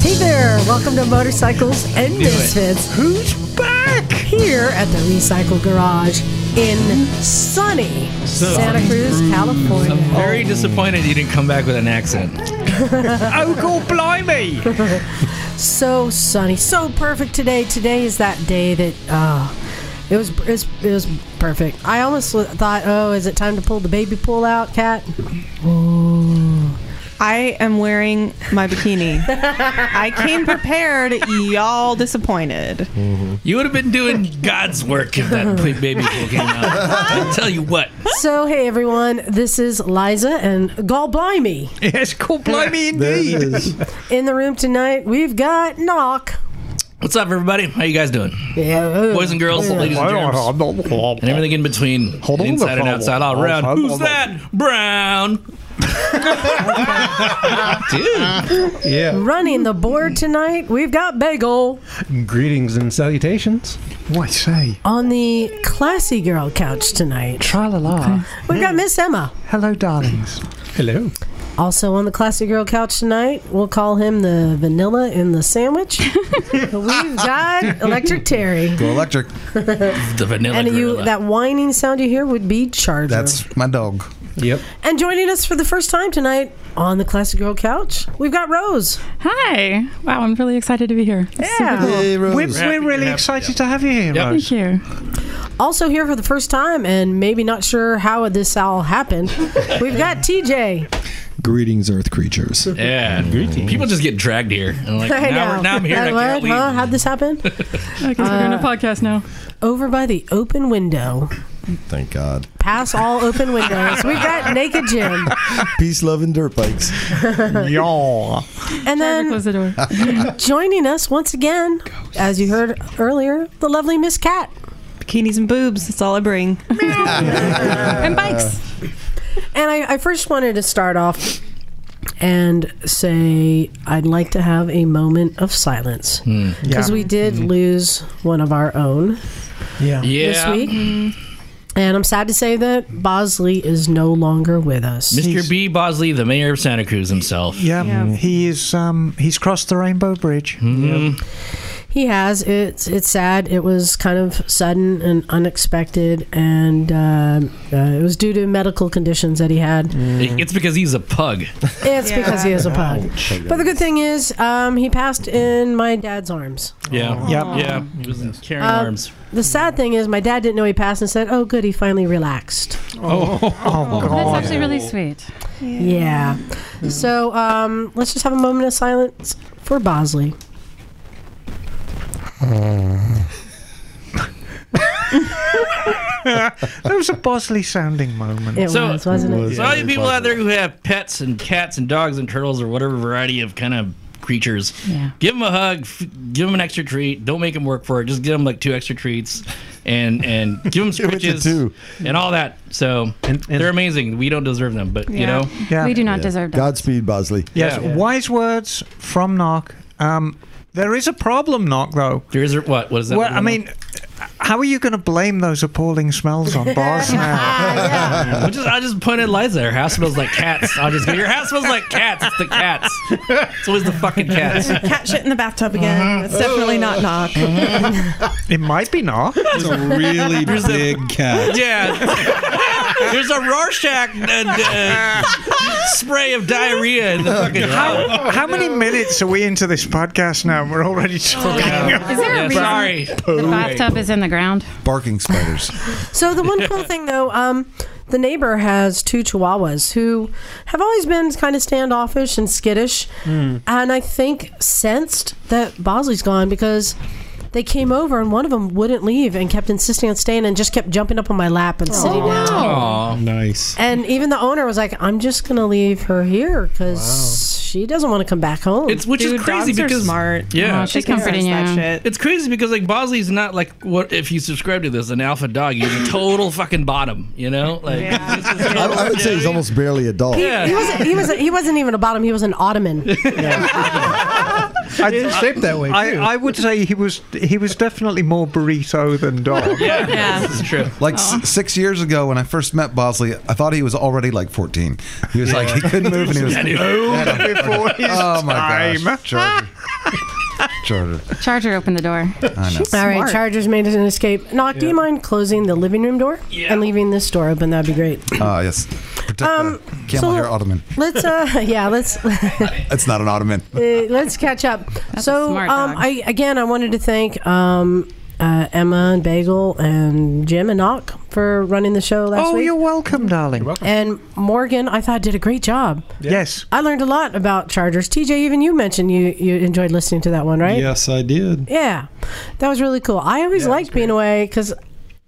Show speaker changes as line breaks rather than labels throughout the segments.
Hey there, welcome to Motorcycles and
it.
Misfits
Who's back?
here at the Recycle Garage in sunny Santa Cruz, California.
Very disappointed you didn't come back with an accent. oh, go blimey!
so sunny, so perfect today. Today is that day that uh, it was it was, it was perfect. I almost thought, oh, is it time to pull the baby pull out, cat?
I am wearing my bikini. I came prepared. Y'all disappointed.
Mm-hmm.
You would have been doing God's work if that baby pool came out. I tell you what.
So hey everyone, this is Liza and Gall Blimey.
Yes, go blimey
There it
indeed.
is.
In the room tonight, we've got Knock.
What's up, everybody? How you guys doing?
Yeah.
Boys and girls, ladies and germs, and everything in between,
Hold
and
on
inside
the
and outside, all
phone.
around.
Hold on
Who's
the-
that? Brown. Dude,
Yeah.
Running the board tonight, we've got Bagel.
Greetings and salutations.
What say?
on the classy girl couch tonight.
Tra la la.
We've got Miss Emma.
Hello, darlings.
Hello.
Also on the classy girl couch tonight, we'll call him the vanilla in the sandwich. We've got Electric Terry.
Go electric.
the vanilla
And you,
gorilla.
that whining sound you hear would be Charger.
That's my dog.
Yep.
and joining us for the first time tonight on the Classy Girl Couch, we've got Rose.
Hi! Wow, I'm really excited to be here.
Yeah.
Hey,
We're,
Rose.
we're really excited to have you here,
Yep.
Rose.
Thank you.
Also here for the first time, and maybe not sure how this all happened, we've got TJ.
Greetings, Earth creatures.
Yeah, Mm. people just get dragged here. And like,
I
now,
know.
We're, now I'm here. and I
What?
can't leave.
Huh? How'd this happen? Uh,
I guess we're doing a podcast now.
Over by the open window.
Thank God.
Pass all open windows. We've got Naked Jim.
Peace, love, and dirt bikes.
Y'all.
And then
Close the door.
joining us once again, as you heard earlier, the lovely Miss Cat.
Bikinis and boobs. That's all I bring.
and bikes.
And I, I first wanted to start off and say I'd like to have a moment of silence because we did lose one of our own
Yeah.
this
Yeah,
week. And I'm sad to say that Bosley is no longer with us.
Mr. B. Bosley, the mayor of Santa Cruz himself.
Yeah,
Yeah.
he is. Um, he's crossed the Rainbow Bridge.
Hmm.
He has. It's it's sad. It was kind of sudden and unexpected, and um uh, it was due to medical conditions that he had.
Mm.
It's because he's a pug.
It's
Yeah.
because he has
Oh,
a pug.
Oh,
But the good thing is, um, he passed in my dad's arms.
Yeah.
Yep.
Yeah. He was carrying
Oh. Uh,
arms.
The sad thing is, my dad didn't know he passed and said, "Oh, good, he finally relaxed."
Oh,
That's
God.
actually really sweet.
Yeah.
Hmm.
So um, let's just have a moment of silence for Bosley.
That was a Bosley sounding moment.
It
So-
was, wasn't it?
So all you people out there who have pets and cats and dogs and turtles or whatever variety of kind of creatures,
Yeah.
give them a hug, f- give them an extra treat. Don't make them work for it. Just give them like two extra treats, and and give them
Give it to
scritches
two.
and all that. So
And- and-
they're amazing. We don't deserve them, but you
Yeah.
know,
Yeah.
We do not deserve that.
Godspeed, Bosley.
Yes.
Yeah.
Wise words from Knock. Um, there is a problem, Knock, though.
there's a- what what is that?
Well, I mean, how are you going to blame those appalling smells on bars now?
I'll just, I just pointed Liza. Her house smells like cats. I'll just go, your house smells like cats. It's the cats. It's always the fucking cats.
Cat shit in the bathtub
Mm-hmm.
again. That's definitely not knock.
it might be Knock.
It's a really big cat.
Yeah. There's a Rorschach uh, uh, spray of diarrhea in the
Oh,
Oh,
fucking house.
How many minutes are we into this podcast now? We're already talking.
Is there a
Yeah,
reason
sorry.
the bathtub is in the ground?
Barking spiders.
So the one cool thing though, um, the neighbor has two chihuahuas who have always been kind of standoffish and skittish,
Hmm.
and I think sensed that Bosley's gone because they came over and one of them wouldn't leave and kept insisting on staying and just kept jumping up on my lap and
Oh,
sitting down.
Aw.
Nice.
And even the owner was like, "I'm just gonna leave her here because she doesn't want to come back home.
It's which
Dude,
is crazy
dogs are
because
smart.
Yeah.
Oh,
They
she's
can
comforting
sense
you.
That shit.
It's crazy because like Bosley's not like what if you subscribe to this an alpha dog he's a total fucking bottom you know like
I, I would say he's almost barely a dog.
yeah.
he wasn't. He wasn't. He wasn't even a bottom. He was an ottoman.
It's shaped that way. Too.
I, I would say he was he was definitely more burrito than dog.
yeah.
It's true.
Like s- six years ago, when I first met Bosley, I thought he was already like 14. He was like, he couldn't move, and he was
Before his
Oh my
time.
gosh. Charger. Charger.
Charger opened the door.
I know.
All right,
Smart.
Chargers made an escape. Knock. Do you mind closing the living room door
Yeah.
and leaving this door open? That'd be great.
Ah, yes. Protect
Um,
the camel
so-
hair ottoman.
Let's. uh Yeah. Let's.
It's not an ottoman.
Uh, let's catch up. so,
smart
um,
dog.
I again, I wanted to thank um, uh, Emma and Bagel and Jim and Nock for running the show last
Oh,
week.
you're welcome, darling.
and Morgan, I thought did a great job.
Yes.
I learned a lot about Chargers. TJ, even you mentioned you you enjoyed listening to that one, right?
Yes, I did.
Yeah, that was really cool. I always like being away because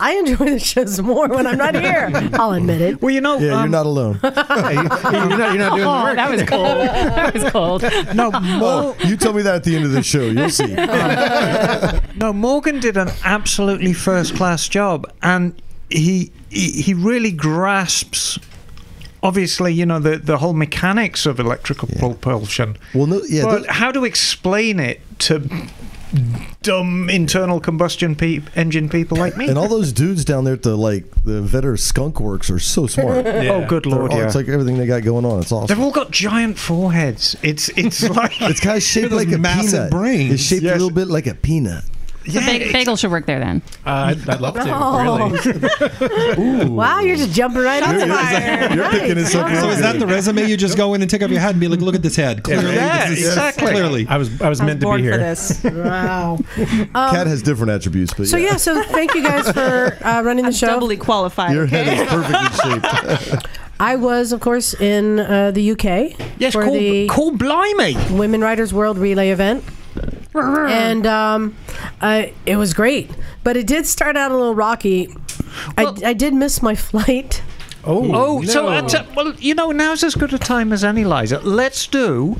I enjoy the shows more when I'm not here. I'll admit it.
Well, you know,
Yeah, you're
um,
not alone.
Hey, you- you're, not, you're not doing the work.
Oh, that was cold. that was cold.
no, Mor-
You tell me that at the end of the show. You'll see.
no. Morgan did an absolutely first-class job, and he he, he really grasps. Obviously, you know the, the whole mechanics of electrical propulsion.
Well, no, yeah,
but
those-
how to explain it to dumb internal combustion peop engine people like me?
and all those dudes down there at the like the Vetter Skunk Works are so smart.
Oh, good
They're
lord!
all-
yeah.
It's like everything they got going on. It's awesome.
They've all got giant foreheads. It's it's like
It's kind of shaped
Those
like a
massive
peanut.
brains.
It's shaped
Yes.
a little bit like a peanut.
yeah,
Bag-
it's-
bagel should work there then.
Uh, I'd, I'd love to. Really.
Oh. Wow, you're just jumping right on.
You're, picking it up.
So is that the resume? You just go in and take off your hat and be like, look at this head. Clearly,
Yeah,
this is-
exactly.
Clearly.
I was I was
I was
meant to
born
be
for
here.
this.
Wow.
Um,
Um,
cat has different attributes, but
So
yeah.
yeah, so thank you guys for uh, running the
I'm
show.
doubly qualified.
Your
okay?
head is perfectly shaped.
I was, of course, in uh, the UK
yes,
for
call,
the
call blimey.
Women Writers World Relay event, and um, I, it was great. But it did start out a little rocky.
Well-
I, I did miss my flight.
Oh, so that's a, well, you know, now's as good a time as any, Liza. Let's do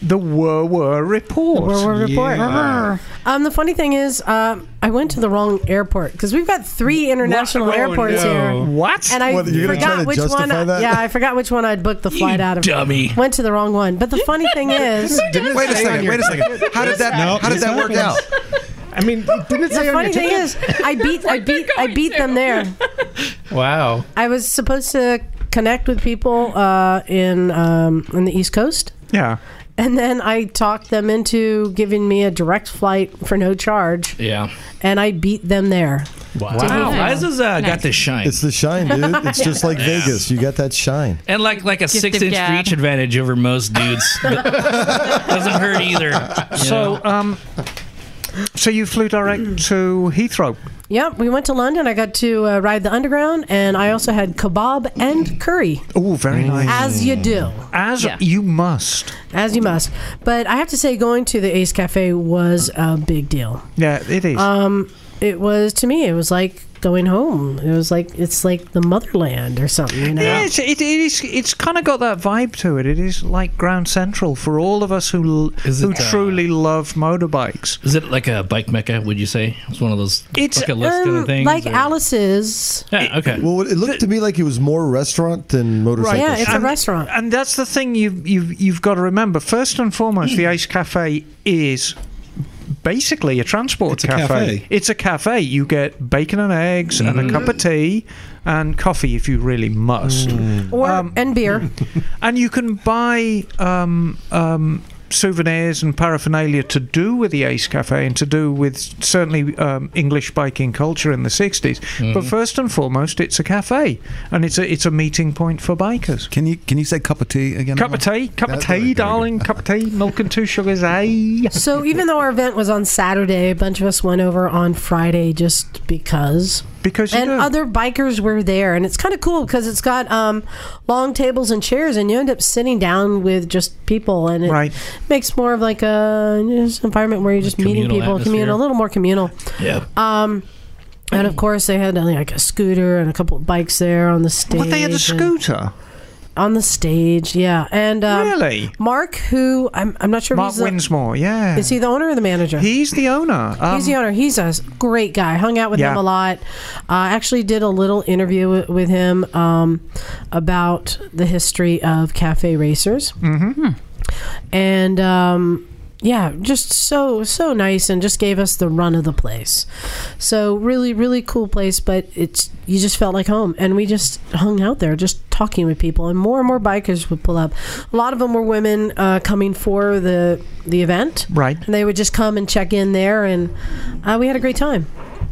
the were were report.
Yeah.
Um, the funny thing is, um, I went to the wrong airport because we've got three international
Oh,
airports
no.
here,
What?
and I
What, you're gonna try
forgot
to
which one.
justify that?
Yeah, I forgot which one I'd booked the flight out of.
dummy.
Went to the wrong one. But the funny thing is.
Wait a second. Wait a second. How did that?
No,
how did
it's
that
not
work out?
I mean, didn't it say
The
on your
funny thing
ticket?
is, I beat, I beat, I beat them there.
Wow.
I was supposed to connect with people uh, in um, in the East Coast,
yeah.
and then I talked them into giving me a direct flight for no charge,
Yeah.
and I beat them there.
Wow. wow. Liza's uh, got the shine
It's the shine, dude. It's just like Vegas. You got that shine.
and like like a six inch
gab.
reach advantage over most dudes. Doesn't hurt either. you know?
So, um, so you flew direct to Heathrow.
Yep, we went to London. I got to uh, ride the underground, and I also had kebab and curry,
Oh, very nice.
as you do,
As
Yeah.
you must.
as you must. But I have to say, going to the Ace Cafe was a big deal.
Yeah, it is.
Um, It was to me, it was like going home. It was like it's like the motherland or something. You know?
Yeah, it's, it, it is. It's kind of got that vibe to it. It is like ground central for all of us who l-
Is
who
it, uh,
truly love motorbikes.
is it like a bike mecca? Would you say it's one of those
It's,
bucket list kind
Um,
of things?
like
or-
Alice's.
Yeah, okay.
Well, it looked to me like it was more restaurant than motorcycle.
Yeah, it's
shop.
a restaurant.
And that's the thing you've you've you've got to remember. First and foremost, the Ice Cafe is basically a transport
It's a cafe. Mm.
It's a cafe. You get bacon and eggs and a cup of tea and coffee if you really must.
Mm.
or and beer.
And you can buy um, um, souvenirs and paraphernalia to do with the Ace Cafe and to do with certainly um, English biking culture in the 60s.
Mm-hmm.
But first and foremost, it's a cafe and it's a, it's a meeting point for bikers.
Can you can you say cup of tea again?
Cup of
Emma?
tea, cup of
That's what I
tea,
gotta
darling, cup of tea, milk and two sugars, eh?
so even though our event was on Saturday, a bunch of us went over on Friday just because.
Because you
And
know,
other bikers were there, and it's kind of cool because it's got um, long tables and chairs, and you end up sitting down with just people, and it
Right.
makes more of like a you know, just environment where you're just meeting
communal
people, communal,
atmosphere.
a little more communal.
yeah.
Um, And of course, they had uh, like a scooter and a couple of bikes there on the stage.
well, they had a
and-
scooter.
on the stage. Yeah, and um,
Really?
Mark, who I'm, I'm not sure. if
Mark
he's the,
Winsmore, yeah.
Is he the owner or the manager?
He's the owner. Um,
He's the owner. He's a great guy. Hung out with
Yeah.
him a lot. Uh, I actually did a little interview wi- with him um, about the history of cafe racers. Mm-hmm. And um, yeah, just so so nice, and just gave us the run of the place. So really, really cool place. But it's you just felt like home, and we just hung out there, just talking with people, and more and more bikers would pull up. A lot of them were women uh, coming for the the event,
Right.
and they would just come and check in there, and uh, we had a great time.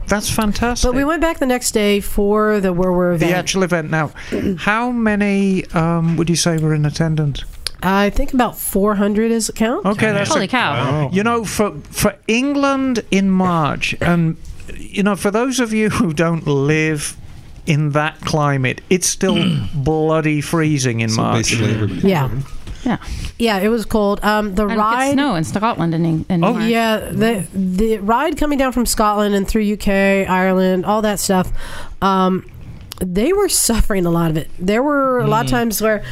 That's fantastic.
But we went back the next day for the Werwer
the
event.
actual event now. How many um, would you say were in attendance?
I think about 400 is the count.
Okay, that's a-
Holy cow.
You know, for for England in March, and you know, for those of you who don't live in that climate, it's still bloody freezing in
So
March.
basically, everybody.
Yeah,
Yeah.
yeah, it was cold. Um, the
And it could
ride.
snow in Scotland and, Eng- and
Oh,
March.
Yeah, the the ride coming down from Scotland and through UK, Ireland, all that stuff. Um, they were suffering a lot of it. There were a
Mm.
lot of times where,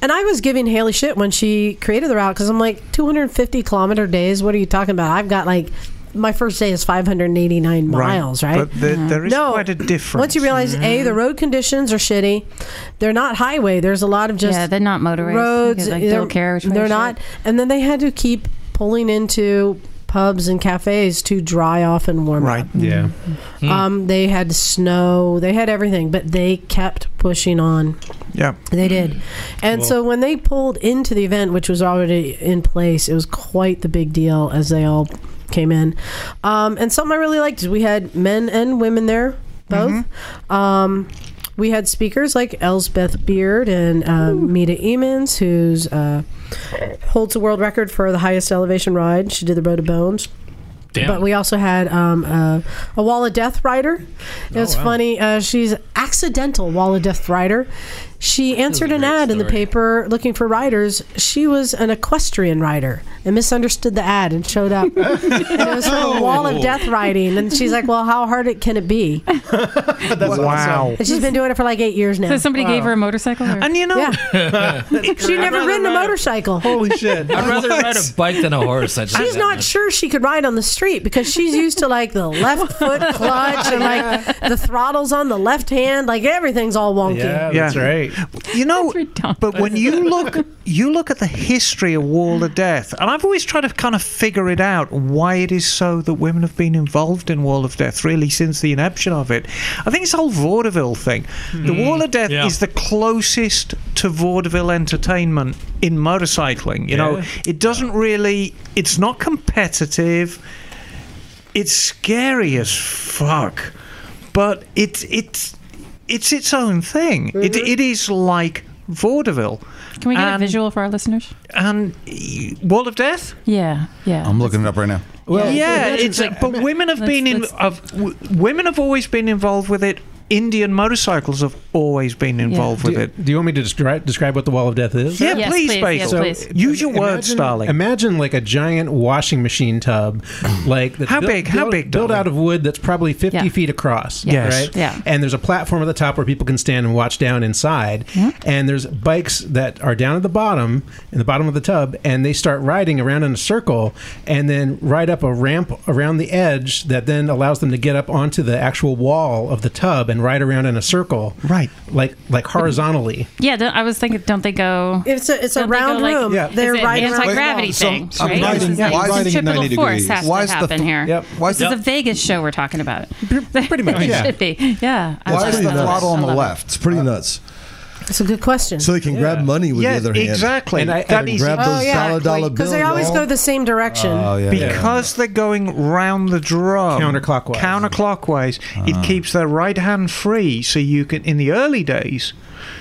and I was giving Haley shit when she created the route because I'm like 250 kilometer days. What are you talking about? I've got like my first day is 589 miles, right?
But there, there is
No.
quite a difference.
Once you realize, a
Mm-hmm.
the road conditions are shitty. They're not highway. There's a lot of just
yeah, they're not motorized.
roads.
Like,
they're,
don't care which way
they're
you
not.
shoot.
And then they had to keep pulling into pubs and cafes to dry off and warm
Right.
up.
Yeah.
Um, they had snow. They had everything, but they kept pushing on.
yeah,
They did. And so when they pulled into the event, which was already in place, it was quite the big deal as they all came in. Um, and something I really liked is we had men and women there, both. Um, we had speakers like Elsbeth Beard and um, Mita Emons, who's uh, holds the world record for the highest elevation ride. She did the Road to Bones.
Damn.
But we also had um, uh, a Wall of Death rider.
Oh,
It was funny. Uh, she's accidental Wall of Death rider. She answered
a
an
great
ad in the
story.
paper looking for riders. She was an equestrian rider and misunderstood the ad and showed up. And it was
Oh.
for Wall of Death riding, and she's like, "Well, how hard it can it be?" And
wow.
she's been doing it for like eight years now.
So somebody gave her a motorcycle? Or?
And you know,
Yeah, she'd never ridden a motorcycle.
Holy shit.
I'd rather ride a bike than a horse. I just
She's not sure she could ride on the street because she's used to like the left foot clutch and like the throttles on the left hand, like everything's all wonky.
Yeah,
Yeah.
that's right.
you know,
That's ridiculous.
but when you look, you look at the history of Wall of Death, and I've always tried to kind of figure it out why it is so that women have been involved in Wall of Death really since the inception of it. I think it's the whole vaudeville thing. The Wall of Death
Hmm. yeah.
is the closest to vaudeville entertainment in motorcycling. You know,
Yeah.
it doesn't really, it's not competitive. It's scary as fuck, but it's it's it's its own thing. It, it is like vaudeville
Can we get
Um,
a
and-
visual for our listeners?
and y- Wall of Death.
Yeah, yeah.
I'm looking it up right now.
Well,
yeah, it's like, but women have
Let's-
been in.
let's-
Of, w- women have always been involved with it. Indian motorcycles have always been involved
do,
with it.
do you want me to describe, describe what the wall of death is?
Yeah,
Yes,
please,
please,
Basil.
yes, please.
Use your words,
Imagine-
darling.
Imagine like a giant washing machine tub, like that's
How big? How big,
Built
darling?
out of wood that's probably fifty
Yeah.
feet across.
Yeah.
Yes.
right.
Yeah.
And there's a platform at the top where people can stand and watch down inside. And there's bikes that are down at the bottom, in the bottom of the tub, and they start riding around in a circle, and then ride up a ramp around the edge that then allows them to get up onto the actual wall of the tub and ride around in a circle.
Right.
Like like horizontally.
yeah, don't, I was thinking, don't they go.
It's a it's a
Don't they go
round
like-
room.
Yeah.
They're
Is it
riding around
anti gravity
walls.
So,
things,
I'm
right?
riding-
This is like
yeah, riding
centrifugal
90
force
degrees.
has
Why
to
is the-
happen here.
Yep.
Why is
This is a
the-
Vegas show we're talking about. Pretty
much,
it
yeah.
should be. Yeah. I
Why
love
is
it.
the
I love it.
throttle on
I
the
love it.
left?
It's pretty nuts.
It's a good question.
So they can grab money with
yeah,
the other hand.
exactly.
And I-
That
and
is-
Grab
oh
those
yeah,
dollar dollar bills.
because they always go the same direction.
Oh
Uh,
yeah.
because they're going round the drum
Counterclockwise.
counterclockwise
Uh-huh.
it keeps their right hand free so you can in the early days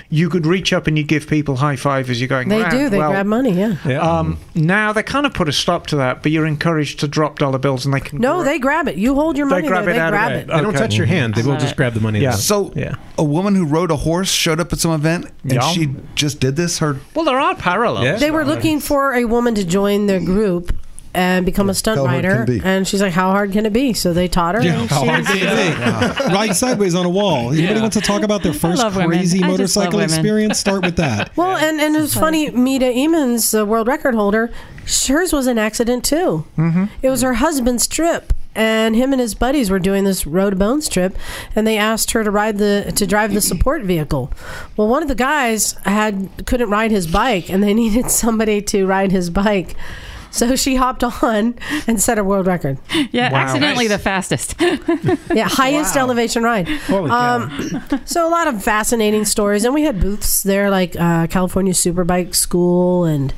you could reach up and you give people high five as you're going
they
round.
do. They
Well,
grab money. Yeah.
um, now they kind of put a stop to that but you're encouraged to drop dollar bills and they can
No,
gra-
they grab it. You hold your
They
money.
grab it
there, they
out of
grab
there.
it.
They don't touch your hand. They will
love
just
it.
grab the money.
Yeah.
Mm-hmm. So
Yeah.
a woman who rode a horse showed up at some event and
Yeah.
she just did this. Her
well there are parallels
Yeah.
They were looking for a woman to join their group and become a stunt
How hard
rider.
can it be?
And she's like, "How hard can it be?" So they taught her.
Yeah,
and
Oh,
how hard
she's-
can it be? Ride sideways on a wall. Anybody
Yeah.
wants to talk about their first
love women. I
crazy
just love
motorcycle
women.
experience? Start with that.
Well, and, and it's funny, Mita Eamons, the world record holder, hers was an accident too. Mm-hmm. It was her husband's trip, and him and his buddies were doing this road to bones trip, and they asked her to ride the to drive the support vehicle. Well, one of the guys had couldn't ride his bike, and they needed somebody to ride his bike. So she hopped on and set a world record.
Yeah,
Wow.
accidentally
Nice.
the fastest.
Yeah, highest elevation ride. Um,
Holy cow.
So a lot of fascinating stories, and we had booths there, like uh, California Superbike School and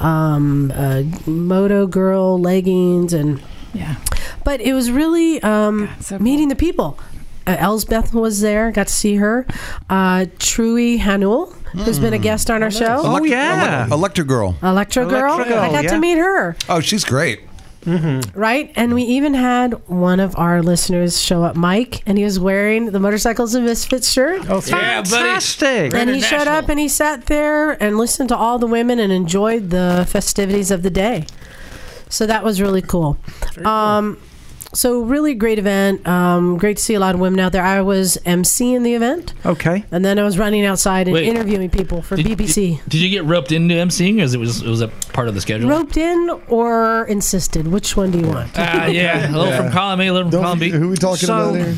um, uh, Moto Girl leggings, and
yeah.
but it was really um,
so cool.
meeting the people. Uh, Elsbeth was there, got to see her. Uh, Trui Hanul, who's been a guest on our
Oh,
show,
Electric-
yeah.
Elec- Electra Girl.
Electra Girl.
Electra Girl,
I got
yeah.
to meet her,
Oh, she's great.
Mm-hmm.
right? And we even had one of our listeners show up, Mike, and he was wearing the Motorcycles and Misfits shirt.
Yeah, buddy.
Fantastic.
And he showed up and he sat there and listened to all the women and enjoyed the festivities of the day. So that was really cool. Um, so really great event. Um, great to see a lot of women out there. I was MC in the event,
Okay.
and then I was running outside and
Wait.
interviewing people for BBC.
Did, you get roped into emceeing? As it was, it was a part of the schedule.
Roped in or insisted? Which one do you want?
Ah, yeah, a little from column A, a little from
Don't
column B.
forget- who we talking
So-
about here?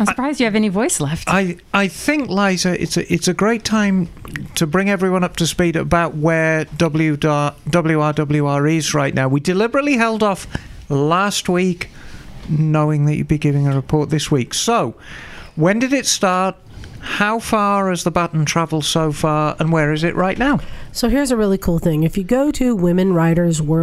I'm surprised you have any voice left.
I, I think Liza, it's a it's a great time to bring everyone up to speed about where WR, WRWR is right now. We deliberately held off last week, knowing that you'd be giving a report this week. So, when did it start? How far has the baton travelled so far, and where is it right now?
So here's a really cool thing. If you go to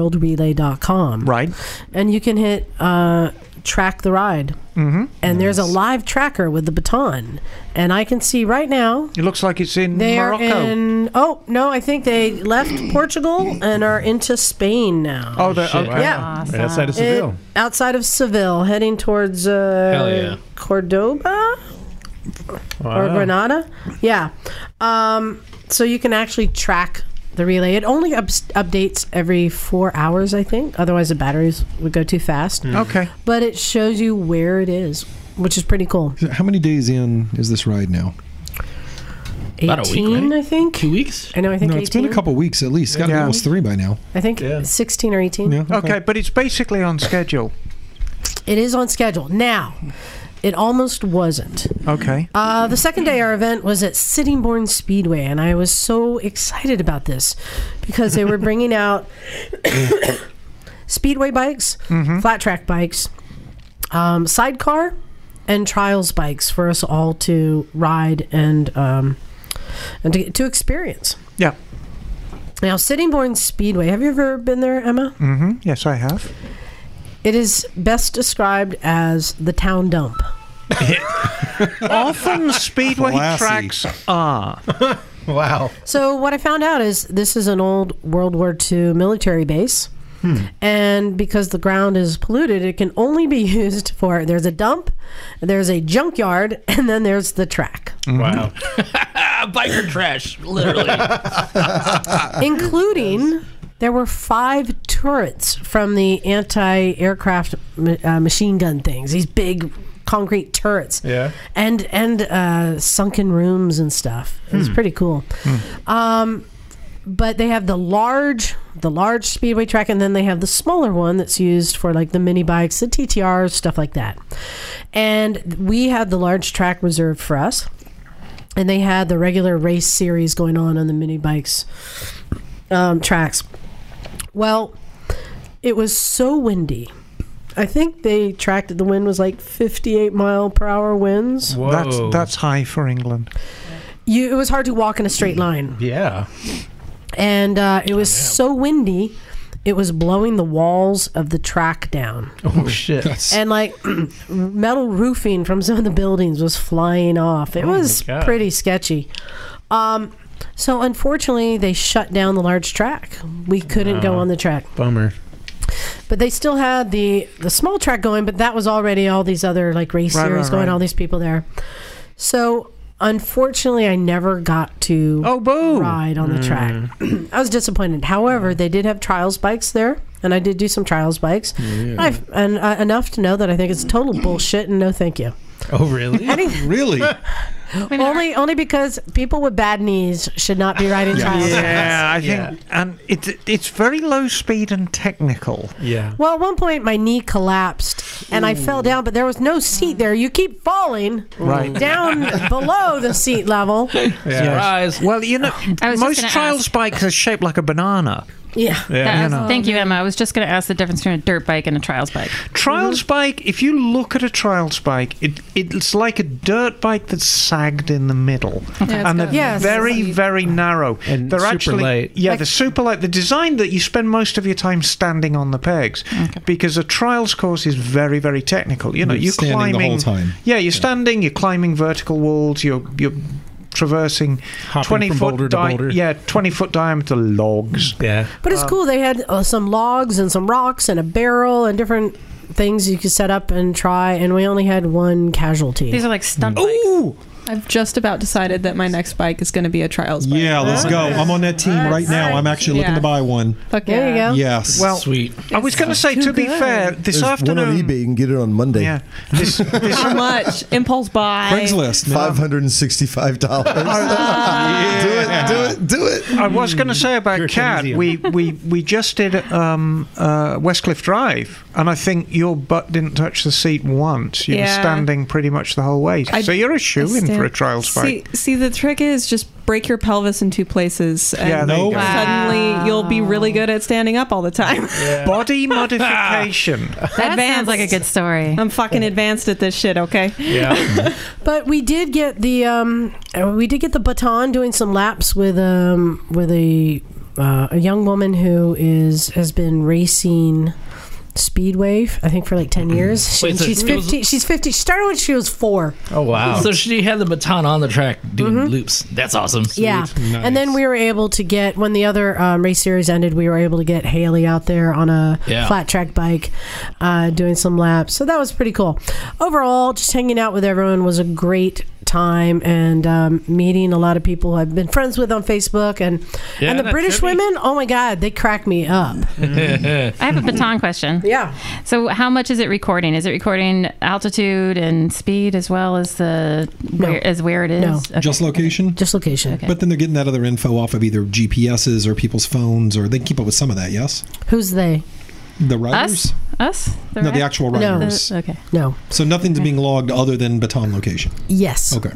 womenridersworldrelay.com,
Right.
and you can hit uh, track the ride. Mm-hmm. And there's a live tracker with the baton, and I can see right now
It looks like it's in
they're
Morocco.
in. Oh no, I think they left Portugal and are into Spain now.
oh, the, oh,
yeah,
Awesome.
Right outside of
It-
Seville.
outside of Seville, heading towards
Hell
uh,
yeah.
Cordoba or Granada. Yeah. Um, so you can actually track the relay. It only ups- updates every four hours, I think. Otherwise, the batteries would go too fast.
Hmm.
okay.
But it shows you where it is, which is pretty cool.
How many days in is this ride now?
About a week,
18, I think.
Two weeks.
I know, I think
no,
18.
it's been a couple weeks at least. Got to be
Yeah.
almost three by now.
I think
Yeah.
16 or 18.
Yeah.
Okay, but it's basically on schedule.
It is on schedule. Now, it almost wasn't.
Okay.
Uh, the second day, our event was at Sittingbourne Speedway, and I was so excited about this because they were bringing out speedway bikes, flat track bikes, um, sidecar, and trials bikes for us all to ride and um, and to, to experience.
Yeah.
Now, Sittingbourne Speedway. Have you ever been there, Emma?
hmm
Mm-hmm.
Yes, I have.
It is best described as the town dump.
often speedway
Classy.
tracks are.
Wow.
So what I found out is this is an old World War II military base.
Hmm.
And because the ground is polluted, it can only be used for there's a dump, there's a junkyard, and then there's the track,
Wow.
Mm-hmm.
Ah, biker trash, literally.
including there were five turrets from the anti-aircraft ma- uh, machine gun things. These big concrete turrets.
Yeah.
and and uh, sunken rooms and stuff. It's pretty cool. Um, but they have the large the large speedway track, and then they have the smaller one that's used for like the mini bikes, the TTRs, stuff like that. And we had the large track reserved for us, and they had the regular race series going on on the mini bikes um, tracks. Well, it was so windy. I think they tracked it. The wind was like 58 mile per hour winds.
Whoa.
That's that's high for England.
You, it was hard to walk in a straight line,
yeah.
and uh, it was so windy. It was blowing the walls of the track down,
Oh shit.
That's
and like metal roofing from some of the buildings was flying off.
Oh,
It was
God.
pretty sketchy. Um, so unfortunately, they shut down the large track. We couldn't
Uh-huh.
go on the track.
Bummer.
But they still had the the small track going, but that was already all these other like race
Right,
series
right,
going,
right.
all these people there. So unfortunately, I never got to
Oh, boo!
Mm.
ride on the track. I was disappointed. However, they did have trials bikes there, and I did do some trials bikes, I've, and uh, enough to know that I think it's total bullshit and no thank you.
Oh, really?
Really?
Only only because people with bad knees should not be riding trials.
Yeah, I
Yeah.
think, and it's it's very low speed and technical.
Yeah.
Well, at one point my knee collapsed and I fell down, but there was no seat there. You keep falling
Right.
down below the seat level.
Surprise.
Well, you know,
I was just
most
gonna
trials
ask.
bikes are shaped like a banana.
Yeah.
That-
you know.
Thank you, Emma. I was just going to ask the difference between a dirt bike and a trials bike.
Mm-hmm.
Trials bike, if you look at a trials bike, it, it's like a dirt bike that's sagged in the middle.
it's
and they're
got- Yes.
very, very narrow.
And
they're
super
actually,
light.
Yeah,
Like-
the super light. The design that you spend most of your time standing on the pegs because a trials course is very, very technical. You know,
You're
you're
standing the
climbing.
whole time.
Yeah, you're standing, you're climbing vertical walls, you're, you're traversing
Hopping
20
from
foot
boulder to
di-
boulder.
Yeah, 20 foot diameter logs. Um,
Yeah.
But
Um,
it's cool. They had uh, some logs and some rocks and a barrel and different things you could set up and try. And we only had one casualty.
These are like stunt bikes.
Ooh!
I've just about decided that my next bike is going to be a trials bike.
Yeah, let's go. I'm on that team right now. I'm actually looking
Yeah.
to buy one.
Fuck
There you
yeah.
go.
Yes.
Well,
Sweet.
I was going to say, to be fair, this
There's one
afternoon.
on eBay. You can get it on Monday.
Yeah. This, this,
How much? Impulse buy.
Craigslist. no.
Five hundred and sixty-five dollars. Do it! Do it! Do it!
I was going to say about Cat.
Keynesian.
We, we we just did um, uh, Westcliff Drive, and I think your butt didn't touch the seat once. You were
Yeah.
standing pretty much the whole way.
I-
so you're a shoe in
Stand-
for a trials
See,
bike.
see, the trick is just break your pelvis in two places. And
Yeah, there you
No.
go.
Wow.
Suddenly, you'll be really good at standing up all the time.
Body modification.
That sounds
Advanced.
like a good story.
I'm fucking advanced at this shit, okay?
Yeah.
But we did get the um, uh, we did get the baton doing some laps with um with a uh, a young woman who is has been racing speedwave I think for like ten years. She,
Mm-hmm. Wait, so
she's
it was-
fifty. She's fifty. She started when she was four.
Oh, wow.
So she had the baton on the track doing loops. That's awesome.
Mm-hmm. Yeah, and then we were able to get when the other um, race series ended, we were able to get Haley out there on a
Yeah.
flat track bike, uh, doing some laps. So that was pretty cool. Overall, just hanging out with everyone was a great time, and um, meeting a lot of people who I've been friends with on Facebook, and
Yeah,
and the
that
British
should be-
women. Oh my God, they crack me up.
Mm-hmm.
I have a baton question.
Yeah,
So, how much is it recording? Is it recording altitude and speed as well as the where as where it is?
No.
Okay.
Just location.
just location.
But then they're getting that other info off of either GPSs or people's phones, or they can keep up with some of that. Yes,
Who's they?
the riders.
us, us, the
No, the
rest?
actual
No.
riders.
The- okay.
No.
So nothing's being logged other than baton location.
Yes.
Okay.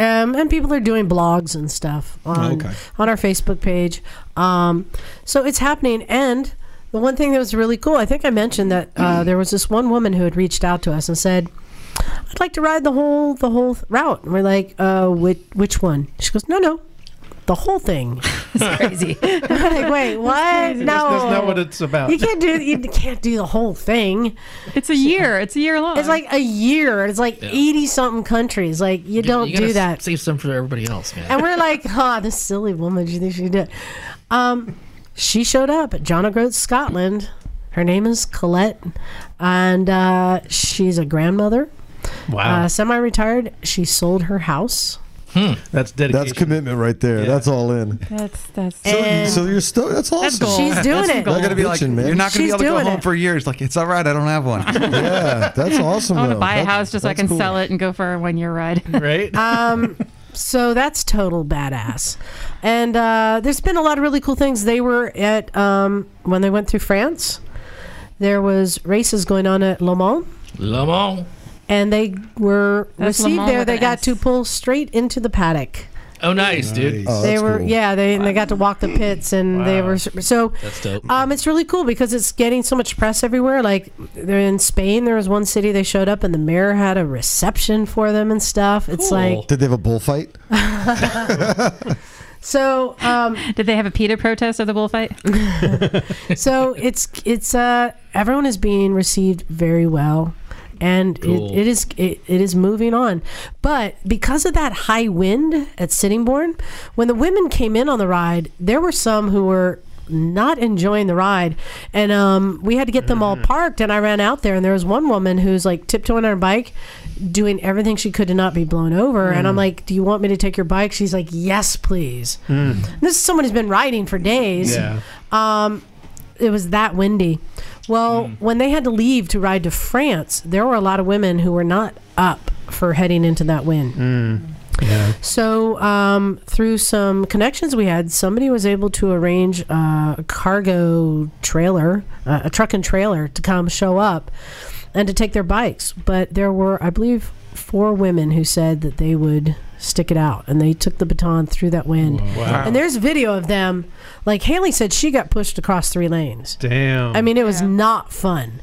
um, and people are doing blogs and stuff
Oh,
on
Okay.
on our Facebook page. Um, so it's happening. And the one thing that was really cool, I think I mentioned that
Mm.
uh, there was this one woman who had reached out to us and said, "I'd like to ride the whole the whole route." And we're like, uh, "Which which one?" She goes, "No, no." The whole thing.
It's crazy.
I'm like, wait, what? No,
That's not what it's about.
you can't do. You can't do the whole thing.
it's a year. It's a year long.
It's like a year. It's like eighty something countries. Like you don't
You gotta
do that.
s- Save some for everybody else, man.
And we're like, huh, this silly woman, do you think she did? Um, she showed up at John O'Groats, Scotland. Her name is Colette, and uh, she's a grandmother,
Wow.
uh, semi-retired. She sold her house. Hmm.
That's dedication.
That's commitment right there. That's all in.
that's that's.
And
So you're still. That's awesome.
gold.
she's doing it.
They're gonna be like,
Bitchin', man.
you're not gonna
She's
be able to
doing
go home
it.
for years. Like, it's all right. I don't have one.
Yeah, that's awesome.
I want to
though.
buy a
That's-
house just so I
that's
can
cool.
sell it and go for a one year ride.
right?
um, so that's total badass. And uh, there's been a lot of really cool things. They were at um, when they went through France. There was races going on at Le Mans.
Le Mans.
and they were
That's
received
Lamar
there.
with
They
an
got
S.
to pull straight into the paddock.
Oh, nice, dude.
Oh,
they
that's
were
cool.
yeah, they and they got to walk the pits and they were so.
That's dope.
Um, it's really cool because it's getting so much press everywhere. Like they're in Spain, there was one city they showed up and the mayor had a reception for them and stuff. It's
Cool.
like
Did they have a bullfight?
so um,
Did they have a PETA protest or the bullfight?
so it's it's uh everyone is being received very well and
Cool.
it, it is it, it is moving on but because of that high wind at sittingbourne when the women came in on the ride there were some who were not enjoying the ride and um, we had to get them all parked and i ran out there and there was one woman who's like tiptoeing on her bike doing everything she could to not be blown over and i'm like do you want me to take your bike she's
Hmm.
like yes please this is someone who's been riding for days
yeah.
um, it was that windy. Well, when they had to leave to ride to France, there were a lot of women who were not up for heading into that wind.
Mm. Yeah.
So, um, through some connections we had, somebody was able to arrange uh, a cargo trailer, uh, a truck and trailer, to come show up and to take their bikes. But there were, I believe, four women who said that they would stick it out and they took the baton through that wind.
Wow.
And there's video of them. Like Haley said, she got pushed across three lanes.
Damn.
I mean, it was not fun.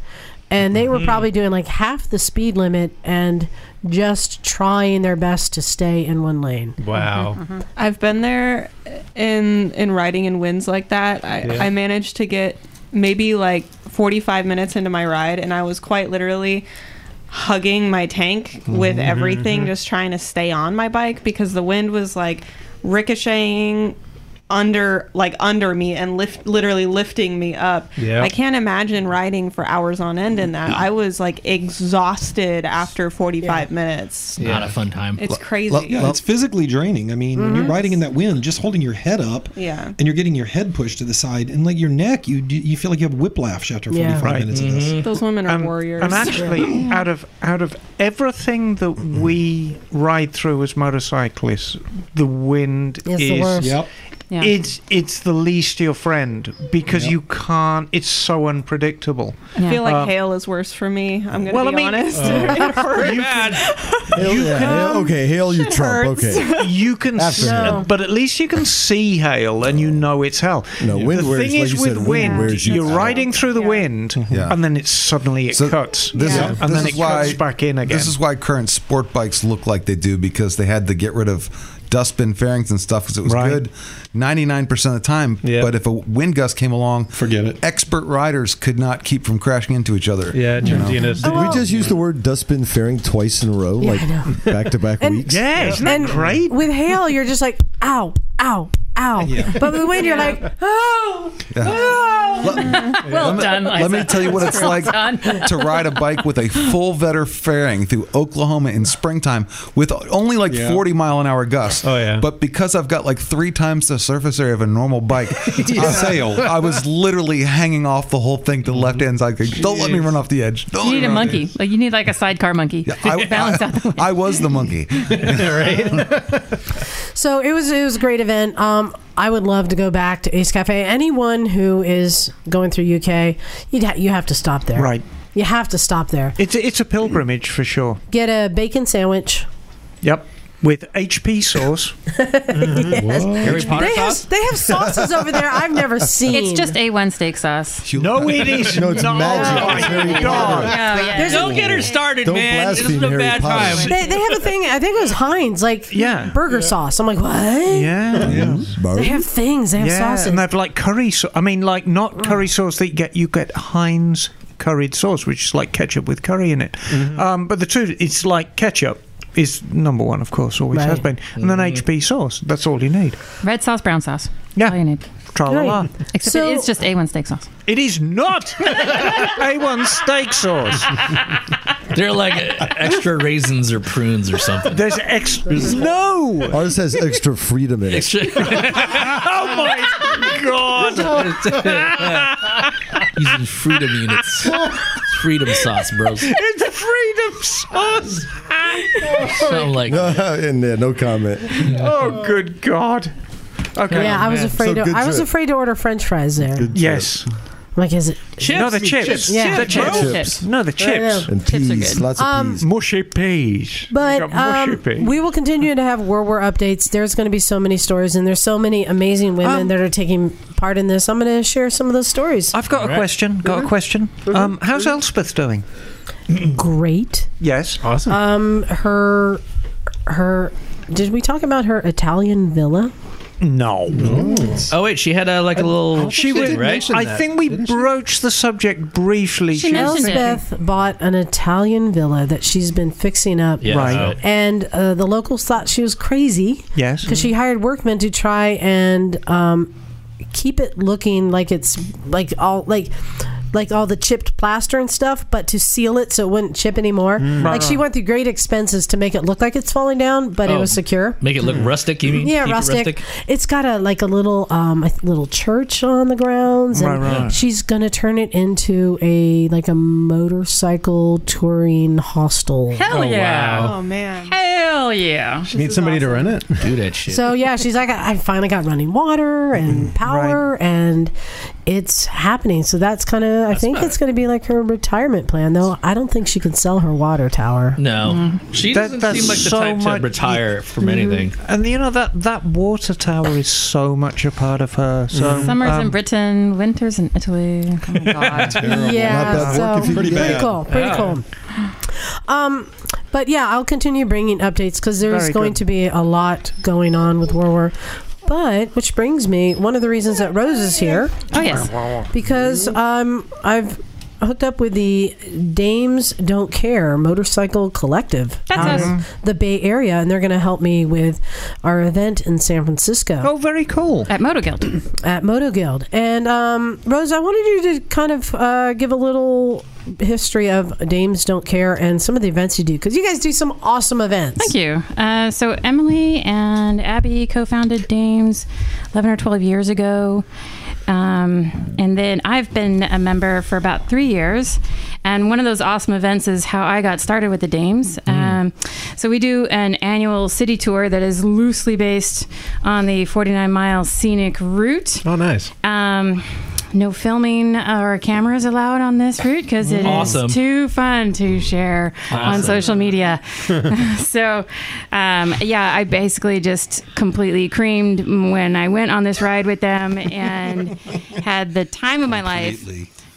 And they
Mm-hmm.
were probably doing like half the speed limit and just trying their best to stay in one lane.
wow.
I've been there in in riding in winds like that. I,
Yeah.
I managed to get maybe like 45 minutes into my ride, and I was quite literally hugging my tank
Mm-hmm.
with everything, just trying to stay on my bike because the wind was like ricocheting under like under me and lift literally lifting me up.
Yeah.
I can't imagine riding for hours on end in that. I was like exhausted after 45 minutes.
Yeah.
Not a fun time.
It's crazy.
Yeah, it's physically draining. I mean, when you're riding in that wind, just holding your head up,
Yeah.
and you're getting your head pushed to the side, and like your neck, you you feel like you have whiplash after 45
Yeah.
minutes of this.
Those women are
and,
warriors.
and Mm-hmm. actually, out of out of everything that we ride through as motorcyclists, the wind
It's the
is
worst.
Yep.
Yeah.
it's it's the least your friend because
Yep.
you can't. It's so unpredictable.
I feel like
Um,
hail is worse for me. I'm gonna
well,
be
I mean- uh,
honest.
Hail, yeah, hail- okay, hail you Trump. Okay.
You can, s-
No.
but at least you can see hail and you know it's hell.
No, wind
the
wears-
thing
like
is
you
with
said, wind
wind,
wears you
you're
out.
riding through the
Yeah.
wind,
Yeah.
and then it suddenly it
So
cuts.
This
Yeah.
is,
And
this
then
is
it
why,
cuts back in again.
This is why current sport bikes look like they do because they had to get rid of dustbin fairings and stuff because it was
Right.
good 99% of the time.
Yeah.
But if a wind gust came along,
Forget it.
Expert riders could not keep from crashing into each other. Oh,
Yeah, it turns you into
Did we just use the word dustbin fairing twice in a row,
Oh, Yeah, I
like back to back
And-
weeks?
yeah, isn't that
And
great?
with hail, you're just like, ow, ow, ow. But with wind, you're like, oh, oh.
well
me-
done.
Let me tell you what it's like to ride a bike with a full Vetter fairing through Oklahoma in springtime with only like
Yeah.
40 mile an hour gusts.
Oh, yeah.
But because I've got like three times the surface area of a normal bike, I sail. I was literally hanging off the whole thing to the left hand side. Don't let me run off the edge. Don't
You
let
need a
me run off the
monkey. Like you need like a sidecar monkey.
edge. I,
balance out the
I was the monkey.
So it was it was a great event. Um, I would love to go back to Ace Cafe. Anyone who is going through UK, you'd ha- you have to stop there.
Right.
You have to stop there.
It's a, it's a pilgrimage for sure.
Get a bacon sandwich.
Yep. With HP sauce.
Harry Potter
They have,
sauce?
they have sauces over there I've never seen.
It's just A1 steak sauce.
no, it is
No, it's
not.
magic. It's
Oh, my
very
God.
watery.
yeah.
Don't get her started,
Don't
man. This is
blaspheme
a
Harry
bad
Potter.
time.
they, they have a thing. I think it was Heinz, like
Yeah.
burger sauce. I'm like, what?
Yeah. yeah.
They have things. They have
Yeah,
sauces.
and they've like curry. So- I mean, like not curry sauce that you get. You get Heinz curried sauce, which is like ketchup with curry in it. Um, but the two, it's like ketchup is number one, of course, always has been,
Right.
and then HP sauce. That's all you need.
Red sauce, brown sauce.
Yeah.
All you need.
Tra la la.
Except
So-
it's just A1 steak sauce.
It is not A1 steak sauce.
They're like uh, extra raisins or prunes or something.
There's ex. No.
Ours has extra freedom in it.
Extra.
Oh my god.
Using freedom units. It's freedom sauce, bros.
It's freedom sauce.
So I'm like,
and uh, no comment.
Oh good god. Okay. Oh,
yeah, I was afraid.
Oh,
to,
So good
I was
trip.
afraid to order French fries there.
Yes.
I'm like, is it?
chips.
No, the chips.
Yeah.
The chips.
Chips.
No, the chips. Um,
And
Chips are
peas,
good.
lots of peas.
Mushy peas.
Um, But
You got mushy
um,
peas.
we will continue to have World War updates. There's going to be so many stories, and there's so many amazing women that are taking part in this. I'm going to share some of those stories.
Um,
Mm-hmm.
I've got a question. Got
Mm-hmm.
a question. Um, how's Elspeth doing? Uh,
Great.
Yes.
awesome.
Um, her, her. Did we talk about her Italian villa?
No.
Mm.
Oh wait, she had a, like a little.
She was.
did mention
I
that,
think we
didn't she?
broached the subject briefly.
She knows- Mentioned it.
Elspeth bought an Italian villa that she's been fixing up.
Yeah,
Right.
so-
And uh, the locals thought she was crazy
Yes.
because she hired workmen to try and um, keep it looking like it's like all like like all the chipped plaster and stuff, but to seal it so it wouldn't chip anymore.
Mm.
Like she went through great expenses to make it look like it's falling down, but it
Oh,
was secure.
Make it look
Hmm.
rustic. You mean?
Yeah,
Keep it
rustic. It's got a like a little um a little church on the grounds, and
Right, right.
she's gonna turn it into a like a motorcycle touring hostel.
Hell yeah.
wow.
Oh,
man.
Hell
Oh,
yeah.
She needs somebody to run it.
Do that shit.
So yeah, she's like, I I finally got running water and power, and it's happening. So that's kind of, I think it's going to be like her retirement plan. Though I don't think she can sell her water tower.
No, Mm-hmm. she
Hmm. That-
doesn't
that's
seem like the
so
type
much-
to retire from anything.
And you know that that water tower is so much a part of her. So
Summers
um,
in Britain, winters in Italy. Oh my god.
Yeah, so
Pretty
pretty,
bad.
cool. Pretty
Yeah.
cool. Um, but yeah, I'll continue bringing updates because there's
Very
going
good.
to be a lot going on with War War. But which brings me one of the reasons that Rose is here.
Oh, yes.
because um, I've hooked up with the Dames Don't Care Motorcycle Collective
That's
out
us.
of the Bay Area, and they're going to help me with our event in San Francisco
oh, very cool.
At Moto Guild.
at Moto Guild. And um, Rose, I wanted you to kind of uh, give a little history of Dames Don't Care and some of the events you do because you guys do some awesome events.
Thank you. Uh, so Emily and Abby co-founded Dames 11 or 12 years ago. Um, and then I've been a member for about three years. And one of those awesome events is how I got started with the Dames. Um, so we do an annual city tour that is loosely based on the 49 mile scenic route.
Oh, nice.
Um, no filming or cameras allowed on this route because it is
Awesome.
too fun to share on
Awesome.
social media. so, um, yeah, I basically just completely creamed when I went on this ride with them and had the time of my life.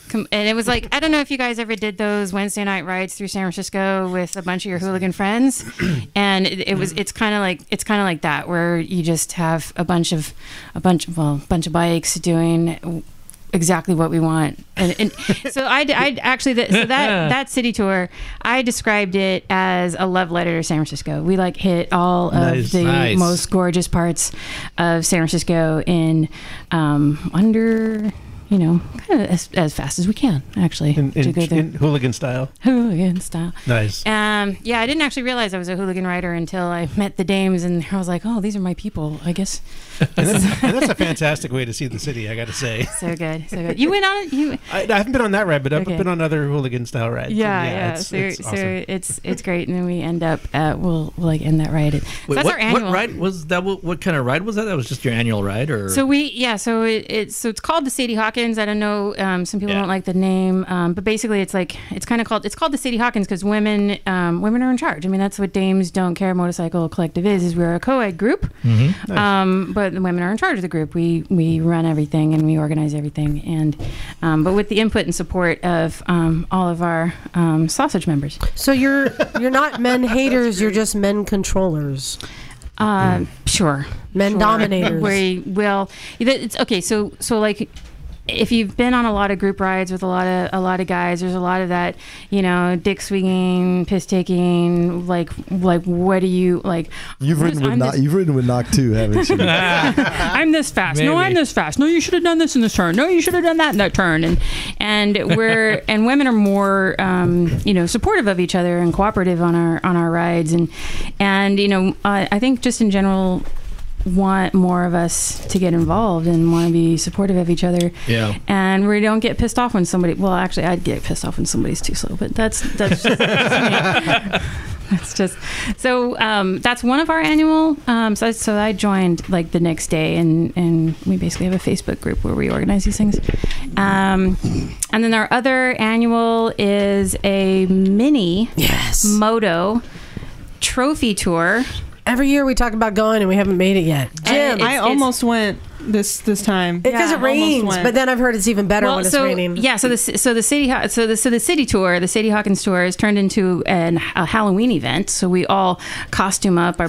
Com- And it was like, I don't know if you guys ever did those Wednesday night rides through San Francisco with a bunch of your hooligan friends. And it, it was, it's kind of like, it's kind of like that where you just have a bunch of, a bunch of, well, a bunch of bikes doing w- exactly what we want. And, and so I, d- I d- actually, that, so that, that city tour, I described it as a love letter to San Francisco. We like hit all of
Nice.
the
Nice.
most gorgeous parts of San Francisco in um, under, you know, kind of as, as fast as we can, actually,
In,
to
in,
go there.
in hooligan style.
Hooligan style.
Nice.
Um, yeah, I didn't actually realize I was a hooligan writer until I met the dames, and I was like, oh, these are my people. I guess
And that's, and that's a fantastic way to see the city, I got to say.
so good, so good. You went on it. You
I, I haven't been on that ride, but I've
Okay.
been on other hooligan style rides. and
yeah, yeah.
it's-
so,
it's
so
awesome.
it's it's great, and then we end up at we'll, we'll like end that ride. At, so
Wait,
that's
what,
our annual.
what ride was that? What, what kind of ride was that? That was just your annual ride, or
So we, yeah, so it, it's so it's called the Sadie Hawkins. I don't know, um, some people
Yeah.
don't like the name, um, but basically, it's like it's kind of called it's called the Sadie Hawkins because women um, women are in charge. I mean, that's what Dames Don't Care Motorcycle Collective is. Is we're a co-ed group,
Mm-hmm.
Uh,
um, but the women are in charge of the group. We we run everything and we organize everything, and um, but with the input and support of um, all of our um, sausage members.
So you're you're not men haters, you're just men controllers,
Uh, Sure.
men
Sure.
dominators.
We will. It's okay. So so like. If you've been on a lot of group rides with a lot of a lot of guys, there's a lot of that, you know, dick swinging, piss taking, like like what do you like?
You've ridden with
I'm
knock.
this,
You've ridden with knock too, haven't you?
I'm this fast. No,
Maybe.
I'm this fast. No, you should have done this in this turn. No, you should have done that in that turn. And and we're and women are more um, you know supportive of each other and cooperative on our on our rides and and you know I I think just in general want more of us to get involved and want to be supportive of each other
yeah,
and we don't get pissed off when somebody well actually i'd get pissed off when somebody's too slow but that's that's just that's just so um, that's one of our annual um, so, so i joined like the next day and and we basically have a facebook group where we organize these things um, and then our other annual is a mini
yes.
moto trophy tour
Every year we talk about going and we haven't made it yet.
And
Jim,
it's-
I almost went this this time
Yeah,
because it
I almost
rains,
went.
but then I've heard it's even better when it's
so,
raining.
Yeah, so the ci- so the city Haw- so the so the city tour, the Sadie Hawkins tour, is turned into an, a Halloween event. So we all costume up our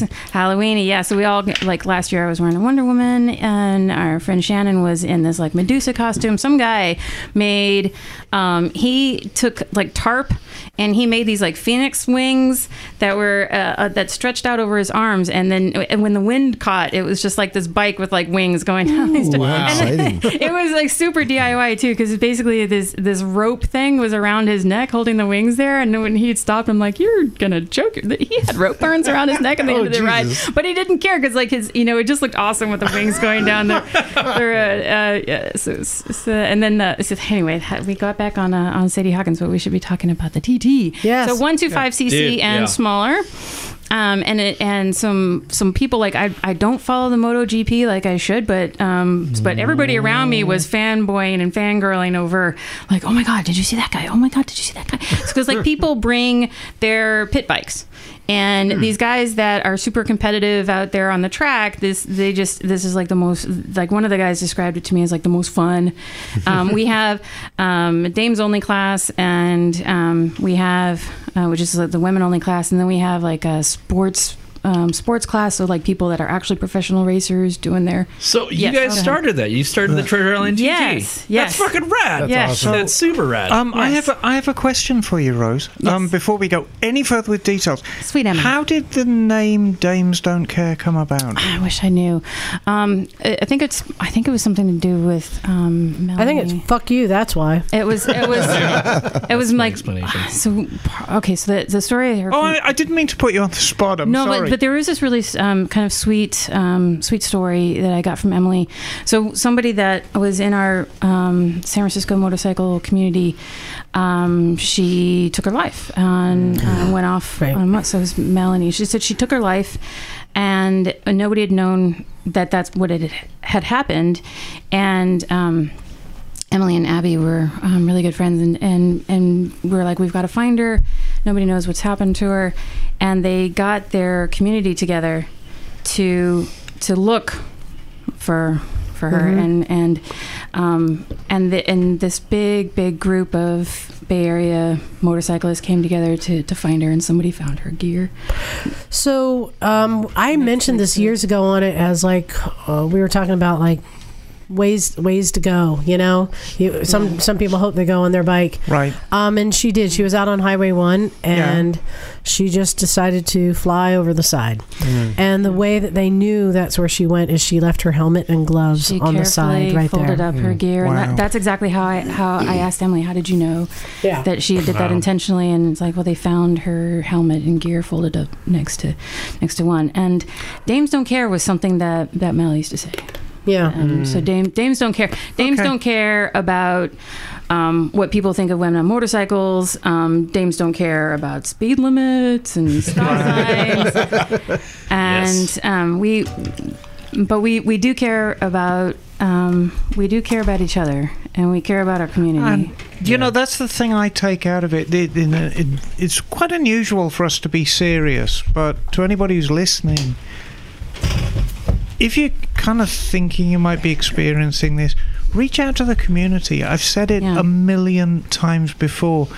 bikes, Halloween. Yeah, so we all like last year I was wearing a Wonder Woman, and our friend Shannon was in this like Medusa costume. Some guy made um, he took like tarp and he made these like phoenix wings that were uh, uh, that stretched out over his arms, and then and when the wind caught, it was just like this bike with like wings wings going down these
Ooh, wow.
And
Exciting.
it was like super DIY too, because basically this this rope thing was around his neck, holding the wings there. And when he'd stopped, I'm like, "You're gonna joke." He had rope burns around his neck at the
Oh,
end of the
Jesus.
ride, but he didn't care because like his, you know, it just looked awesome with the wings going down there. uh, uh, yeah, so, so, and then uh, so anyway, that- we got back on uh, on Sadie Hawkins, but we should be talking about the TT. Yes. So one two five cc
Dude,
and
yeah.
smaller. Um, and it, and some some people like I, I don't follow the MotoGP like I should, but um, but everybody around me was fanboying and fangirling over like oh my god did you see that guy oh my god did you see that guy because like people bring their pit bikes and these guys that are super competitive out there on the track this they just this is like the most like one of the guys described it to me as like the most fun um, we have um, a dames only class and um, we have uh, which is like the women only class and then we have like a sports um, sports class so like people that are actually professional racers doing their
So you
Yes.
guys started that. You started the Treasure Island GT.
Yes, yes.
That's fucking rad.
That's Yes. awesome.
That's super rad.
Um, I have a, I have a question for you, Rose. Um, before we go any further with details,
sweet Emma.
how did the name Dames Don't Care come about?
I wish I knew. Um, I I think it's. I think it was something to do with. Um,
I think it's fuck you. That's why
it was. It was. it was like. So okay. So the, the story. I heard
Oh,
from-
I, I didn't mean to put you on the spot. I'm
no,
sorry.
but, but there is this really um, kind of sweet, um, sweet story that I got from Emily. So somebody that was in our um, San Francisco motorcycle community, um, she took her life and uh, went off on what? So it was Melanie. She said she took her life, and nobody had known that that's what it had happened, and. Um, Emily and Abby were um, really good friends, and, and, and we were like, we've got to find her. Nobody knows what's happened to her, and they got their community together to to look for for her,
Mhm.
and and um, and the, and this big big group of Bay Area motorcyclists came together to to find her, and somebody found her gear.
So um, I mentioned this years ago on it as like uh, we were talking about like ways ways to go. You know, you,
Mm-hmm.
some some people hope they go on their bike,
right?
Um, and she did. She was out on Highway One, and she just decided to fly over the side.
Mm.
Mm-hmm.
And the way that they knew that's where she went is she left her helmet and gloves
She
on the
carefully
side, right
folded
there.
up
Mm.
her gear, and that, that's exactly how I how I asked Emily, "How did you know that she did
Wow.
that intentionally?" And it's like, well, they found her helmet and gear folded up next to next to one. And dames don't care was something that that Mel used to say.
Yeah.
Um, So dame, dames don't care. Dames don't care about um, what people think of women on motorcycles. Um, dames don't care about speed limits and stop signs. and um, we, but we we do care about um, we do care about each other and we care about our community.
And, you know, that's the thing I take out of it. It- in a- it- It's quite unusual for us to be serious, but to anybody who's listening, if you're kind of thinking you might be experiencing this, reach out to the community. I've said it a million times before.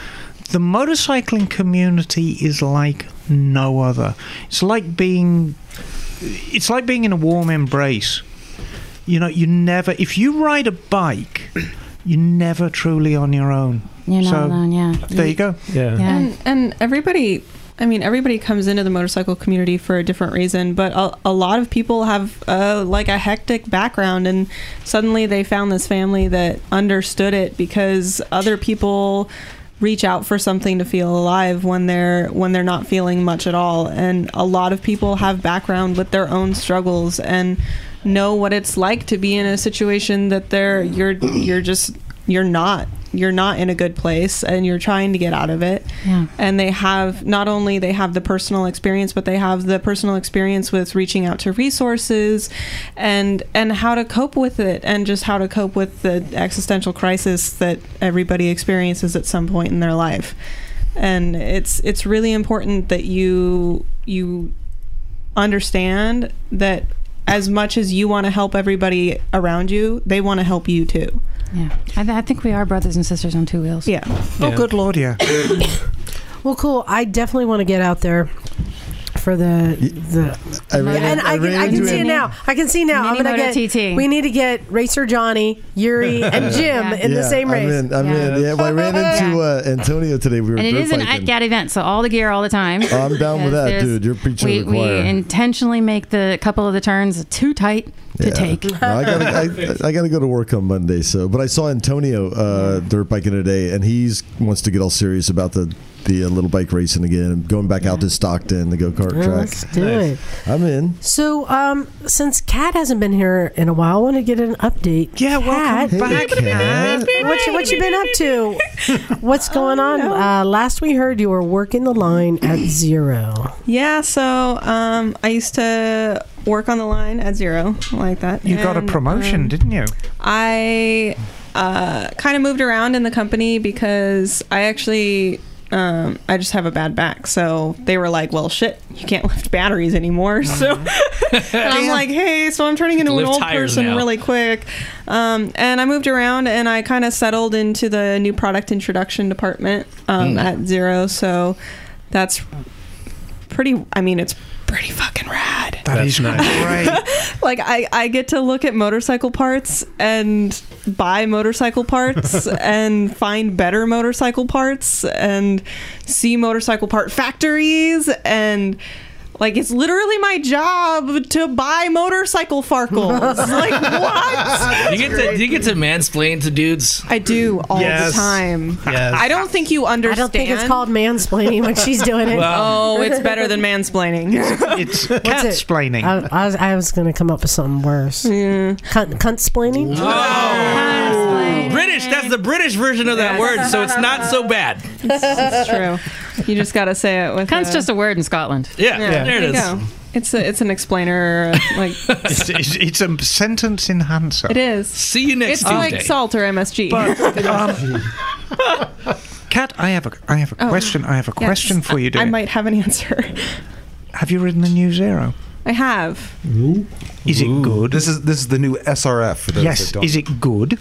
The motorcycling community is like no other. It's like being it's like being in a warm embrace. You know, you never if you ride a bike, you're never truly on your own.
You're not alone, yeah.
There you go.
And and everybody, I mean, everybody comes into the motorcycle community for a different reason, but a, a lot of people have uh, like a hectic background, and suddenly they found this family that understood it because other people reach out for something to feel alive when they're when they're not feeling much at all and a lot of people have background with their own struggles and know what it's like to be in a situation that they're you're you're just you're not you're not in a good place and you're trying to get out of it
Mm-hmm.
Yeah.
and they have not only they have the personal experience but they have the personal experience with reaching out to resources and and how to cope with it and just how to cope with the existential crisis that everybody experiences at some point in their life and it's it's really important that you you understand that as much as you want to help everybody around you they want to help you too
yeah I, th- I think we are brothers and sisters on two wheels.
Yeah.
Oh, good lord, yeah.
Well, cool. I definitely want to get out there for the the.
I ran
and
in-
I,
I
can,
ran
I can
into
see
it.
it now. I can see now. I'm gonna
Minimoto
get.
TT.
We need to get Racer Johnny, Yuri, and Jim
Yeah.
in the
Yeah,
same race.
I'm in. I'm
Yeah.
in. Yeah, well, I ran into uh, Antonio today. We were
and it
dirt
is an
biking.
at-dad event, so all the gear all the time.
Oh, I'm down
Because
with that,
there's-
dude. You're preaching
we,
to the choir.
We intentionally make the couple of the turns too tight to
Yeah.
take.
No, I gotta, I, I gotta go to work on Monday. So, but I saw Antonio uh, dirt biking today, and he's wants to get all serious about the the uh, little bike racing again, and going back out to Stockton, the go kart
Yeah,
track.
let's do Nice. it.
I'm in.
So, um, since Kat hasn't been here in a while, I want to get an update. Yeah,
welcome back, Kat.
What you, what you been up to? What's going on? Uh, last we heard, you were working the line at zero.
Yeah, so um, I used to work on the line at zero like that.
You got a
And,
promotion,
um,
didn't you?
I uh, kind of moved around in the company because I actually um, I just have a bad back, so they were like, "Well, shit, you can't lift batteries anymore." So and I'm like, "Hey," so I'm turning into an
Mm-hmm. lift
old
tires
person
now.
really quick. Um, and I moved around and I kind of settled into the new product introduction department um,
Mm.
at Zero, so that's pretty. I mean, it's pretty fucking rad
That's nice.
like I, I get to look at motorcycle parts and buy motorcycle parts and find better motorcycle parts and see motorcycle part factories and like it's literally my job to buy motorcycle farkles. like what?
you get to you get to mansplain to dudes.
I do all
Yes.
the time.
Yes.
I don't think you
I
understand.
don't think it's called mansplaining when she's doing it.
Well-
Oh, it's better than mansplaining.
It's cat
it?
explaining.
I, I was, I was going to come up with something worse.
Yeah.
Cunt, cuntsplaining?
British. That's the British version of that word, so it's not so bad.
It's true. You just got to say it with.
Cunt's
a-
just a word in Scotland.
Yeah, there it
you
is.
go. It's a, it's an explainer. uh, Like
it's, it's, it's a sentence enhancer.
it is.
See you next
It's
Tuesday.
like salt or MSG.
But, um, Kat, I have a, I have a
Oh.
question. I have a
Yes.
question for you,
I-
dear.
I might have an answer.
Have you ridden the new Zero?
I have.
Is it good?
This is this is the new SRF. For those
yes.
That don't.
Is it good?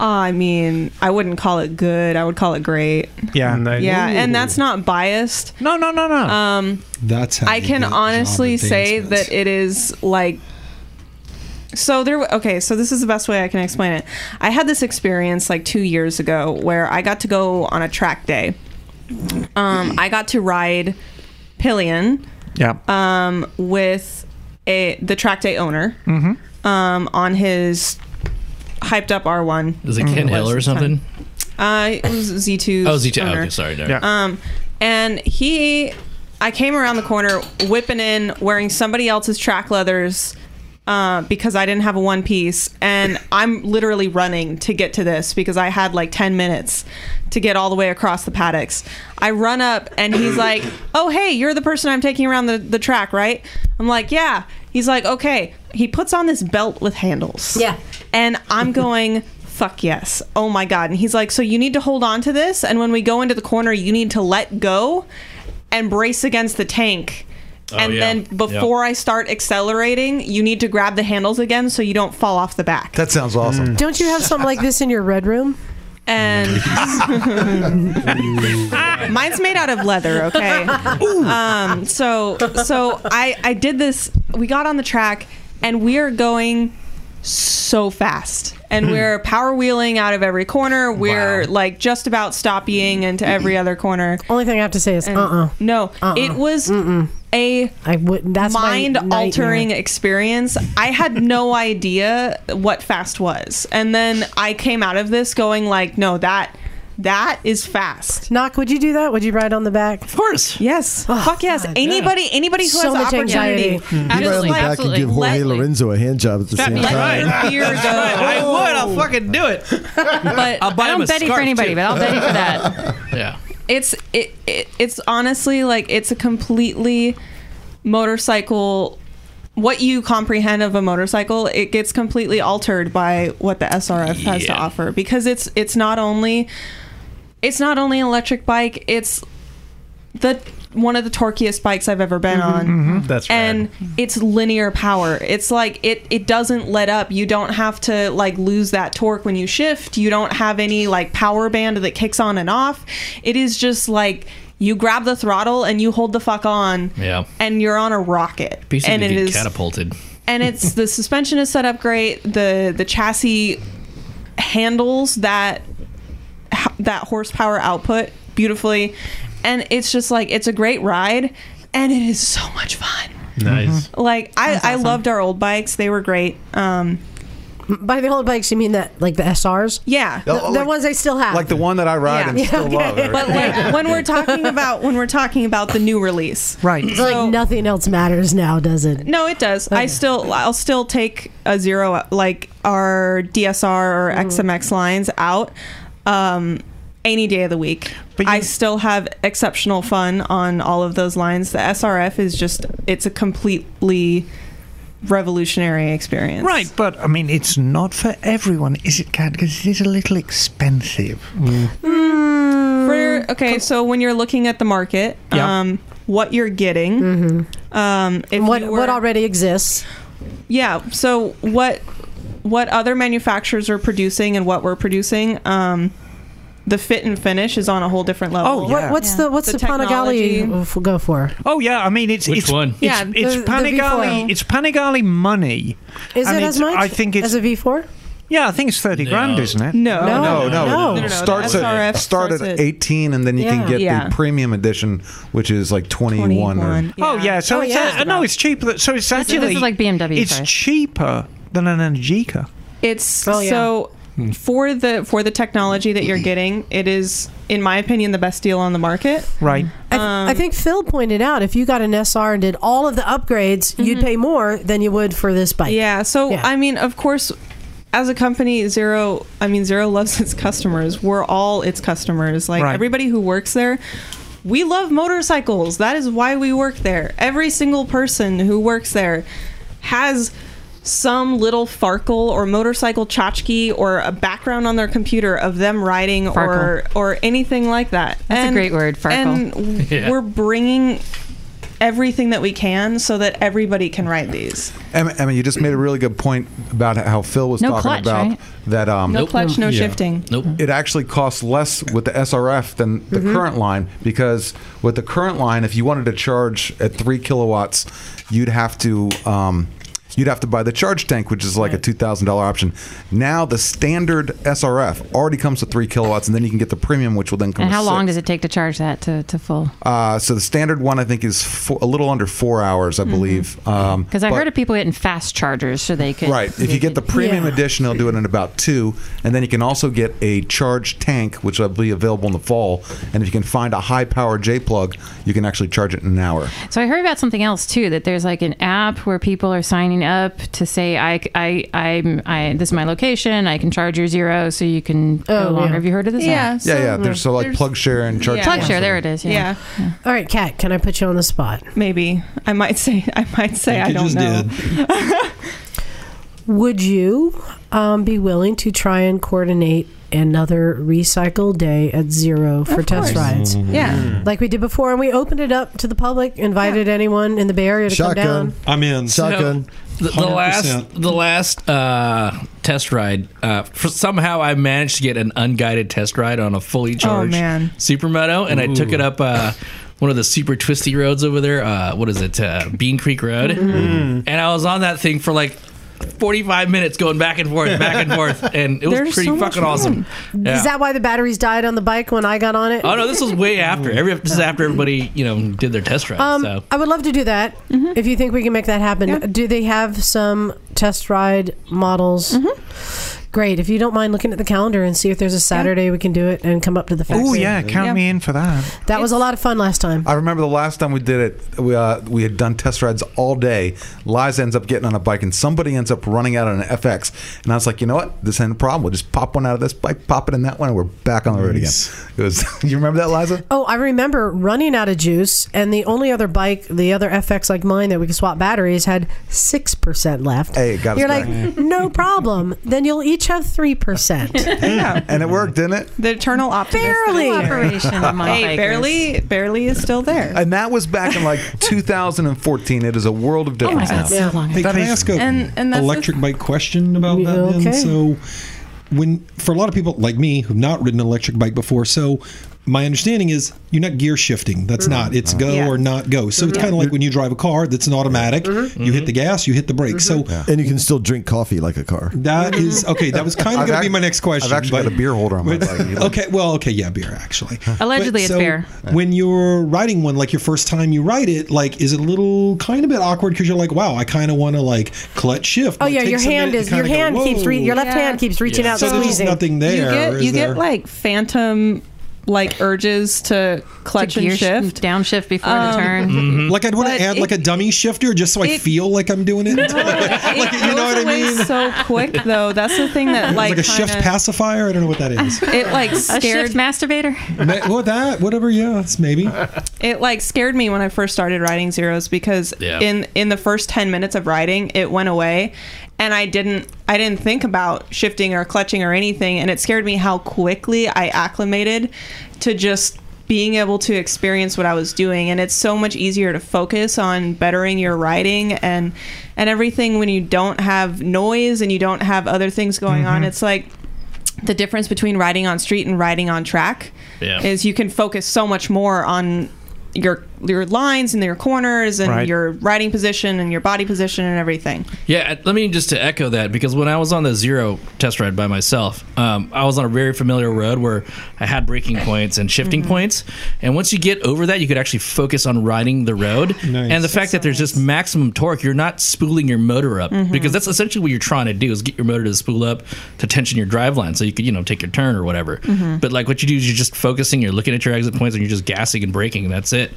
Ah, I mean, I wouldn't call it good. I would call it great.
Yeah.
Yeah, and that's not biased.
No, no, no, no.
Um,
That's how
I
you
can
get
honestly
job
say
advancements.
that it is like. So there. w- Okay, so this is the best way I can explain it. I had this experience like two years ago where I got to go on a track day. Um, I got to ride Pillion.
yeah.
um, with a the track day owner
Mm-hmm.
um, on his hyped up R1.
Is it Ken Hill or something?
Uh, it was Z2. 's
Oh, Z2. Oh,
owner.
okay, sorry. No.
Yeah.
Um, and he, I came around the corner whipping in wearing somebody else's track leathers. Uh, because I didn't have a one piece, and I'm literally running to get to this because I had like 10 minutes to get all the way across the paddocks. I run up, and he's like, Oh, hey, you're the person I'm taking around the, the track, right? I'm like, Yeah. He's like, Okay. He puts on this belt with handles.
Yeah.
And I'm going, fuck yes. Oh my God. And he's like, so you need to hold on to this. And when we go into the corner, you need to let go and brace against the tank. and
yeah.
then before I start accelerating, you need to grab the handles again so you don't fall off the back.
That sounds
Mm.
awesome.
Don't you have something like this in your red room?
and mine's made out of leather okay um so so i i did this we got on the track and we are going so fast and we're power wheeling out of every corner we're like just about stopping into every other corner
Only thing I have to say is, uh
And
uh
no it was a
I wouldn't. That's my
mind altering
nightmare.
experience. I had no idea what fast was. And then I came out of this going like, no, that that is fast.
Knock, would you do that? Would you ride on the back? Oh,
Of course.
Yes. Fuck yes. anybody anybody who
So
has the
much
opportunity.
anxiety.
You right on the
Absolutely.
back
Absolutely.
and give Jorge
Lightly.
Lorenzo a hand job at the same
That's
time.
right.
Let your fear
That's right. I
go.
would. I'll fucking do it.
But
I'll buy
I
him
don't
a
bet it for
scarf,
anybody,
too.
but I'll bet it for that.
Yeah.
it's it, it it's honestly like it's a completely motorcycle what you comprehend of a motorcycle it gets completely altered by what the SRF has to
Yeah.
offer because it's it's not only it's not only an electric bike it's the one of the torquiest bikes I've ever
Mm-hmm.
been on
That's right.
and it's linear power it's like it it doesn't let up you don't have to like lose that torque when you shift you don't have any like power band that kicks on and off it is just like you grab the throttle and you hold the fuck on.
Yeah.
And you're on a rocket.
Piece
and
of
it
get
is
catapulted.
and it's the suspension is set up great. The the chassis handles that that horsepower output beautifully, and it's just like it's a great ride, and it is so much fun.
Nice.
Like I, I loved our old bikes; they were great. Um,
By the old bikes, you mean that like the SRs?
Yeah,
the,
Oh,
the
like-
ones I still have.
Like the one that I ride and
Yeah,
still
okay.
love.
but like when we're talking about when we're talking about the new release,
Right.
It's like nothing else matters now, does it?
No, it does. I still, I'll still take a zero, like our DSR or
Mm-hmm.
XMX lines out, um, any day of the week.
But
I
you-
still have exceptional fun on all of those lines. The SRF is just, it's a completely revolutionary experience.
Right, but I mean, it's not for everyone, is it, Kat? Because it is a little expensive.
Hmm.
For, okay, so when you're looking at the market,
Yeah.
um, what you're getting, um, if
Mm-hmm. What
you
what
were-
already exists?
yeah so what what other manufacturers are producing and what we're producing um the fit and finish is on a whole different level
Oh, yeah.
What, what's
Yeah.
the what's
The
the, Panigale
technology.
f- go for?
Oh yeah, I mean, it's
Which
it's,
one?
It's,
Yeah,
it's
the- the
Panigale.
V4.
it's Panigale money.
Is
And
it as
it's-
much?
I think it's-
as a V four.
Yeah, I think it's thirty grand,
No.
isn't it?
no
No.
no, no,
No.
it
No, no, no,
starts
the
at
SRF
start
starts
at
at-
18, and then you
Yeah.
can get
Yeah.
the premium edition, which is like 21. Or,
Oh yeah, so
Oh,
it's
yeah.
uh, no, it's cheaper. th- So it's
This,
actually
this is like BMW.
it's
sorry.
cheaper than an Energica.
it's
Oh, yeah.
so for the for the technology that you're getting it is in my opinion the best deal on the market
Right.
I, th- I think Phil pointed out if you got an SR and did all of the upgrades,
Mm-hmm.
you'd pay more than you would for this bike.
yeah so
Yeah.
i mean of course as a company zero i mean zero loves its customers we're all its customers like
Right.
everybody who works there we love motorcycles that is why we work there every single person who works there has some little farkle or motorcycle tchotchke or a background on their computer of them riding or or anything like that
That's a great word, farkle.
and w-
Yeah.
we're bringing everything that we can so that everybody can ride these
Emma, Emma, you just made a really good point about how Phil was
No
talking
clutch,
about
right?
that. Um,
no clutch no
Yeah.
shifting
Nope.
Mm-hmm.
it actually costs less with the SRF than the current line because with the current line, if you wanted to charge at three kilowatts, you'd have to um, you'd have to buy the charge tank, which is like a two thousand dollar option. Now the standard SRF already comes with three kilowatts, and then you can get the premium, which will then come.
and
with
how long
six.
does it take to charge that to, to full?
Uh, so the standard one, I think, is four, a little under four hours, I believe. Because um,
Mm-hmm. Because I
but-
heard of people getting fast chargers so they could.
Right. If you get the premium
Yeah.
edition, they'll do it in about two, and then you can also get a charge tank, which will be available in the fall. And if you can find a high power J plug, you can actually charge it in an hour.
So I heard about something else too. That there's like an app where people are signing up to say, "I, I, I, I this is my location. I can charge your zero, so you can
Oh,
go longer."
yeah.
Have you heard of this? app?
yeah
yeah, yeah. There's so like
Uh, there's-
plug share and charge.
Yeah.
Plug share. There it is. Yeah.
yeah
All right, Kat, can I put you on the spot?
maybe i might say i might say i
you
don't
just
know
did.
Would you um, be willing to try and coordinate another recycle day at zero for test
course.
rides,
Mm-hmm. yeah
like we did before? And we opened it up to the public, invited anyone in the Bay Area to come
Shotgun.
down.
I'm in.
Shotgun.
The, the last,
100%.
the last uh, test ride. Uh, for somehow I managed to get an unguided test ride on a fully charged
Oh, man.
Supermoto, and I took it up uh, one of the super twisty roads over there. Uh, what is it, uh, Bean Creek Road?
Mm-hmm.
And I was on that thing for like. 45 minutes going back and forth, back and forth, and it was
There's
pretty
so much
fucking awesome. Yeah.
Is that why the batteries died on the bike when I got on it?
oh no, this was way after. Every this is after everybody you know did their test ride.
Um,
so
I would love to do that if you think we can make that happen.
Mm-hmm. Yeah.
Do they have some test ride models?
Mm-hmm.
Great. If you don't mind looking at the calendar and see if there's a Saturday we can do it and come up to the facts.
Oh yeah, count
Yeah.
me in for that.
That was a lot of fun last time.
I remember the last time we did it, we, uh, we had done test rides all day. Liza ends up getting on a bike, and somebody ends up running out on an FX. And I was like, you know what? This ain't a problem. We'll just pop one out of this bike, pop it in that one, and we're back on the road again.
Nice.
It was. you remember that, Liza?
Oh, I remember running out of juice, and the only other bike, the other FX like mine that we could swap batteries, had six percent left.
Hey, it got us
You're
back.
like, no problem. Then you'll each have three percent.
yeah
And it worked, didn't it?
the eternal optimist
Barely.
Cooperation among
hey
bikers.
barely barely is still there
And that was back in like 2014. It is a world of
Oh my god,
difference now.
so long.
Hey,
That
can I
is-
ask a
and- and that's the-
electric bike question about
Yeah,
that? then?
okay.
So, when for a lot of people like me who've not ridden an electric bike before, so my understanding is you're not gear shifting. That's
Mm-hmm.
not. It's go
Yeah.
or not go. So it's kind of like when you drive a car that's an automatic.
Mm-hmm.
You hit the gas, you hit the brake. So
Mm-hmm.
Oh. And you can still drink coffee like a car.
that is okay. That was kind of
I've
going to be
act-
my next question.
I've actually
but-
got a beer holder on my
but-
bike. You
okay, well, okay, yeah, beer actually.
Allegedly, it's beer.
When you're writing one, like your first time you write it, like is it a little kind of bit awkward because you're like, wow, I kind of want to like clutch shift.
Oh
Like,
yeah,
take
your
some
hand
minute
is
to
your
kinda go,
hand keeps re-
whoa.
your left
Yeah.
hand keeps reaching
Yeah.
out,
So
and
there's just
squeezing.
nothing there.
you get
is
you
there?
get like phantom like urges to clutch
gear
and
sh-
shift.
downshift before the
Um,
turn.
Mm.
Like I'd want to
But
add like
it-
a dummy shifter just so I
it-
feel like I'm doing it.
it
you know
goes
what I
away
mean?
so quick though. That's the thing that
like,
like
a shift
kinda-
pacifier. I don't know what that is.
It like
A
scared
shift masturbator.
Ma- well, that whatever. Yeah, it's maybe.
it like scared me when I first started riding zeros because
Yeah.
in in the first 10 minutes of riding it went away and I didn't I didn't think about shifting or clutching or anything and it scared me how quickly I acclimated to just being able to experience what I was doing and it's so much easier to focus on bettering your riding and and everything when you don't have noise and you don't have other things going on
Mm-hmm.
it's like the difference between riding on street and riding on track
Yeah.
is you can focus so much more on your your lines and your corners and
Right.
your riding position and your body position and everything.
Yeah, let me just to echo that because when I was on the zero test ride by myself, um, I was on a very familiar road where I had braking points and shifting points. And once you get over that, you could actually focus on riding the road.
Nice.
And the fact that there's just maximum torque, you're not spooling your motor up because that's essentially what you're trying to do is get your motor to spool up to tension your drive line so you could, you know, take your turn or whatever. But like what you do is you're just focusing, you're looking at your exit points and you're just gassing and braking and that's it.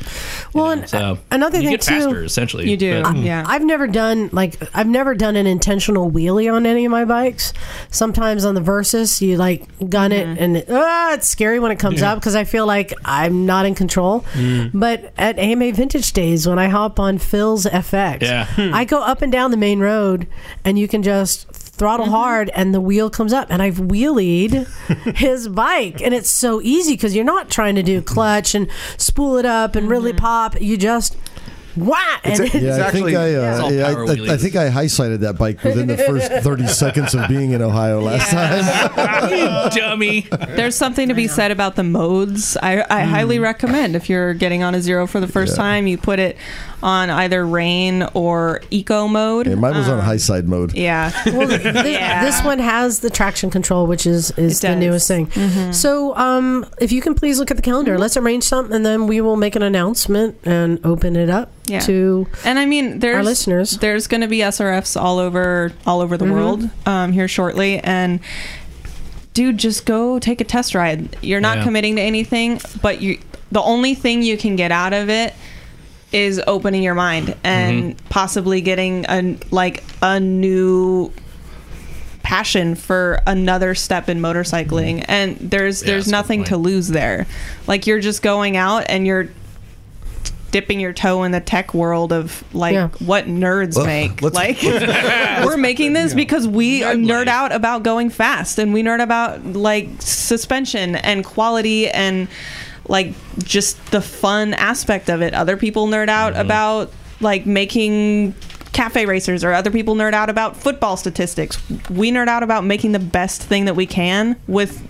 Well, and a- another
you
thing
get
too-
faster essentially.
You do,
But-
yeah.
I've never done like I've never done an intentional wheelie on any of my bikes. Sometimes on the Versus, you like gun it
Mm-hmm.
and ah, it's scary when it comes up because I feel like I'm not in control.
Mm.
But at AMA Vintage Days, when I hop on Phil's FX,
Yeah. Hmm.
I go up and down the main road, and you can just throttle hard and the wheel comes up and I've wheelied his bike and it's so easy cuz you're not trying to do clutch and spool it up and really pop you just whack and
It's a-
it-
It's
Yeah, I think
actually-
I,
It's
uh,
all
yeah, I,
power
I-
wheelies.
I think I high sided that bike within the first 30 seconds of being in Ohio last time.
Dummy.
There's something to be said about the modes. I, I highly recommend if you're getting on a zero for the first time, you put it on either rain or eco mode.
Yeah, mine was
Um,
on high side mode.
Yeah.
Well, th- th- this one has the traction control, which is is
It
the
does.
newest thing. So, um, if you can please look at the calendar, let's arrange something, and then we will make an announcement and open it up
Yeah.
to.
And I mean, there's
listeners.
There's going to be SRFs all over all over the world um, here shortly, and dude, just go take a test ride. You're not
Yeah.
committing to anything, but you the only thing you can get out of it is opening your mind and
Mm-hmm.
possibly getting a like a new passion for another step in motorcycling and there's
Yeah,
there's
that's a good
nothing
point.
to lose there like you're just going out and you're dipping your toe in the tech world of like
Yeah.
what nerds make. like we're making this because we are nerd
life.
out about going fast and we nerd about like suspension and quality and like just the fun aspect of it. Other people nerd out
Mm-hmm.
about like making cafe racers or other people nerd out about football statistics. We nerd out about making the best thing that we can with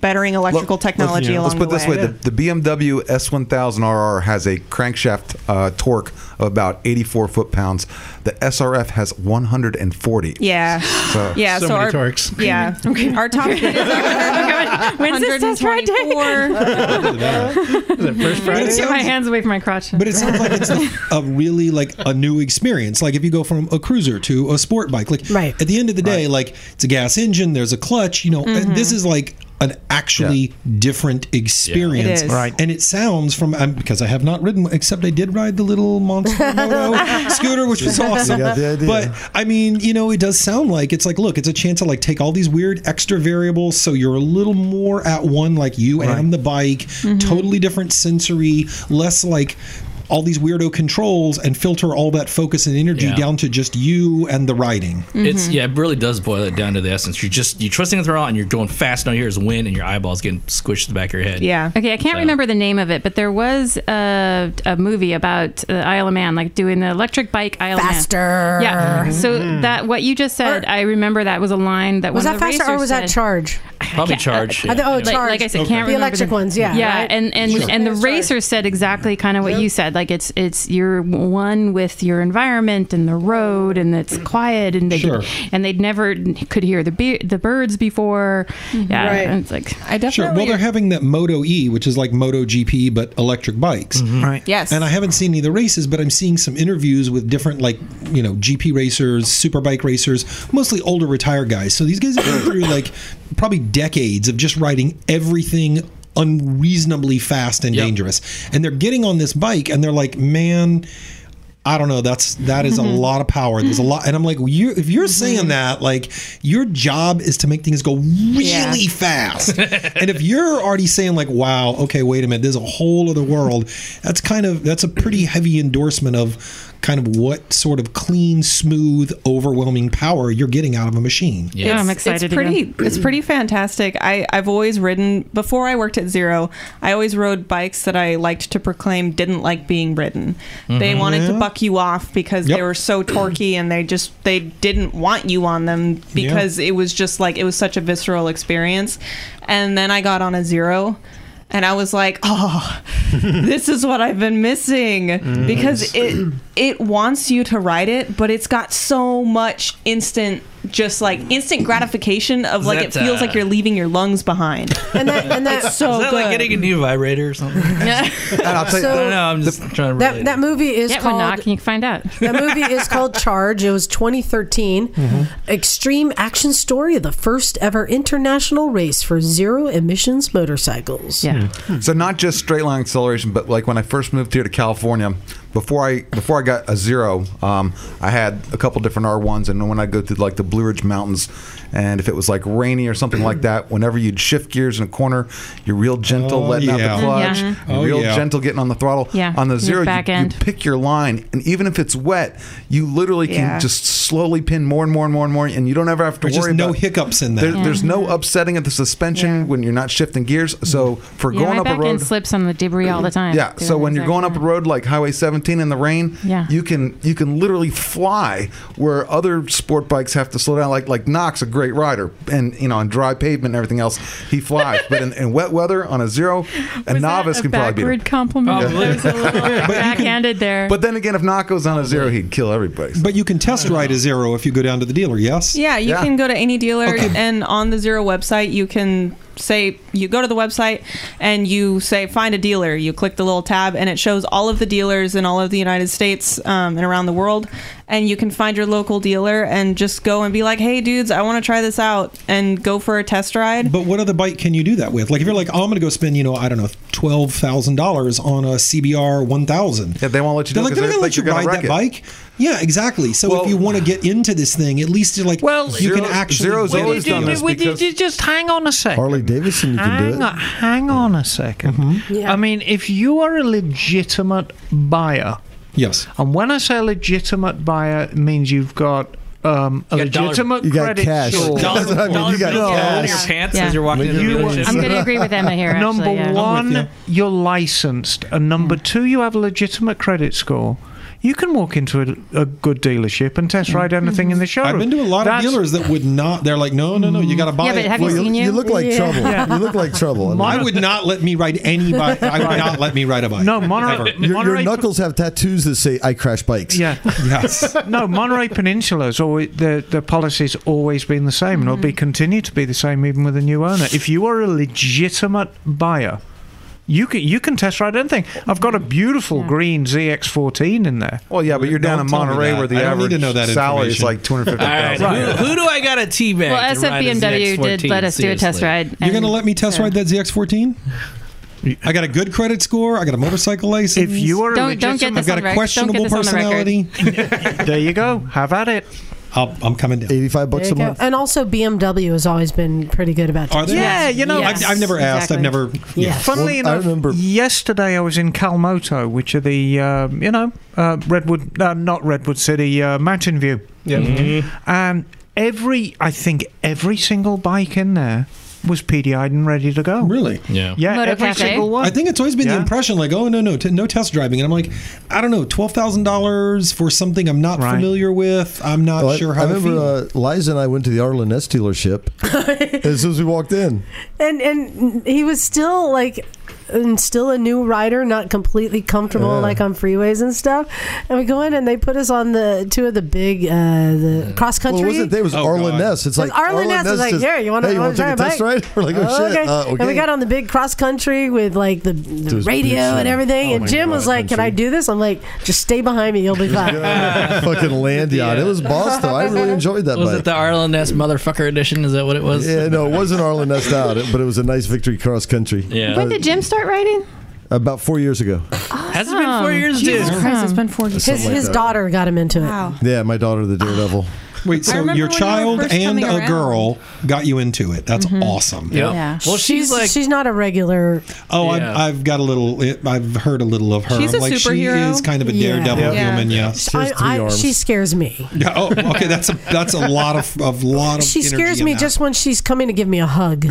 bettering electrical technology
let's,
along
let's put
the
it this way: the, the BMW S1000RR has a crankshaft uh, torque of about 84 foot pounds. The SRF has 140.
Yeah.
So-
yeah.
So
So,
many
our,
torques.
Yeah. Our top speed is
When's this test ride day?
124.
Is it first
I
Friday?
need to get my hands away from my crotch.
But it sounds like it's a, a really like a new experience. Like if you go from a cruiser to a sport bike, like
Right.
at the end of the day, like it's a gas engine, there's a clutch, you know,
Mm-hmm.
and this is like an actually different experience.
It is. Right.
And it sounds from I'm, because I have not ridden except I did ride the little monster moto scooter, which was awesome.
got the idea.
But I mean, you know, it does sound like it's like, look, it's a chance to like take all these weird extra variables so you're a little
Mm-hmm.
more at one, like you and the bike, totally different sensory, less like all these weirdo controls and filter all that focus and energy
Yeah.
down to just you and the riding.
It's yeah, it really does boil it down to the essence. You're just you're twisting the throttle and you're going fast. and All you hear is wind, and your eyeballs getting squished in the back of your head.
Yeah.
Okay, I can't
So-
remember the name of it, but there was a, a movie about the Isle of Man, like doing the electric bike Isle
Faster.
of Man.
Mm-hmm.
Yeah. So that what you just said,
Or-
I remember that was a line that
Was
one
that
of the
faster or
racers
was that
said.
charge?
probably
can't-
charge.
I
yeah.
th- oh,
Like-
charge.
like I said, can't
the
remember
electric
the-
ones. Yeah.
yeah,
right?
and and and the racer said exactly kind of what you said. Like it's it's you're one with your environment and the road, and it's quiet, and they
Sure.
and they'd never could hear the be- the birds before. Yeah,
Mm-hmm. Right.
and it's like
I
Sure.
definitely.
Well, they're having that Moto E, which is like Moto GP but electric bikes.
Right.
yes.
And I haven't seen any of the races, but I'm seeing some interviews with different, like, you know, GP racers, superbike racers, mostly older retired guys. So these guys have been through, like, probably decades of just riding everything unreasonably fast and
Yep.
dangerous. And they're getting on this bike and they're like, man. I don't know. That's that is a lot of power. There's a lot, and I'm like, you if you're saying that, like, your job is to make things go really fast. and if you're already saying like, wow, okay, wait a minute, there's a whole other world. That's kind of that's a pretty heavy endorsement of kind of what sort of clean, smooth, overwhelming power you're getting out of a machine.
Yeah.
I'm
It's-
excited
It's pretty. It's pretty fantastic. I I've always ridden before I worked at Zero. I always rode bikes that I liked to proclaim didn't like being ridden.
Mm-hmm.
They wanted to buck you off because
Yep.
they were so torquey and they just they didn't want you on them because it was just like it was such a visceral experience. And then I got on a Zero. And I was like, oh, this is what I've been missing
Mm-hmm.
because it it wants you to ride it, but it's got so much instant, just like instant gratification of like it
that,
feels
uh,
like you're leaving your lungs behind.
and that, and that,
It's so
Is that
good.
like getting a new vibrator or something? I
And I'll tell you,
So-
don't know. I'm just trying to relate.
that, that movie is
Get one
called
knock and you can find out.
that movie is called Charge. It was 2013.
Mm-hmm.
Extreme action story of the first ever international race for zero emissions motorcycles.
Mm.
Yeah.
So not just straight line acceleration, but like when I first moved here to California, before I before I got a zero, um, I had a couple different R ones, and when I go through like the Blue Ridge Mountains, and if it was like rainy or something like that, whenever you'd shift gears in a corner, you're real gentle
Oh,
letting
yeah.
out the clutch,
Mhm.
Yeah.
you're
Oh,
real
yeah.
gentle getting on the throttle.
Yeah,
On the
your
zero, you-
back
you,
end.
pick your line, and even if it's wet, you literally can
Yeah.
just slowly pin more and more and more and more, and you don't ever have to
There's
worry
just no
about
hiccups in
There,
that.
There's no upsetting at the suspension
Yeah. Mm-hmm.
when you're not shifting gears. So for
Yeah,
going
my
up
back
a road,
end slips on the debris all the time.
yeah.
Doing
So when you're
exactly
going up a
that.
road like Highway 17 in the rain,
Yeah.
you can you can literally fly where other sport bikes have to slow down. Like like Knox, a great rider, and you know on dry pavement and everything else, he flies. but in, in wet weather on a zero, a
Was that
novice
a
can probably beat him.
backward compliment.
Oh,
Probably.
There's a little backhanded there.
But then again, if Knox goes on a zero, he'd kill everybody.
But you can test ride a zero if you go down to the dealer. Yes.
Yeah, you
Yeah.
can go to any dealer, and on the Zero website, you can say you go to the website and you say find a dealer. You click the little tab, and it shows all of the dealers in all of the United States um, and around the world. And you can find your local dealer and just go and be like, "Hey, dudes, I want to try this out," and go for a test ride.
But what other bike can you do that with? Like if you're like, oh, I'm going to go spend, you know, I don't know, twelve thousand dollars on a CBR one thousand.
Yeah, they won't let you
They're
do it
like,
'cause they
they're going to
think
let you
you're gonna
ride
wreck
that
it.
bike. Yeah, exactly. So
Well-
if you want to get into this thing, at least you're like,
Well,
you
Zero-
can actually.
Zero's
win it.
always done this
Would you
because-
just hang on a second?
Harley Davidson, you can do
Hang
it.
on, hang on a 2nd I mean, if you are a legitimate buyer,
Yes.
and when I say legitimate buyer, it means you've got um, a
You got dollar-
legitimate
You got
credit
cash.
score.
Dollar- That's what I mean, you got
bills down in your
cash.
pants
Yeah.
as you're walking into
You-
the dealership.
I'm going to agree with Emma here. Actually,
number
yeah.
one,
you.
you. are licensed, and number two, you have a legitimate credit score. You can walk into a, a good dealership and test ride anything in the showroom.
I've been to a lot
That's-
of dealers that would not. They're like, no, no, no, you got to buy
Yeah, but
it.
have you
Well,
seen you?
you look like
Yeah.
trouble. You look like trouble. I mean,
I would not let me ride any bike. I would not let me ride a bike.
No, Monterey.
your, your
Monterey-
knuckles have tattoos that say "I crash bikes."
Yeah.
Yes.
no, Monterey Peninsula's always their their policy's always been the same, and it'll
Mm.
be continue to be the same even with a new owner. If you are a legitimate buyer, you can you can test ride anything. I've got a beautiful green ZX14 in there.
Well, yeah, but you're down
Don't
in
tell me
Monterey
that.
where the
I don't need
average
to know that
salary is
information.
like two hundred fifty
All right,
thousand.
who, who do I got a teabag?
Well,
to ride
SFBMW
his next
did let
14?
us do a test
Seriously.
ride.
You're going to
and-
let me test
so-
ride that ZX14? I got a good credit score. I got a motorcycle license.
If you are a
Don't- don't
legitimate-
get this
I've got
on the
a
rec- don't get
questionable
this on the record.
personality.
there you go. Have at it.
I'll, I'm coming down.
85 bucks a
There you go.
month.
And also BMW has always been pretty good about.
Are they?
Yeah, you know,
Yes.
I, I've never asked. I've
Exactly.
never.
Yes.
Funnily
Well, I
enough,
remember-
yesterday I was in Kalmoto, which are the um, you know uh, Redwood, uh, not Redwood City, uh, Mountain View,
Yeah.
and every I think every single bike in there was PDI'd and ready to go.
Really?
Yeah.
Yeah,
Moto
every
Cafe?
single one.
I think it's always been the
Yeah.
impression like, oh no, no, t- no test driving, and I'm like, I don't know, twelve thousand dollars for something I'm not
Right.
familiar with. I'm not
Well, Oh, I-
sure how
I
I, feel.
remember uh, Liza and I went to the Arlen S dealership as soon as we walked in.
And and he was still like and still a new rider, not completely comfortable
Yeah.
like on freeways and stuff. And we go in and they put us on the two of the big uh the cross
Well,
country.
it wasn't. It was
Oh,
Arlen
God.
S. It's
It was
like
Arlen S is like,
just,
"Here, you wanna-
hey,
wanna
wanna
try
take a
a
test
bike?"
ride? We're like, oh, shit. Uh,
And we got on the big cross country with like the, the
was big
radio
shit.
and everything.
Oh
and
my
Jim
God,
was like, "Can I
country.
do this?" I'm like, "Just stay behind me. You'll be fine."
Yeah, fucking land yacht. It was boss though. I really enjoyed that
Was
bike.
it the RLNS motherfucker edition? Is that what it was?
yeah, no, it wasn't Arlen S out, but it was a nice victory cross country. Uh,
Yeah.
When did Jim start writing?
About four years ago.
Has it been four years, dude?
Jesus Christ, it's been four years.
His,
like
his
that.
daughter got him into it.
Wow.
Yeah, my daughter, the daredevil.
Wait, so
remember
your
when you were
child
first
and
coming
a
around.
girl got you into it. That's awesome.
Mm-hmm. Yeah.
Yeah.
Well, she's, like,
Mm-hmm. she's not a regular.
Oh, I've,
Yeah.
I've got a little. I've heard a little of her.
She's
I'm
a
like
superhero.
she is kind of a
Yeah.
daredevil
Yeah.
human. Yeah.
She has three arms.
she scares me.
Yeah. Oh, okay. That's a that's a lot of of lot of.
She
energy
scares
in
me
that.
just when she's coming to give me a hug.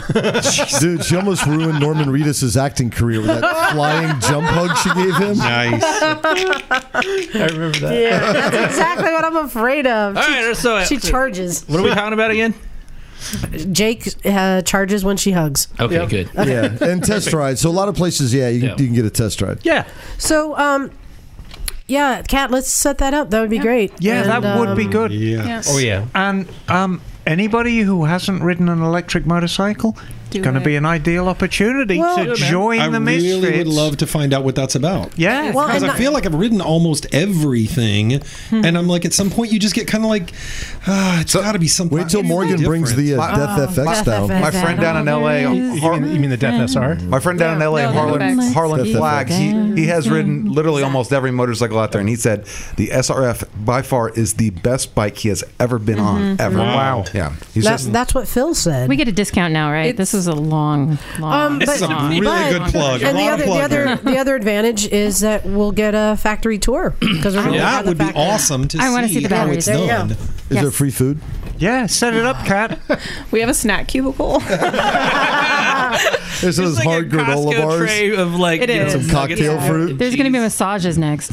Dude, she almost ruined Norman Reedus' acting career with that flying jump hug she gave him.
Nice.
I remember that.
Yeah, that's exactly what I'm afraid of.
All right, so uh,
She charges.
What are we talking about again?
Jake uh, charges when she hugs.
Okay, good.
Yeah, and test ride. So a lot of places, yeah, you,
Yeah.
you can get a test ride.
Yeah.
So, um, yeah, Kat, let's set that up. That would be great.
yeah,
And,
that would be
um,
good.
Yeah.
Oh yeah.
And um, anybody who hasn't ridden an electric motorcycle, it's
Do
going to
it.
be an ideal opportunity
Well-
to
Do it,
man.
join
I
the
really
misfits.
would love to find out what that's about.
yeah,
Well,
Because
and
I
not-
feel like I've ridden almost everything, and I'm like, at some point, you just get kind of like, ah, it's got to be something.
Wait till
it's
Morgan brings
different.
the uh,
Ah,
Death FX down.
My friend down Mm-hmm. in L.A. on
You,
Har-
mean, you mean the Death SR?
My friend down in LA,
No, the
Harlan,
Flags.
Harlan
Yeah.
Flag, he, he has ridden literally almost every motorcycle out there, and he said the SRF by far is the best bike he has ever been
Mm-hmm.
on, ever.
Wow.
Yeah. He's
That's,
just,
that's what Phil said.
We get a discount now, right? this is a long, long.
Um, This
This is a
long-
really good plug.
And
a
the
lot
other,
of
the
plug
other,
there.
the other advantage is that we'll get a factory tour because we're going to
that would be awesome to
I wanna see the
how
batteries.
it's
There you go.
done.
Is there
Yes.
free food?
yeah, set it up, Cat.
We have a snack cubicle.
There's those
It's like
hard
a
granola
Costco
bars.
tray of like
It
you know,
is.
Some
nuggets
cocktail
and
fruit.
There's going to be massages next.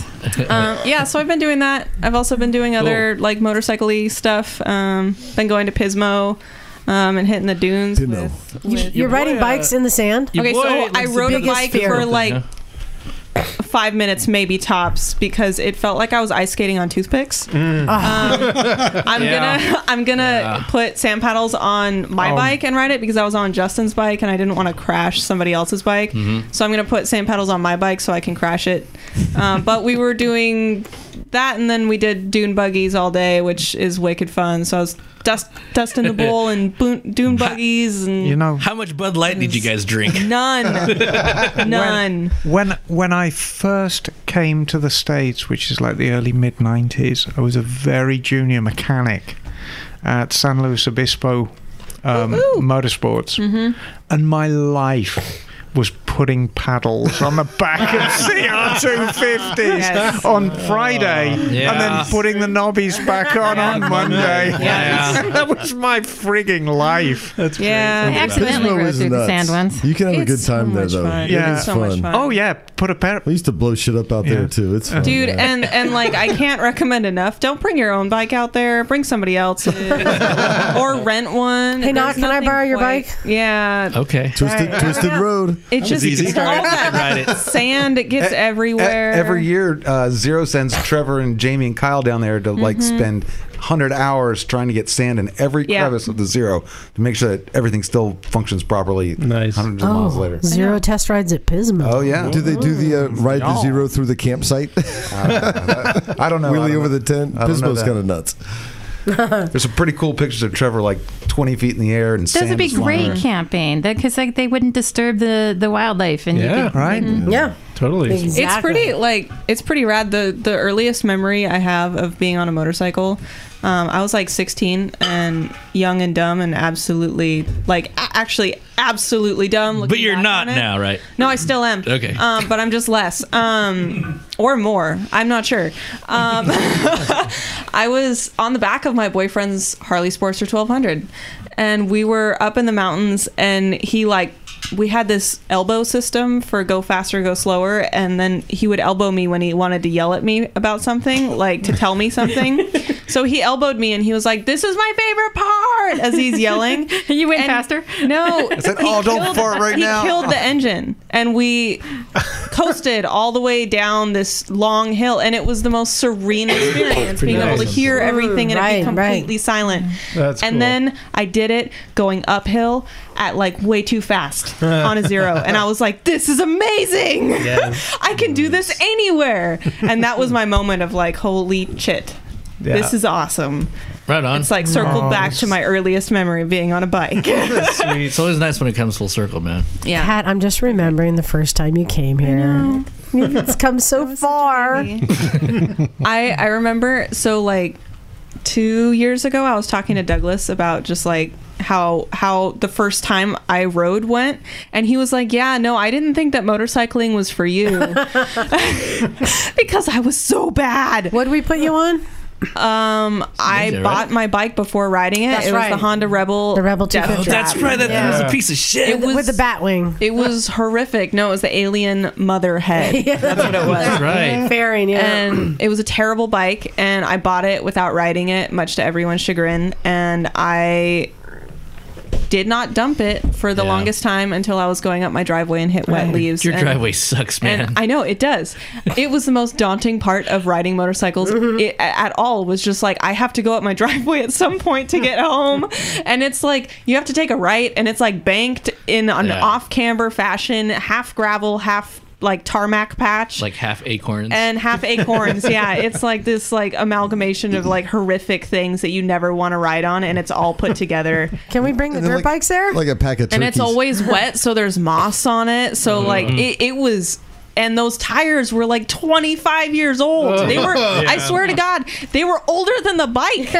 um, yeah, so I've been doing that. I've also been doing other like motorcycle y stuff. Um, been going to Pismo um, and hitting the dunes.
Pismo.
With,
You,
with-
you're
boy,
riding
uh,
bikes in the sand.
Your
Okay,
boy
so
likes
I
to
rode
be
a
biggest
bike
fear.
for, like,
Yeah.
five minutes, maybe tops, because it felt like I was ice skating on toothpicks. Um, I'm
Yeah.
gonna I'm gonna put sand paddles on my bike and ride it because I was on Justin's bike and I didn't want to crash somebody else's bike. So I'm gonna put sand paddles on my bike so I can crash it. Um, but we were doing that, and then we did dune buggies all day, which is wicked fun. So I was dust dusting the bowl and boon, dune buggies and
You know,
How much Bud Light did you guys drink?
none, none.
when when I first came to the States, which is like the early mid '90s, I was a very junior mechanic at San Luis Obispo um, Motorsports, and my life was putting paddles on the back of CR250s
Yes.
on Friday,
Yeah.
and then putting the knobbies back on on Monday.
Yeah.
that was my frigging life.
Yeah,
I accidentally
Pismo
rode
is
through the
nuts.
sand once.
You can have a good time there,
much
though.
Fun.
Yeah.
It is
so
fun.
much fun.
Oh yeah, put a pair.
We used to blow shit up out there
Yeah.
too. It's fun,
dude,
man.
and and like I can't recommend enough. Don't bring your own bike out there. Bring somebody else's or rent one.
Hey, Nock,
There's
can I
nothing
borrow your
quite-
bike?
Yeah,
Okay.
twisted, twisted road.
it just
easy.
all that sand it gets
E- e-
everywhere.
every year, uh, Zero sends Trevor and Jamie and Kyle down there to like spend 100 hours trying to get sand in every
Mm-hmm. Yeah.
crevice of the Zero to make sure that everything still functions properly
Nice.
hundreds of
Oh,
miles later.
Oh, Zero test rides at Pismo.
Oh, yeah.
Do they do the uh, ride the zero through the campsite,
I don't know. I
wheelie
don't know.
over the tent?
I don't know
Pismo's
that.
kind of nuts.
There's some pretty cool pictures of Trevor like 20 feet in the air and
Those
sand
would be
is flying
great
around.
camping because like they wouldn't disturb the the wildlife and you
Yeah,
could,
Right?
Yeah,
totally.
exactly.
It's pretty like it's pretty rad. The the earliest memory I have of being on a motorcycle Um, I was like 16 and young and dumb and absolutely like a- actually absolutely dumb. looking
But you're
back
not
on it.
now, right?
No, I still am.
Okay.
Um, but I'm just less. Um, or more. I'm not sure. Um, I was on the back of my boyfriend's Harley Sportster 1200, and we were up in the mountains, and he like. We had this elbow system for go faster, go slower, and then he would elbow me when he wanted to yell at me about something, like to tell me something. so he elbowed me, and he was like, "This is my favorite part," as he's yelling.
You went
And-
faster.
No,
said, "Oh, don't fart right
he
now."
killed the engine, and we coasted all the way down this long hill, and it was the most serene experience, being able to
nice.
hear everything and it
right,
be
right.
completely silent.
That's
and
cool.
then I did it going uphill at like way too fast on a zero, and I was like, "This is amazing! I can do this anywhere." And that was my moment of like, "Holy shit!" This is awesome.
Right on.
It's like circled back to my earliest memory of being on a bike.
it's always nice when it comes full circle, man.
yeah.
Pat, I'm just remembering the first time you came here. It's come so far.
I I remember so like two years ago I was talking to Douglas about just like how how the first time I rode went and he was like yeah no I didn't think that motorcycling was for you because I was so bad
What did we put you on?
um I
Ninja, right?
bought my bike before riding it
That's
it was
right.
the Honda Rebel
The Rebel
Death
250.
Trap.
That's right. That thing was a piece of shit.
it was
With the bat wing.
it was horrific no it was the alien mother head
That's what it was.
right.
Fairing, yeah.
and it was a terrible bike and i bought it without riding it much to everyone's chagrin and i did not dump it for the
Yeah.
longest time until i was going up my driveway and hit wet leaves
Your
and,
driveway sucks, man.
and i know it does it was the most daunting part of riding motorcycles
Mm-hmm.
it, a- at all was just like i have to go up my driveway at some point to get home and it's like you have to take a right and it's like banked in an
Yeah.
off camber fashion half gravel half like tarmac patch
like half acorns.
and half acorns yeah it's like this like amalgamation of like horrific things that you never want to ride on and it's all put together
Can we bring the
And then,
dirt
like-
bikes there?
Like a pack of turkeys.
and it's always wet so there's moss on it
Mm-hmm.
so like it, it was and those tires were like 25 years old. They were, I swear to God, they were older than the bike.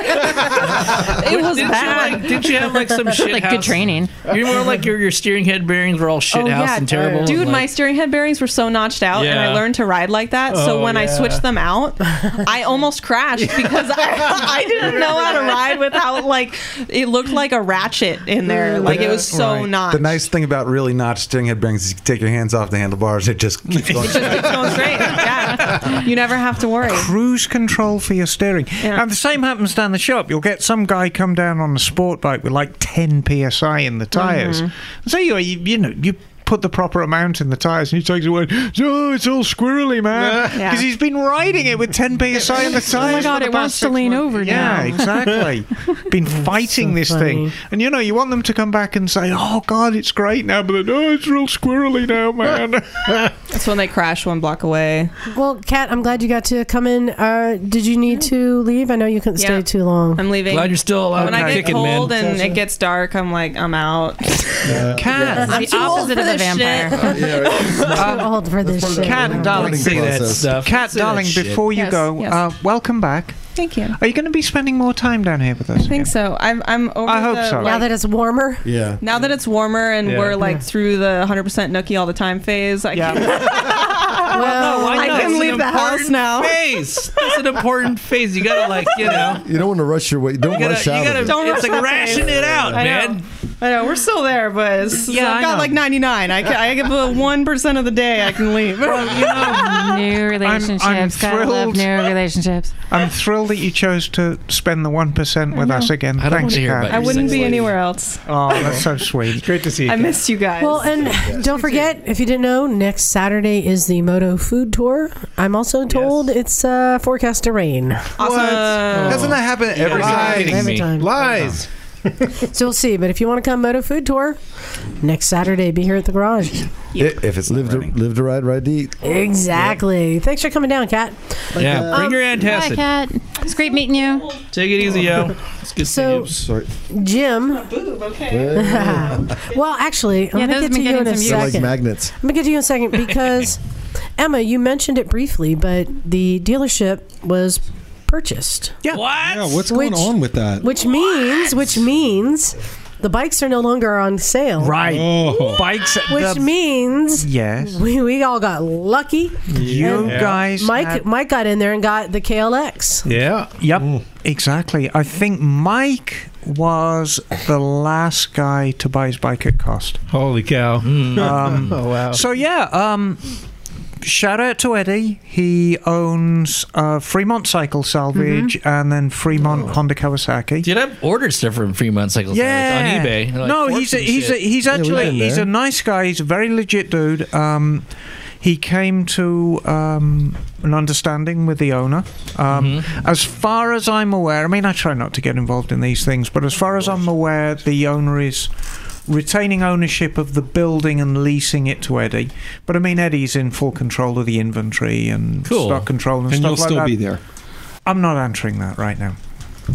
it was
didn't
bad.
you like? Did you have like some shit?
Like good training.
You're more like your your steering head bearings were all shit house and terrible.
Oh, Dude,
and,
my
like,
steering head bearings were so notched out, and I
Yeah.
learned to ride like that. so
Oh,
when I
yeah.
switched them out, I almost crashed because I, I didn't know how to ride without like it looked like a ratchet in there. Like it was so
Right.
notched.
The nice thing about really notched steering head bearings is you take your hands off the handlebars, it just keeps going.
It's going straight. Yeah, you never have to worry.
cruise control for your steering.
Yeah.
And the same happens down the shop. You'll get some guy come down on a sport bike with like 10 psi in the tires. So you, you you know you put the proper amount in the tires and he takes it away. Oh, it's all squirrely, man, because
Yeah.
he's been riding it with 10 psi in the tires. for the
my God, it
past
wants to
six
lean
months.
over
Yeah,
now.
exactly. been fighting this thing,
funny.
and you know you want them to come back and say, "Oh God, it's great now," but oh, it's real squirrely now, man.
That's when they crash one block away.
Well, Kat, I'm glad you got to come in. Uh, did you need to leave? I know you couldn't stay
Yeah.
too long.
I'm leaving.
glad you're still alive.
when I
and
get
kicking, man.
cold and it gets dark, I'm like, I'm out.
Cat,
It's the opposite of a vampire.
Oh,
Yeah, right.
Too old for this shit.
Cat, darling,
Learning
Say that
process.
stuff.
Cat, darling, before you
Yes,
go,
yes.
Uh, welcome back.
Thank you.
Are you going to be spending more time down here with us?
I think so. I'm I'm over.
I hope
the,
so.
Now
like,
that it's warmer,
Yeah.
Now that it's warmer and
Yeah.
we're like through the 100% nookie all the time phase, I
Yeah.
can,
well,
I
know, it's
can
an
leave the house
important
now.
Phase. That's an important phase. You gotta like, you know,
You don't want to rush your way. Don't
you gotta,
rush
you
out.
gotta.
of it.
Don't rush
it's like
that phase.
ration it out,
I know.
man.
I know we're still there, but it's,
Yeah, I
I've got
know.
like 99. I can, I give a one percent of the day I can leave.
New relationships. Gotta love
thrilled.
new relationships.
I'm thrilled that you chose to spend the one percent with us again.
I don't
Thanks,
want to hear
Kat.
about
I
your
wouldn't
sex
be
life.
anywhere else.
Oh, that's so sweet.
Great to see you.
I missed you guys.
Well, and don't forget, if you didn't know, next Saturday is the Moto Food Tour. I'm also told it's uh, forecast to rain.
awesome.
Doesn't that happen
You
every
gotta be
time?
kidding
Every
me.
time.
Lies.
So we'll see. But if you want to come Moto Food Tour, next Saturday, be here at the garage.
If if it's
Live
lived
to, live to ride, ride to eat.
Exactly. Thanks for coming down, Kat.
Yeah, bring your
Hi,
antacid.
Cat. It's great meeting you.
Take it easy, yo. It's good
So-
to see
Sorry.
Jim. well, actually, I'm
Yeah,
going
those
to get to you in a
McKinnon's
They're like
second.
magnets.
I'm going to get to you in a second because, Emma, you mentioned it briefly, but the dealership was purchased.
Yeah.
What?
Yeah, what's going
Which-
on with that?
Which means, which means, the bikes are no longer on sale.
Right.
Oh.
Bikes. at
Which
the-
means
Yes.
we, we all got lucky.
You
Yeah.
guys.
Mike
had-
Mike got in there and got the KLX.
Yeah.
Yep, exactly. I think Mike was the last guy to buy his bike at cost.
Holy cow.
Um,
Oh wow.
so yeah, um, shout out to Eddie. He owns uh, Fremont Cycle Salvage and then
Oh.
Fremont Honda Kawasaki.
Dude, I've ordered stuff from Fremont Cycle
Yeah,
on eBay. They're like
no, he's a,
fortune
he's a,
shit.
he's actually
been
he's
there.
a nice guy. He's a very legit dude. Um, he came to um, an understanding with the owner. Um,
Mm-hmm.
As far as I'm aware, I mean, I try not to get involved in these things, but as far as I'm aware, the owner is retaining ownership of the building and leasing it to Eddie. But I mean, Eddie's in full control of the inventory and
Cool.
stock control and,
And
stuff
you'll
like
still
that.
be there.
I'm not answering that right now.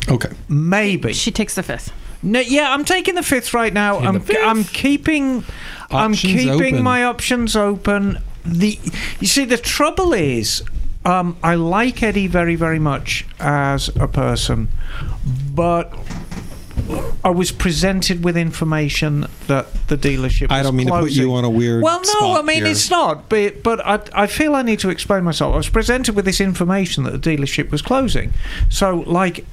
Okay.
Maybe.
She takes the fifth.
No, yeah, I'm taking the fifth right now.
Taking
I'm,
the fifth.
I'm keeping, I'm
Options
keeping
open.
my options open. The, you see, the trouble is, um, I like Eddie very, very much as a person, but I was presented with information that the dealership.
I
was
don't mean to put
closing.
you on a weird.
Well, no,
spot
I mean
here.
it's not, but but I, I feel I need to explain myself. I was presented with this information that the dealership was closing, so like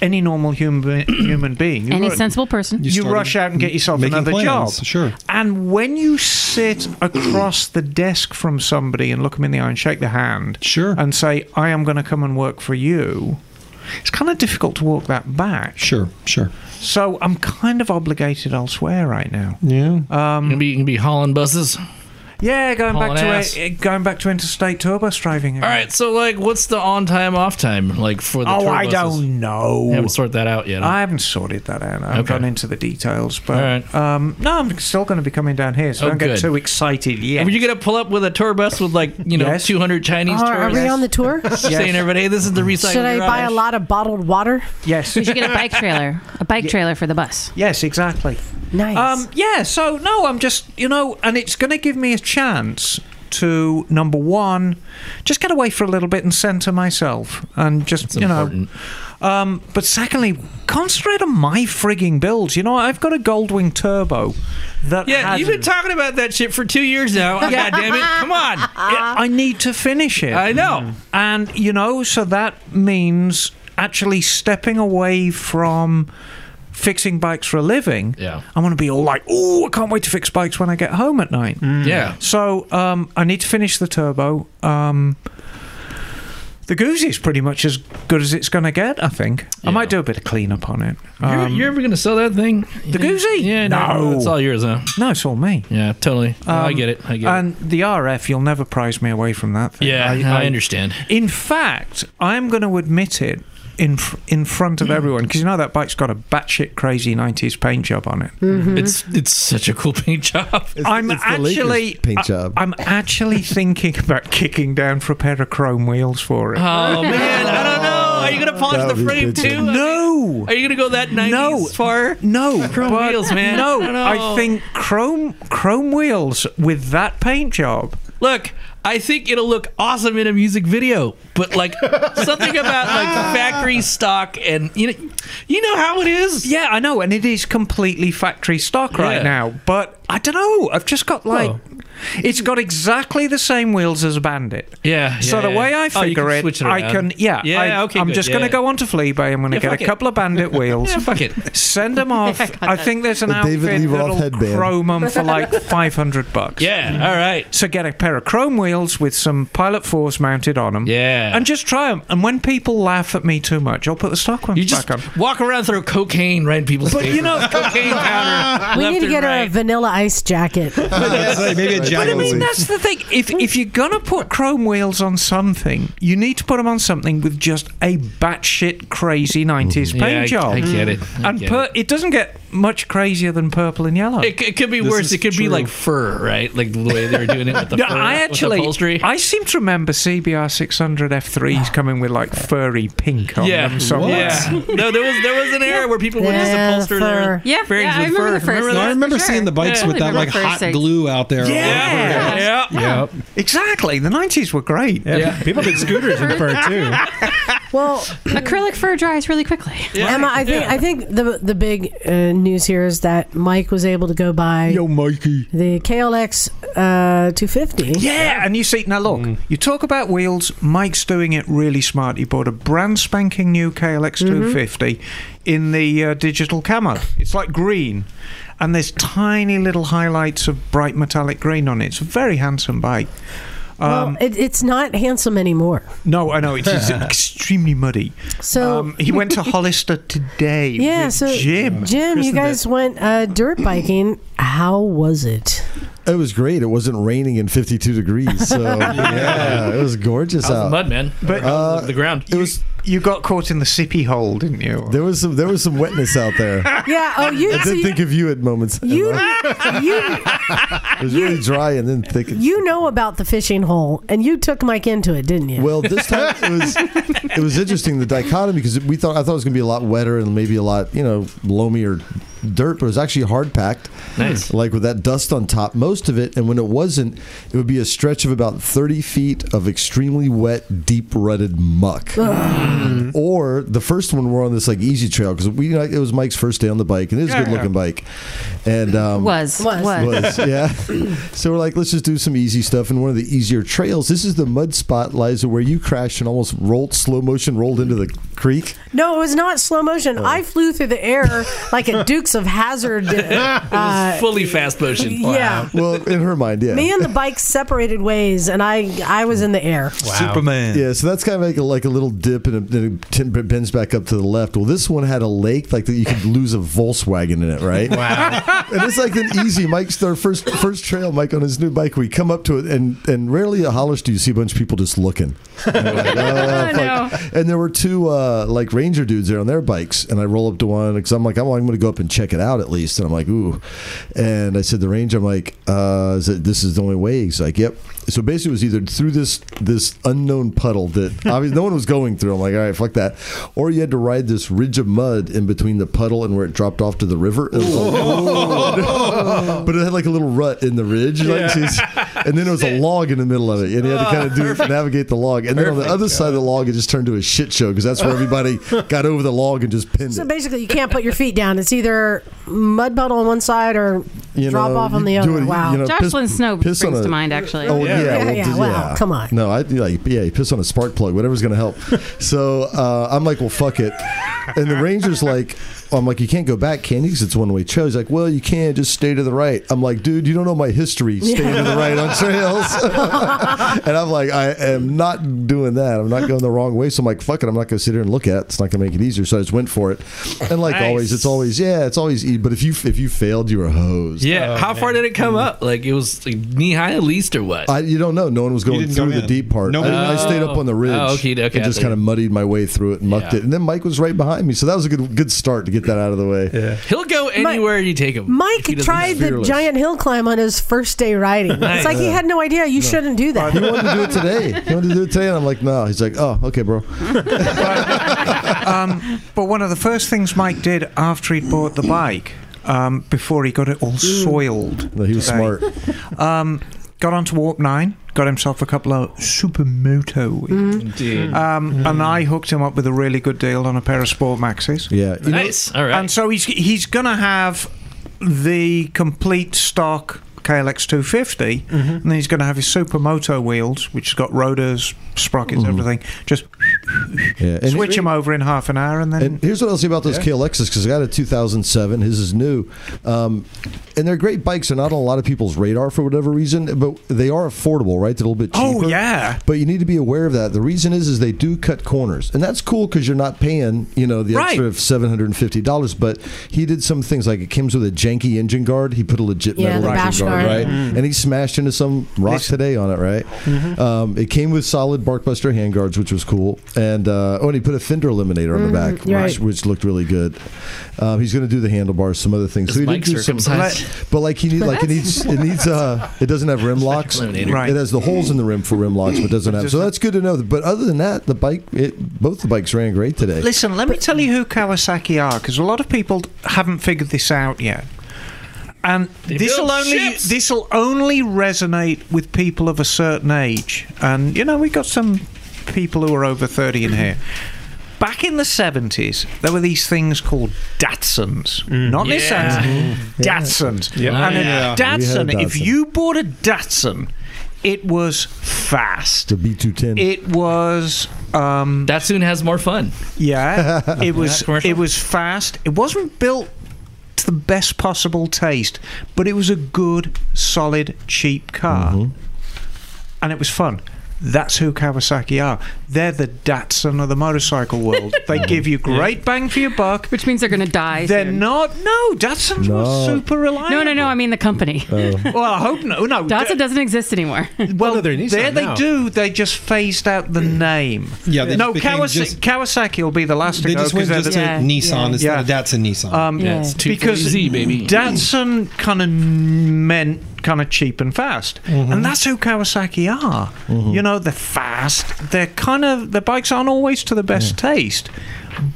any normal human human being, you
Any
ru-
sensible person.
you
started
rush out and get yourself
making
another
plans,
job.
Sure.
And when you sit across the desk from somebody and look them in the eye and shake their hand
Sure.
and say, "I am going to come and work for you," it's kind of difficult to walk that back.
Sure. Sure.
So I'm kind of obligated elsewhere right now. Um,
Yeah.
You can be, you can be hauling buses.
Yeah, going
Hauling
back to
ass.
uh, going back to interstate tour bus driving.
All right, so like, what's the on time off time like for the?
Oh,
tour
I
buses?
don't know.
I haven't sorted that out yet.
I haven't sorted that out. I haven't
Okay.
gone into the details, but
All right.
um, no, I'm still going to be coming down here, so
Oh,
don't get
good.
too excited yet.
Were you gonna pull up with a tour bus with like you know
Yes.
200 Chinese
Uh, Are, are
tourists
we on the tour? Should
Yes. Mm.
saying everybody, "Hey, this is the recycling."
I buy a
garage."
lot of bottled water?
yes,
We should get a bike trailer. A bike trailer for the bus.
yes, exactly.
Nice.
Um, yeah, so no, I'm just, you know, and it's going to give me a chance to, number one, just get away for a little bit and centre myself and just,
It's
you
important.
know. Um, but secondly, concentrate on my frigging builds. You know, I've got a Goldwing Turbo that
Yeah,
has,
you've been talking about that shit for two years now. God damn it! Come on.
I need to finish it. Mm.
I know.
And, you know, so that means actually stepping away from fixing bikes for a living.
Yeah.
I want to be all like, oh, I can't wait to fix bikes when I get home at night.
Mm. Yeah.
So um, I need to finish the turbo. Um, the Goosey is pretty much as good as it's going to get, I think. I
Yeah.
might do a bit of cleanup on it.
you're,
Um,
you're ever gonna sell that thing?
The Goosey?
Yeah. No.
No.
It's all yours, huh?
no, it's all me.
Yeah. Totally. No, I
Um,
get it. I get it.
And the RF, you'll never prize me away from that. Thing.
Yeah, I, understand.
In fact, I'm going to admit it in fr- in front of everyone because you know that bike's got a batshit crazy 90s paint job on it.
Mm-hmm.
It's it's such a cool paint job.
It's-
I'm
it's the Lakers
actually
paint
I-
job.
I'm actually thinking about kicking down for a pair of chrome wheels for it.
Oh man, I don't know. Are you gonna polish
That
the
would be
frame
good,
too?
too.
no.
Are you gonna go that 90s
No.
far?
No,
Chrome
but-
wheels, man.
No,
I don't know.
I think chrome chrome wheels with that paint job.
Look, I think it'll look awesome in a music video, but like something about like factory stock and you know, you know how it is.
Yeah, I know, and it is completely factory stock right
Yeah.
now. But I don't know. I've just got like,
Well-
it's got exactly the same wheels as a Bandit.
Yeah.
So
yeah,
the
yeah.
way
Oh,
I
you can
figure it,
switch
I
around.
can yeah.
Yeah.
I,
okay.
I'm
good,
just
yeah.
gonna go onto Fleabag. I'm gonna
Yeah,
get
fuck
a
it.
couple of Bandit wheels.
Yeah, fuck it.
Send them off. I, think there's an
The David
outfit
Lee Roth
that'll
headband.
chrome them for like 500 bucks.
Yeah. All right.
So get a pair of chrome wheels with some Pilot Force mounted on them.
Yeah.
And just try them. And when people laugh at me too much, I'll put the stock ones
you just
back on.
walk around throw cocaine right in people's
But you
faces.
know,
cocaine powder.
we
left
need to
and
get her a
right.
vanilla ice jacket.
maybe a
But I
giant.
mean, that's the thing. If if you're gonna put chrome wheels on something, you need to put them on something with just a batshit crazy '90s paint
Mm-hmm. yeah, I-
job.
I, get it. I
and
get
pur- it. doesn't get much crazier than purple and yellow.
it. It, c- it could be worse.
is
It could be
true.
like fur, right? Like the way they were doing it with the
No,
fur.
I
with
actually,
upholstery.
I seem to remember CBR 600 F3s coming with like furry pink on
yeah,
them. somewhere.
yeah. No, there was there was an era where people would just
Yeah,
upholster their
fur.
Yeah,
fairings
yeah, I
with
remember
fur.
the first
Remember
one.
No, I
that?
remember seeing the bikes
Yeah.
with that like
Remember
hot
first.
glue out there.
Yeah.
Yeah.
Yep.
exactly. The 90s were great.
Yeah. People did scooters in fur too.
Well,
Acrylic fur dries really quickly.
Emma, I think I think the the big uh, news here is that Mike was able to go buy
Mikey.
the KLX uh, 250.
Yeah, and you see, now look,
Mm.
you talk about wheels. Mike's doing it really smart. He bought a brand spanking new KLX
Mm-hmm.
250 in the uh, digital camo. It's like green, and there's tiny little highlights of bright metallic green on it. It's a very handsome bike. Um,
well, it, it's not handsome anymore.
no, I know it's, it's extremely muddy.
So
um, he went to Hollister today.
yeah,
with
so
Jim.
Jim, you guys went uh, dirt biking. How was it?
It was great. It wasn't raining in 52 degrees. So, yeah, it was gorgeous
How's the
out. Uh,
mud, man?
But-
How's the ground.
It was
You got caught in the sippy hole, didn't you?
there was some there was some wetness out there. I
Yeah. Oh, you. so
did
you-
think of you at moments.
you,
Emma.
you
it was really dry and then thick. and-
you know about the fishing hole, and you took Mike into it, didn't you?
Well, this time it was it was interesting the dichotomy because we thought I thought it was going to be a lot wetter and maybe a lot you know loamy or dirt, but it was actually hard packed.
Nice.
like with that dust on top, most of it. And when it wasn't, it would be a stretch of about thirty feet of extremely wet, deep rutted muck. or the first one we're on this like easy trail because we it was Mike's first day on the bike and it was a
Yeah.
good looking bike, and um,
Was.
Was.
Was.
was yeah. So we're like, let's just do some easy stuff. And one of the easier trails. This is the mud spot, Liza, where you crashed and almost rolled slow motion rolled into the creek.
No, it was not slow
Oh.
motion. I flew through the air like a Dukes of Hazard. Uh,
Fully fast motion.
yeah.
Uh, Well, in her mind, yeah.
Me and the bike separated ways, and I I was in the air.
Superman.
yeah, so that's kind of like a, like a little dip and then it tin- bends back up to the left. Well, this one had a lake like that you could lose a Volkswagen in it, right?
Wow.
and it's like an easy Mike's our first first trail Mike on his new bike. We come up to it and and rarely at Hollis do you see a bunch of people just looking. And, we're like, "Ah,
no.
fuck." And there were two uh, like ranger dudes there on their bikes, and I roll up to one because I'm like, oh, I'm going to go up and check it out at least. And I'm like, ooh. And I said the ranger, I'm like, uh, is it, this is the only way. He's like, yep. So basically, it was either through this this unknown puddle that obviously no one was going through. I'm like, all right, fuck that. Or you had to ride this ridge of mud in between the puddle and where it dropped off to the river. It was like, but it had like a little rut in the ridge, like, she's- and then there was a log in the middle of it, and you had to kind of do navigate the log. And then on the other side of the log, it just turned to a shit show because that's where everybody got over the log and just pinned
So
it.
basically, you can't put your feet down. It's either mud puddle on one side or
You
drop
know,
off
you
on the
do
other.
it, you
wow.
know,
Jocelyn
piss-
Snow
piss
brings
on
to
a-
mind, actually.
Oh yeah,
Yeah,
well,
yeah,
d-
wow, come on.
No, I like yeah, you piss on a spark plug, whatever's gonna help. so uh, I'm like, well, fuck it. And the ranger's like, I'm like, you can't go back, can you? 'Cause it's one way trail. He's like, well, you can just stay to the right. I'm like, dude, you don't know my history. Stay to the right on trails. and I'm like, I am not doing that. I'm not going the wrong way. So I'm like, fuck it. I'm not gonna sit here and look at. it. It's not gonna make it easier. So I just went for it. And like
Nice.
always, it's always yeah, it's always. e- But if you if you failed, you were hosed.
Yeah.
Oh,
How far did it come up? Like it was like, knee high at least or what?
Mm-hmm. I, you don't know. No one was going
didn't
through
go
the
in.
deep part.
Nobody-
I, I stayed up on the ridge
Oh, okay, okay,
and
I
just
thought you-
kind of muddied my way through it and mucked
Yeah.
it. And then Mike was right behind me, so that was a good good start to get that out of the way.
He'll go anywhere you take him.
Mike
He doesn't-
tried the
fearless.
giant hill climb on his first day riding. It's
Nice.
like he had no idea. You shouldn't do
He
that.
wanted to do it today. He wanted to do it today, and I'm like, no. He's like, oh, okay, bro.
um, but one of the first things Mike did after he'd bought the bike, um, before he got it all soiled,
No, he was
Right.
smart.
um, got onto Warp 9, got himself a couple of Supermoto wheels.
Dude.
Um,
Mm.
And I hooked him up with a really good deal on a pair of Sport Maxes.
Yeah. You know,
nice. All right.
And so he's, he's going to have the complete stock KLX 250,
Mm-hmm.
and then he's going to have his Supermoto wheels, which has got rotors, sprockets, everything. Just
Mm-hmm. yeah. And,
switch them over in half an hour, and then.
and here's what I'll say about those KLXs because I got a 2007. His is new, um, and they're great bikes. They're not on a lot of people's radar for whatever reason, but they are affordable, right? They're a little bit cheaper.
oh, yeah.
But you need to be aware of that. The reason is, is they do cut corners, and that's cool because you're not paying, you know, the
Right.
extra of seven hundred and fifty dollars. But he did some things like it comes with a janky engine guard. He put a legit
Yeah,
metal
the bash
engine guard,
guard.
right?
Mm-hmm.
And he smashed into some rock today on it, right? Um, it came with solid Barkbuster hand guards, which was cool. And uh, oh, and he put a fender eliminator on the back,
you're
which,
right.
which looked really good. Um, he's going to do the handlebars, some other things.
Is
so he
Mike
did do some,
circumcised?
but like he need, like it needs, it needs. Uh, it doesn't have rim locks.
eliminator.
Right.
It has the holes in the rim for rim locks, but doesn't have. So that's good to know. But other than that, the bike, it, both the bikes ran great today.
Listen, let me tell you who Kawasaki are, because a lot of people haven't figured this out yet. And this will
build
only
ships.
this will only resonate with people of a certain age. And you know, we got some people who are over thirty in here. back in the 70s, there were these things called Datsuns. Not
Mm. Yeah. Mm-hmm.
Nissans, Datsuns.
Yeah.
And a
Yeah. We
had
Datsun, if
Datsun.
you bought a Datsun, it was fast.
The B two ten.
It was, um,
That soon has more fun.
yeah, it was,
commercial?
it was fast. It wasn't built to the best possible taste, but it was a good, solid, cheap car, and it was fun. That's who Kawasaki are. They're the Datsun of the motorcycle world. They give you great bang for your buck.
Which means they're going to die.
They're
soon.
not. No, Datsuns were
No.
super reliable.
No, no, no. I mean the company.
Well, I hope Oh, no. No,
Datsun doesn't exist anymore.
well,
no, they're Nissan
there they
now.
do. They just phased out the name.
Mm. Yeah, they
no,
just became
Kawasaki,
just-
Kawasaki will be the last to
They
go
just went
'cause they're
just
the-
to
Yeah.
Nissan
Yeah.
instead of
Yeah.
Datsun Nissan.
um,
Yeah.
It's too
because Mm.
easy, baby.
Datsun kind of meant kind of cheap and fast,
Mm-hmm.
and that's who Kawasaki are. You know, they're fast. They're kind of the bikes aren't always to the best taste,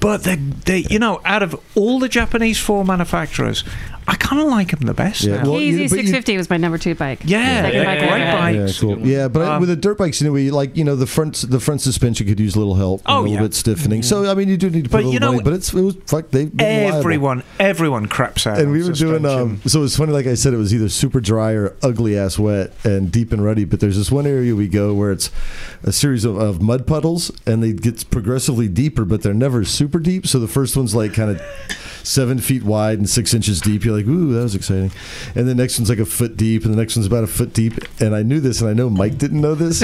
but they, they, you know, out of all the Japanese four manufacturers, I kind of like them the best.
Yeah,
now.
well, you-
KZ
but you-
650 was my number two bike.
yeah,
Second bike I
they're
ever
great
had.
bikes.
Yeah, cool. Yeah, but
Um,
with the dirt bikes anyway, you like you know the front the front suspension could use a little help, and
Oh,
a little
yeah.
bit stiffening. So I mean, you do need to
But
put a little
you know-
money, but it's it was fuck they been reliable.
Everyone, everyone craps out.
And
on
we were doing
suspension.
um, so it was funny. Like I said, it was either super dry or ugly ass wet and deep and ruddy. But there's this one area we go where it's a series of, of mud puddles, and they get progressively deeper, but they're never super deep. So the first one's like kind of seven feet wide and six inches deep. You're like, ooh, that was exciting. And the next one's like a foot deep, and the next one's about a foot deep. And I knew this, and I know Mike didn't know this.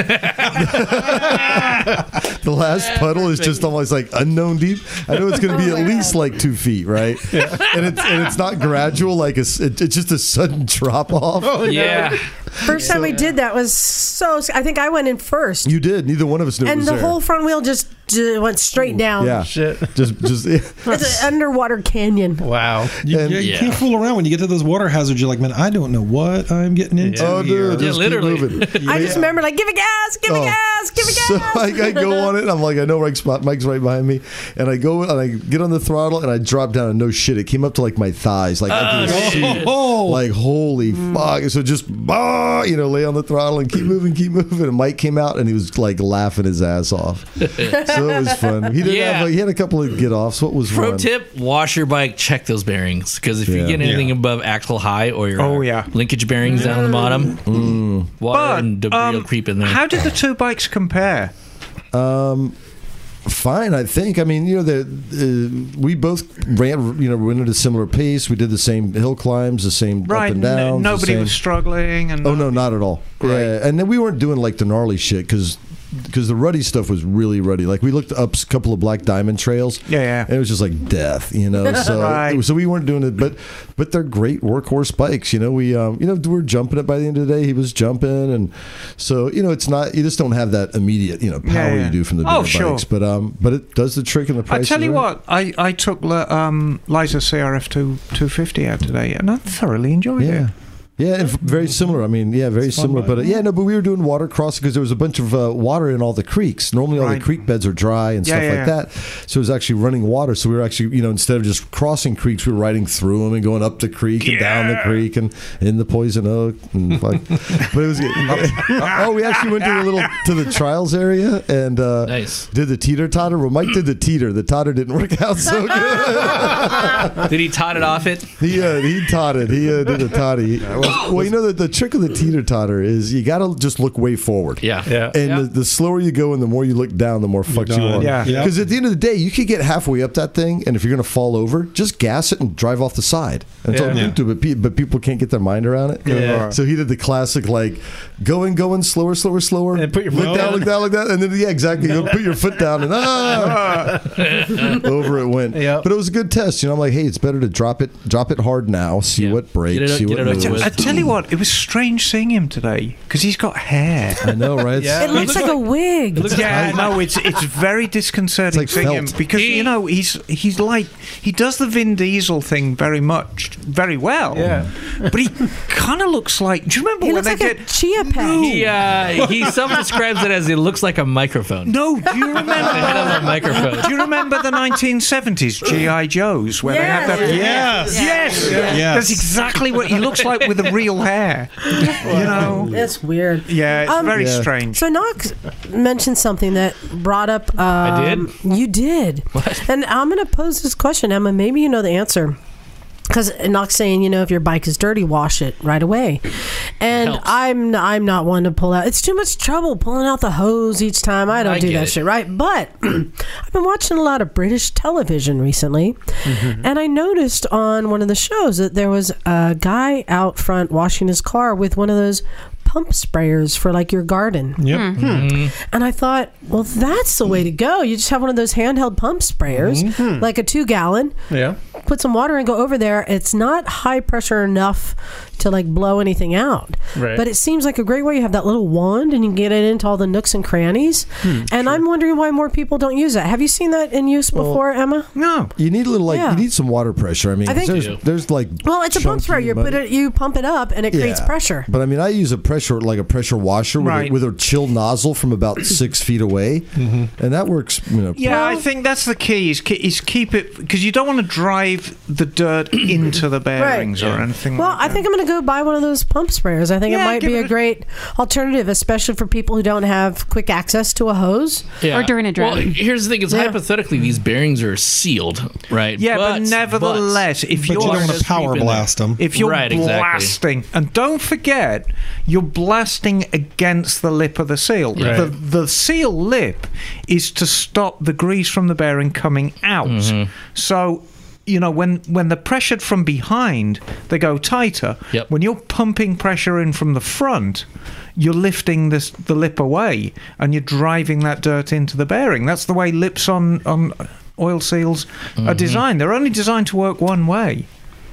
The last puddle is just almost like unknown deep. I know it's going to be at least like two feet, right? And it's and it's not gradual. Like it's it, it's just a sudden drop off.
Yeah.
First time we did that was so. I think I went in first,
You did. Neither one of us knew. it
and
was
the
there.
whole front wheel just d- went straight down.
yeah,
Shit.
just just
It's an underwater canyon.
Wow.
You,
And-
yeah, you
Yeah.
can't fool around when you get to those water hazards. You're like, man, I don't know what I'm getting into.
oh
here.
dude, just keep
literally.
moving.
I just remember like, give it gas, give it
Oh.
gas, give it gas.
So I, I go on it. And I'm like, I know Mike's, Mike's right behind me, and I go and I get on the throttle and I drop down and no shit, it came up to like my thighs, like I could see it.
Oh,
like holy
Mm.
fuck! So just bah, you know, lay on the throttle and keep moving, keep moving. And Mike came out and he was like laughing his ass off. so it was fun. He did
Yeah.
have like, he had a couple of get offs. What was
Pro
one?
tip: Wash your bike. Check those bearings because if you
Yeah.
get anything
Yeah.
above axle high or your uh,
Oh, yeah.
linkage bearings down on the bottom,
Mm.
mm, water
But
and debris
um,
will creep in there.
how did the two bikes compare?
Um, Fine, I think. I mean, you know, the uh, we both ran. You know, went at a similar pace. We did the same hill climbs, the same
Right,
up and
n-
down.
nobody was struggling, and
Oh no, not at all.
Great.
Yeah, and then we weren't doing like the gnarly shit because because the ruddy stuff was really ruddy. Like we looked up a couple of black diamond trails.
Yeah, yeah.
And it was just like death, you know. So
Right.
so we weren't doing it, but but they're great workhorse bikes. You know, we um, you know we were jumping it by the end of the day. He was jumping, and so you know it's not you just don't have that immediate you know power
Yeah, yeah.
you do from the
Oh,
bigger
sure.
bikes, but um but it does the trick and the
I
price.
tell
is
you
right.
what, I, I took the um, Liza CRF two two fifty out today, and I thoroughly enjoyed
Yeah.
it.
Yeah, and f- very similar. I mean, yeah, very similar. But uh, yeah, no, but we were doing water crossing because there was a bunch of uh, water in all the creeks. Normally, all
Right.
the creek beds are dry and
Yeah,
stuff
yeah,
like
yeah.
that. So it was actually running water. So we were actually, you know, instead of just crossing creeks, we were riding through them and going up the creek and down the creek and in the poison oak. And fuck. but it was. oh, we actually went to a little to the trials area and uh,
Nice.
did the teeter totter. Well, Mike did the teeter. The totter didn't work out so good.
did he tot it off it?
He uh, he totted. He uh, did a toddy. Well, you know the, the trick of the teeter totter is you got to just look way forward.
Yeah.
Yeah.
And
Yeah.
the, the slower you go and the more you look down, the more fucked you
done.
are.
Yeah.
Yeah.
Because at the end of the day, you could get halfway up that thing, and if you're going to fall over, just gas it and drive off the side. And it's all
Yeah.
you do, but, pe- but people can't get their mind around it.
Yeah.
So he did the classic, like, going, going, slower, slower, slower.
And put your
look
foot
down,
down.
look down, look down. And then, yeah, exactly. Go put your foot down and ah! over it went.
Yeah.
But it was a good test. You know, I'm like, hey, it's better to drop it drop it hard now, see
Yeah.
what breaks,
Get it out-
see
get
what
it out
moves.
your
I tell you what, it was strange seeing him today because he's got hair.
I know, right?
Yeah.
It looks like a wig.
Yeah, no, it's it's very disconcerting
It's like
seeing him
felt.
because you know he's he's like he does the Vin Diesel thing very much, very well.
Yeah.
but he kind of looks like. Do you remember
He
when
looks
they
like
did?
a chia pet.
He uh, he self describes it as it looks like a microphone.
No, do you
The head
remember?
of a microphone.
do you remember the 1970s GI Joes where they had that?
Yes.
Yes,
Yes.
that's exactly what he looks like with a the real hair. You know?
That's weird.
Yeah, it's
Um,
very
Yeah.
strange.
So Knox mentioned something that brought up. Um,
did?
You did.
What?
And I'm going to pose this question, Emma. Maybe you know the answer. Because Knox saying, you know, if your bike is dirty, wash it right away. And
Helps.
I'm I'm not one to pull out. It's too much trouble pulling out the hose each time. I don't
I
do
get
that
it.
shit, right? But I've been watching a lot of British television recently, and I noticed on one of the shows that there was a guy out front washing his car with one of those pump sprayers for like your garden.
Yep.
And I thought, well, that's the way to go. You just have one of those handheld pump sprayers, like a two gallon,
Yeah.
put some water and go over there. It's not high pressure enough to like blow anything out.
Right.
But it seems like a great way. You have that little wand and you can get it into all the nooks and crannies. and I'm wondering why more people don't use that. Have you seen that in use before, Emma?
No.
You need a little like
Yeah.
you need some water pressure. I mean,
I think-
there's, there's like
Well, it's a pump sprayer.
chunky
You put
mud-
it, you pump it up, and it creates
Yeah.
pressure.
But I mean, I use a pressure like a pressure washer with,
Right.
a, with a chill nozzle from about six feet away, and that works. You know,
Yeah, I think that's the key is, ke- is keep it because you don't want to drive the dirt into the bearings or anything
Well,
like
I
that.
think I'm going to go buy one of those pump sprayers. I think it
Yeah,
might
give
be
it
a
a-
great alternative, especially for people who don't have quick access to a hose.
Yeah.
Or during a
Well,
drought.
here's the thing: is
Yeah.
hypothetically these bearings are sealed, right?
Yeah, but, nevertheless, if
But you
you're
don't want
just
to power
peeping there.
blast them.
if you're
Right, exactly.
blasting, and don't forget, you're blasting against the lip of the seal.
Right.
The, the seal lip is to stop the grease from the bearing coming out. So, you know, when, when they're pressured from behind, they go tighter.
Yep.
When you're pumping pressure in from the front, you're lifting this, the lip away and you're driving that dirt into the bearing. That's the way lips on, on oil seals are designed. They're only designed to work one way.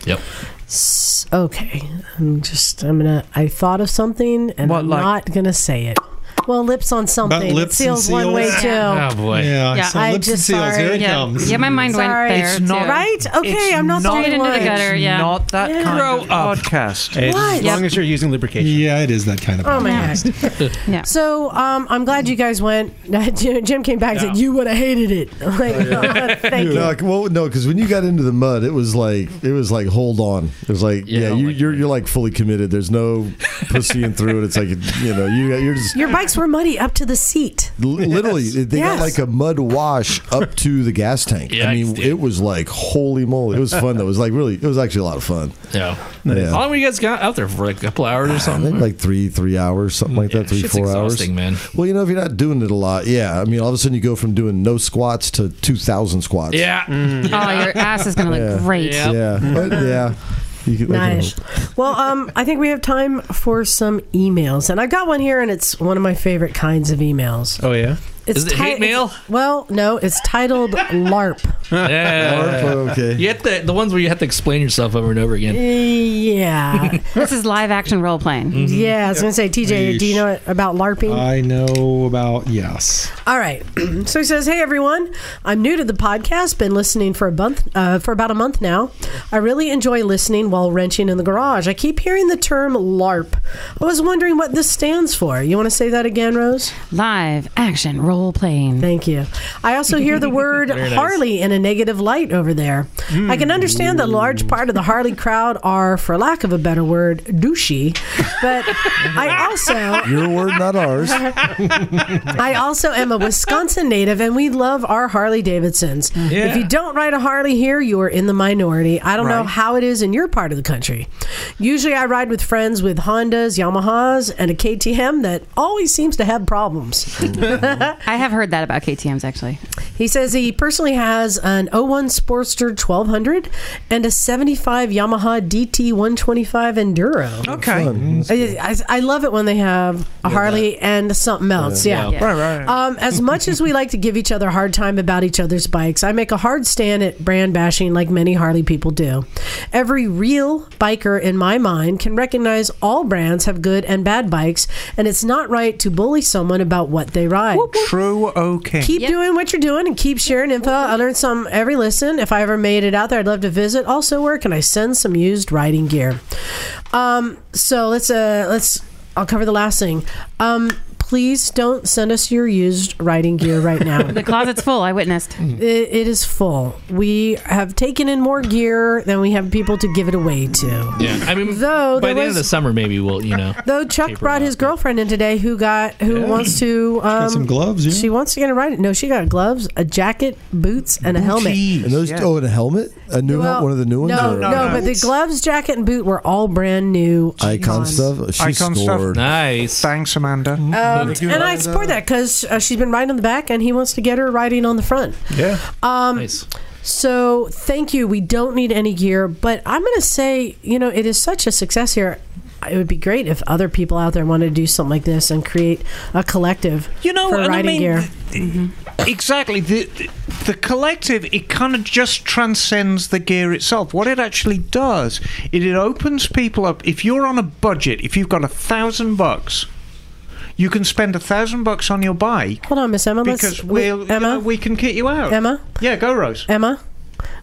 yep.
S- Okay, I'm just I'm gonna. I thought of something, and
What,
I'm
like-
not gonna say it. Well, lips on something. It
lips and
seals one way
seals?
too.
Oh boy.
Yeah,
Yeah,
so
I
lips and
just-
seals. Here
sorry,
it
yeah,
comes.
yeah, my mind
Sorry.
went there.
It's not-
too.
Right? Okay, I'm not the
not-
only
Straight into the
one.
gutter. Yeah.
Not that
Yeah.
kind
Grow
of
up.
podcast.
As
What?
long as you're using lubrication.
Yeah, it is that kind of.
Oh my
Yeah.
gosh.
Yeah.
So um, I'm glad you guys went. Jim Jim came back and said, You would have hated it. I'm
Oh,
like, thank you.
No, c- well, no, because when you got into the mud, it was like it was like hold on. It was like
Yeah, I
yeah,
don't
you,
like
you're you're like fully committed. There's no pussying through it. It's like you know you you're just
Your bikes were muddy up to the seat.
L- Literally, they
Yes.
got like a mud wash up to the gas tank. I
Yikes,
mean,
dude.
it was like holy moly. It was fun. though. It was like really, it was actually a lot of fun.
Yeah. How
Yeah.
long were you guys got out there for? Like a couple hours or
I
something?
think like three, three hours, something like that, three,
Shit's
four hours.
exhausting, man.
Well, you know, if you're not doing it a lot, yeah. I mean, all of a sudden you go from doing no squats to two thousand squats.
Yeah.
Oh, your ass is gonna look
Yeah.
great.
Yeah.
yeah, But, yeah. You could- like,
Nice. Well, um, I think we have time for some emails, and I've got one here, and it's one of my favorite kinds of emails.
Oh yeah.
It's
Is it hate mail?
Well, no, it's titled LARP.
yeah.
oh, okay.
You have to, the ones where you have to explain yourself over and over again.
Yeah,
This is live action role playing.
yeah. I was gonna say, TJ, do you know about LARPing?
I know about yes.
All right. so he says, "Hey everyone, I'm new to the podcast. Been listening for a month uh, for about a month now. I really enjoy listening while wrenching in the garage. I keep hearing the term LARP. I was wondering what this stands for. You want to say that again, Rose?
Live action role playing.
Thank you. I also hear the word Harley in a negative light over there. I can understand that a large part of the Harley crowd are, for lack of a better word, douchey, but I also
Your word, not ours.
I also am a Wisconsin native, and we love our Harley Davidsons. If you don't ride a Harley here, you are in the minority. I don't know
Right.
how it is in your part of the country. Usually, I ride with friends with Hondas, Yamahas, and a KTM that always seems to have problems.
I have heard that about KTM's actually.
He says he personally has an 01 Sportster 1200 and a 75 Yamaha DT 125 Enduro.
Okay.
I, I, I love it when they have a Harley and something else. Yeah.
Yeah.
Right, right.
Um, as much as we like to give each other a hard time about each other's bikes, I make a hard stand at brand bashing like many Harley people do. Every real biker in my mind can recognize all brands have good and bad bikes, and it's not right to bully someone about what they ride
True okay.
keep
Yep.
doing what you're doing and keep sharing info. I learned some every listen. If I ever made it out there, I'd love to visit. Also, where can I send some used riding gear? Um, so let's uh, let's. I'll cover the last thing. Um, please don't send us your used riding gear right now.
The closet's full. I witnessed.
It, it is full. We have taken in more gear than we have people to give it away to.
Yeah, I mean,
Though
by
there
the end of
was,
the summer, maybe we'll, you know.
though Chuck
Paper
brought his girlfriend in today, who got who wants to um,
Got some gloves. Yeah.
She wants to get a ride. No, she got gloves, a jacket, boots, and a helmet.
And those
yeah.
oh, and a helmet, a new
Well,
hel- one of the new ones.
No,
or
no,
no.
but the gloves, jacket, and boot were all brand new.
Icon
icons.
stuff. She
Icon stuff.
scored.
Nice.
Thanks, Amanda.
Um, and I support that because uh, she's been riding on the back, and he wants to get her riding on the front. Um,
Yeah.
Um,
nice.
So thank you. We don't need any gear, but I'm going to say, you know, it is such a success here. It would be great if other people out there wanted to do something like this and create a collective
You know,
for
and
riding
I mean, Mm-hmm.
gear.
exactly. The, the collective, it kind of just transcends the gear itself. What it actually does is it opens people up. If you're on a budget, if you've got a thousand bucks, you can spend a thousand bucks on your bike
Hold on, Miss Emma. let's-
because
wait,
we'll, you
Emma,
know, we can kit you out.
Emma,
Yeah, go, Rose.
Emma.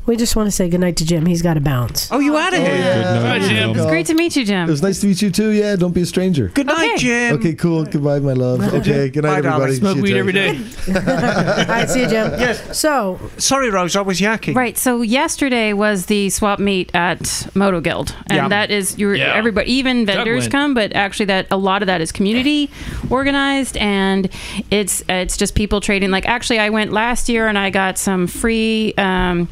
We just want to say goodnight to Jim. He's got to bounce.
Oh, you out of here.
Bye, Jim.
It's great to meet you,
It
Jim.
was nice to meet you too. Yeah, don't be a stranger.
Good night,
Okay.
Jim.
Okay, cool. Goodbye, my love. Okay, good
Bye,
night,
darling.
everybody. See
Smoke
you
weed
later.
every day.
All right, see you, Jim.
Yes.
So
Sorry, Rose, I was yakking.
Right. So yesterday was the swap meet at Moto Guild, and
Yeah.
that is your
Yeah.
everybody, even vendors
went.
come, but actually that a lot of that is community organized, and it's it's just people trading. Like actually, I went last year and I got some free. Um,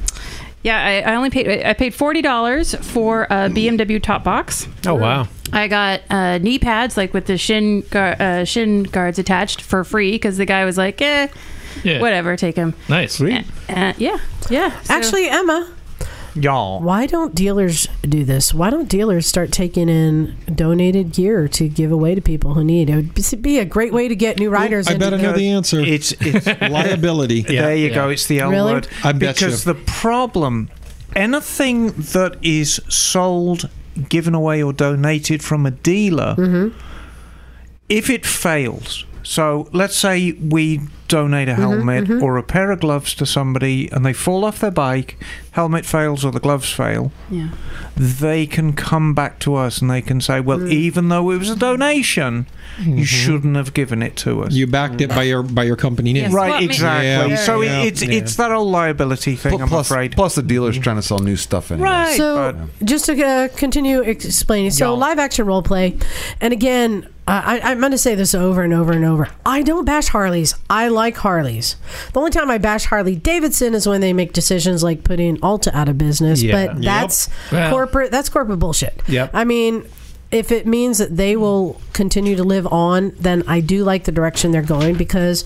yeah, I, I only paid I paid forty dollars for a BMW top box.
Oh wow.
I got uh, knee pads like with the shin gar- uh, shin guards attached for free because the guy was like, eh,
Yeah.
whatever, take him.
Nice.
Uh, yeah, yeah. So-
actually, Emma,
Y'all.
why don't dealers do this? Why don't dealers start taking in donated gear to give away to people who need? It would be- be a great way to get new riders.
I
into
bet I
the-
know the answer.
It's, it's
Liability.
There you
Yeah.
go. It's the L
Really?
word.
I bet
because the problem, anything that is sold, given away, or donated from a dealer, if it fails, so let's say we donate a helmet or a pair of gloves to somebody and they fall off their bike, helmet fails or the gloves fail,
yeah.
they can come back to us and they can say, well, even though it was a donation, you shouldn't have given it to us.
Mm-hmm. You backed it by your by your company name.
Yes. Swap
Right,
meet.
exactly.
Yeah,
so it-
yeah,
it's
yeah.
it's that old liability thing.
Pl-
I'm
plus,
afraid.
plus the dealer's trying to sell new stuff anyway.
right.
So,
but-
just to uh, continue explaining, so
Yeah.
live action role play, and again, uh, I, I- I'm going to say this over and over and over. I don't bash Harleys. I like Harleys. The only time I bash Harley Davidson is when they make decisions like putting Alta out of business.
Yeah.
But
Yep.
that's
Well.
corporate. That's corporate bullshit.
Yep.
I mean. If it means that they will continue to live on, then I do like the direction they're going because,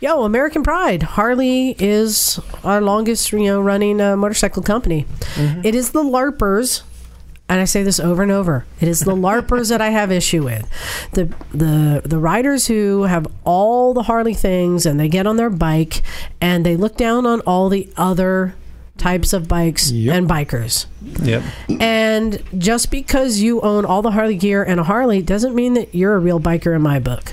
yo, American Pride, Harley is our longest, you know, running uh, motorcycle company. It is the LARPers, and I say this over and over. It is the LARPers that I have issue with. The the the riders who have all the Harley things and they get on their bike and they look down on all the other types of bikes and bikers.
Yep.
And just because you own all the Harley gear and a Harley doesn't mean that you're a real biker in my book.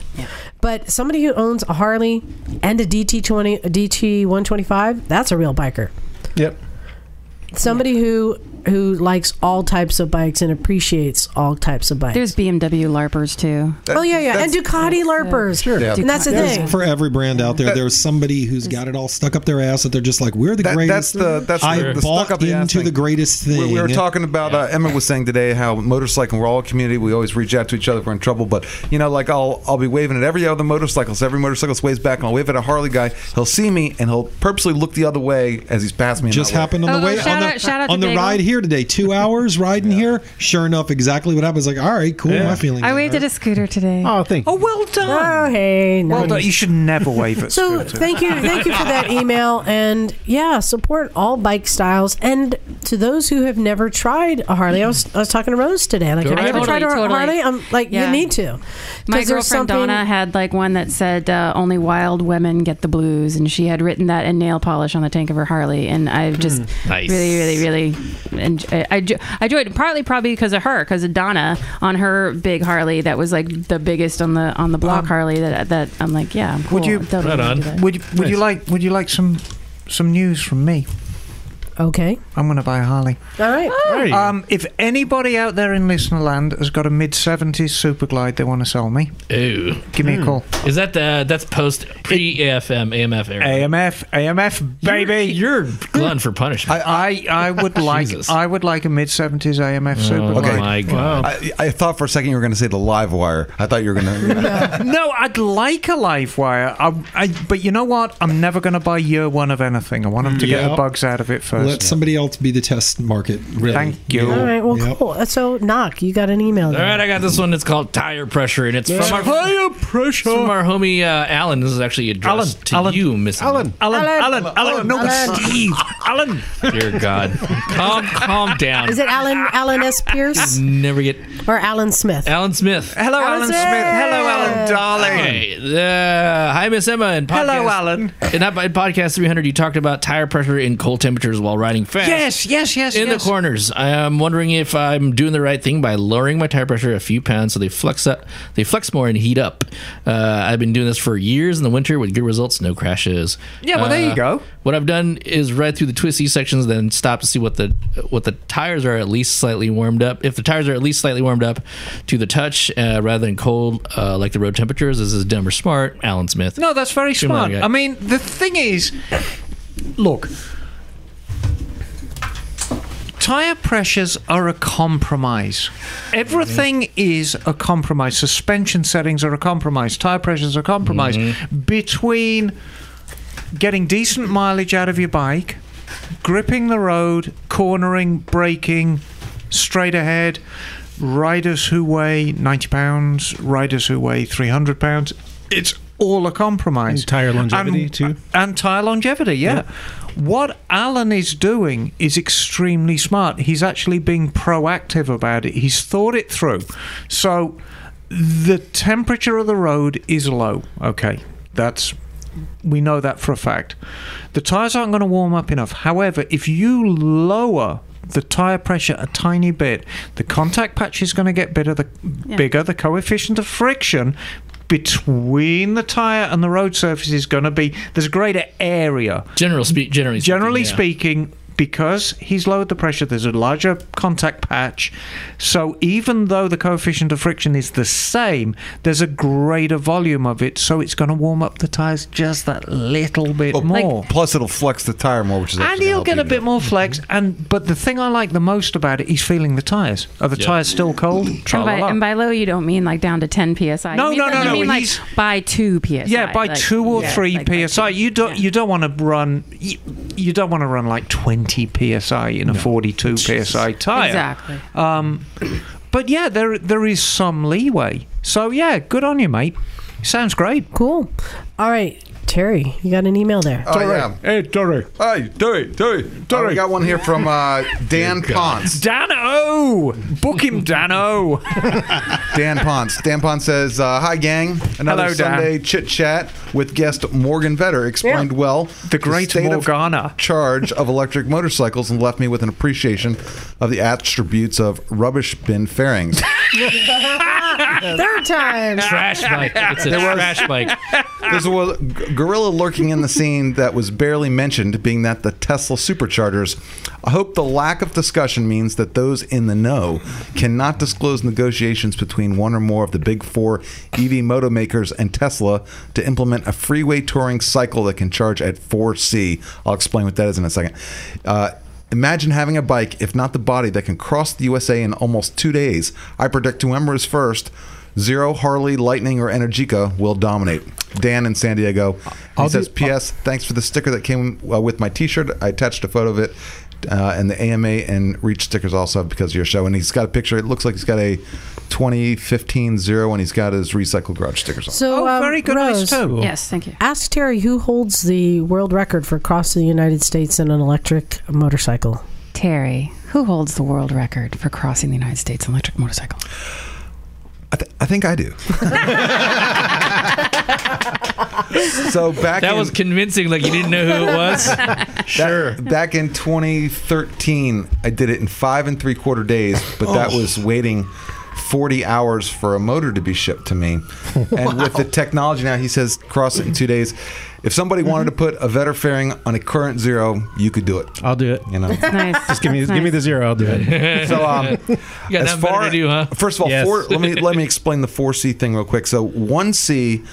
But somebody who owns a Harley and a DT twenty a DT one twenty five, that's a real biker
Yep.
somebody who who likes all types of bikes and appreciates all types of bikes.
There's BMW LARPers too.
oh yeah, yeah, and Ducati larpers. Sure,
Yeah.
and that's the
There's-
thing.
For every brand out there, there's somebody who's got it all stuck up their ass that they're just like, we're the
That- that's
greatest.
the that's
I
the, the
bought
stuck up the ass
into
thing.
the greatest thing.
We, we were talking about uh, Emma was saying today how motorcycle we're all a community. We always reach out to each other if we're in trouble. But you know, like I'll I'll be waving at every other motorcyclist. Every motorcyclist waves back, and I'll wave at a Harley guy. He'll see me, and he'll purposely look the other way as he's passing me. and
just
not wave.
happened on
Oh,
the
oh,
way on
shout
the,
out- shout out
on
to
the
Bagel.
ride here today. Two hours riding here. Sure enough, exactly what happens. Like, all right, cool. My feelings.
I
are
waved
hurt.
at a scooter today.
Oh, thank.
oh, well done.
Oh hey,
well
nice.
done. You should never wave at
so
scooters.
thank you, thank you for that email, and yeah, support all bike styles. And to those who have never tried a Harley, I was, I was talking to Rose today. Like, have you
right.
ever tried a
Totally, totally.
Harley? I'm like,
Yeah.
you need to. 'Cause
My
there's
girlfriend
something-
Donna had like one that said uh, only wild women get the blues, and she had written that in nail polish on the tank of her Harley, and
Hmm.
I've just
Nice.
really, really, really, enjoy, I jo- I enjoyed it partly probably because of her, because of Donna on her big Harley that was like the biggest on the on the block Harley that that I'm like yeah, I'm cool.
Um, Would you-
I totally
Right
wanna
on.
do that.
Would you, would you like would you like some some news from me?
Okay.
I'm going to buy a Harley.
All right.
Oh.
Right.
Um, if anybody out there in listener land has got a mid 70s Superglide they want to sell me,
Ooh. Hmm.
give me a call.
Is that the that's post pre AFM AMF era?
AMF, AMF, baby.
You're glutton for punishment.
I, I, I would like
Jesus.
I would like a mid 70s AMF
oh
Superglide.
my god.
I, I thought for a second you were going to say the live wire. I thought you were going to.
No, I'd like a live wire. I, I, but you know what? I'm never going to buy year one of anything. I want them to get
Yeah.
the bugs out of it first.
Let somebody else be the test market. Really.
Thank you.
All right. Well,
Yep.
cool. So, knock. You got an email.
All
there.
right, I got this one. It's called tire pressure, and it's from our
Tire
pressure from our homie uh, Alan. This is actually addressed
Alan,
to
Alan,
you, Miss
Alan, Alan, Alan, Alan, no,
Alan.
Steve, Alan.
Dear God, calm, calm down.
Is it Alan Alan S. Pierce
Never get
or Alan Smith?
Alan Smith.
Hello, Alan Smith. Hello, Alan, darling.
Okay. Uh, hi, Miss Emma. And podcast,
Hello, Alan.
In that in podcast 300, you talked about tire pressure in cold temperatures while riding fast.
Yes, yes, yes.
In
yes.
the corners, I'm wondering if I'm doing the right thing by lowering my tire pressure a few pounds so they flex up, they flex more and heat up. Uh, I've been doing this for years in the winter with good results, no crashes.
Yeah, well, there you
Uh,
go.
What I've done is ride through the twisty sections, then stop to see what the what the tires are at least slightly warmed up. If the tires are at least slightly warmed up to the touch, uh, rather than cold uh, like the road temperatures, this is dumb or smart, Alan Smith.
No, that's very
Jim
smart.
Elliott.
I mean, the thing is, look, tire pressures are a compromise. Everything is a compromise. Suspension settings are a compromise. Tire pressures are a compromise
Mm-hmm.
between getting decent mileage out of your bike, gripping the road, cornering, braking, straight ahead. Riders who weigh 90 pounds, riders who weigh 300 pounds. It's all a compromise.
And tire longevity, too.
And tire longevity, yeah. What Alan is doing is extremely smart. He's actually being proactive about it. He's thought it through. So the temperature of the road is low. Okay. That's we know that for a fact. The tires aren't going to warm up enough. However, if you lower the tire pressure a tiny bit, the contact patch is going to get bigger. The bigger the coefficient of friction between the tire and the road surface is going to be. There's a greater area.
General speak, generally speaking,
Generally
yeah.
speaking, because he's lowered the pressure, there's a larger contact patch. So even though the coefficient of friction is the same, there's a greater volume of it. So it's going to warm up the tires just that little bit more.
Plus, it'll flex the tire more, which is
and
actually
he'll get a
helping
bit
you.
more flex. And but the thing I like the most about it, he's feeling the tires. Are the tires still cold?
And by,
Tra-la-la.
and by low, you don't mean like down to 10 psi.
No,
you mean,
no, no,
you
no,
mean like
he's-
by two psi.
Yeah, by
like-
two or
yeah,
three
like by
psi.
two.
you don't
Yeah.
you don't want to run you, you don't want to run like twenty psi in a forty-two psi tire.
Exactly.
Um, but yeah, there there is some leeway. So yeah, good on you, mate. Sounds great.
Cool. All right, Terry, you got an email there.
Oh, yeah.
Hey, Dory.
Hey, Terry, Terry, Terry. Oh, we got one here from uh, Dan Ponce.
Dan O, book him, Dan O.
Dan Ponce. Dan Ponce says, uh, "Hi, gang. Another
Hello, Dan.
Sunday chit chat with guest Morgan Vetter explained well
The great
state of
Morgana.
charge of electric motorcycles and left me with an appreciation of the attributes of rubbish bin fairings.
Third time.
trash bike. It's a trash bike.
There's a g- gorilla lurking in the scene that was barely mentioned, being that the Tesla superchargers. I hope the lack of discussion means that those in the know cannot disclose negotiations between one or more of the big four EV motor makers and Tesla to implement a freeway touring cycle that can charge at 4C. I'll explain what that is in a second. Uh, Imagine having a bike, if not the body, that can cross the USA in almost two days. I predict whoever is first, Zero, Harley, Lightning, or Energica will dominate. Dan in San Diego. He says, P.S. Thanks for the sticker that came uh, with my t shirt. I attached a photo of it. Uh, and the AMA and Reach stickers also because of your show. And he's got a picture. It looks like he's got a 2015 Zero and he's got his recycled garage stickers on.
So,
Oh,
um,
very good,
Rose,
eyes too.
Yes, thank you.
Ask Terry who holds the world record for crossing the United States in an electric motorcycle.
Terry, who holds the world record for crossing the United States on electric motorcycle?
I, th- I think I do. so back
That
in,
was convincing. Like you didn't know who it was.
Sure. back in
Oh.
2013, I did it in five and three quarter days, but that was waiting 40 hours for a motor to be shipped to me. And with the technology now, he says cross it in two days. If somebody wanted to put a vetter fairing on a current zero, you could do it.
Mm-hmm. I'll do it.
You know.
Nice.
Just give me,
That's
give me
nice.
the zero. I'll do it.
So um,
You got
as
nothing better
far
to do, huh?
first of all,
Yes.
four, let me let me explain the four C thing real quick. So one C,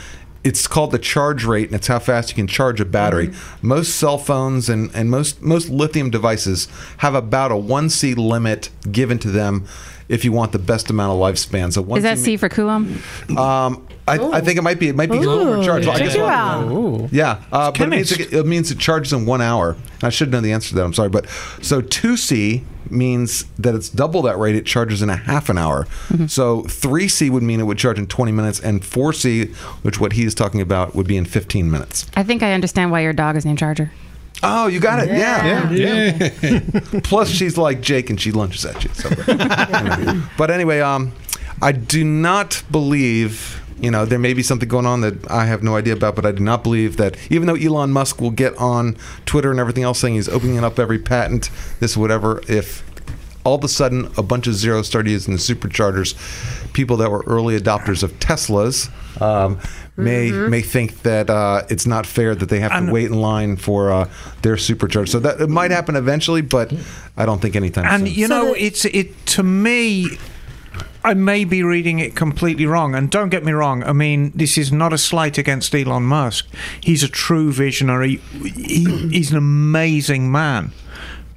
it's called the charge rate, and it's how fast you can charge a battery.
Mm-hmm.
Most cell phones and and most most lithium devices have about a one C limit given to them. If you want the best amount of lifespan, so one
Is that C for Coulomb?
Um, I, I think it might be it might be
Ooh,
overcharged. I
check
guess
you
we'll-
out.
Ooh.
yeah, uh, but it means, it,
chemist.
it means it charges in one hour. And I should know the answer to that. I'm sorry, but so two C means that it's double that rate. It charges in a half an hour. So three C would mean it would charge in 20 minutes, and four C, which what he is talking about, would be in 15 minutes.
I think I understand why your dog is named Charger.
Oh, you got it. Yeah.
Yeah.
Plus, she's like Jake, and she lunges at you. So. but anyway, um, I do not believe. You know, there may be something going on that I have no idea about, but I do not believe that. Even though Elon Musk will get on Twitter and everything else saying he's opening up every patent, this whatever, if all of a sudden a bunch of zeros start using the superchargers, people that were early adopters of Teslas um, may may think that uh, it's not fair that they have to wait in line for uh, their supercharger. So that it might happen eventually, but I don't think anytime
And
soon.
you
So
know,
the-
it's it to me. I may be reading it completely wrong, and don't get me wrong. I mean, this is not a slight against Elon Musk. He's a true visionary. He, he's an amazing man.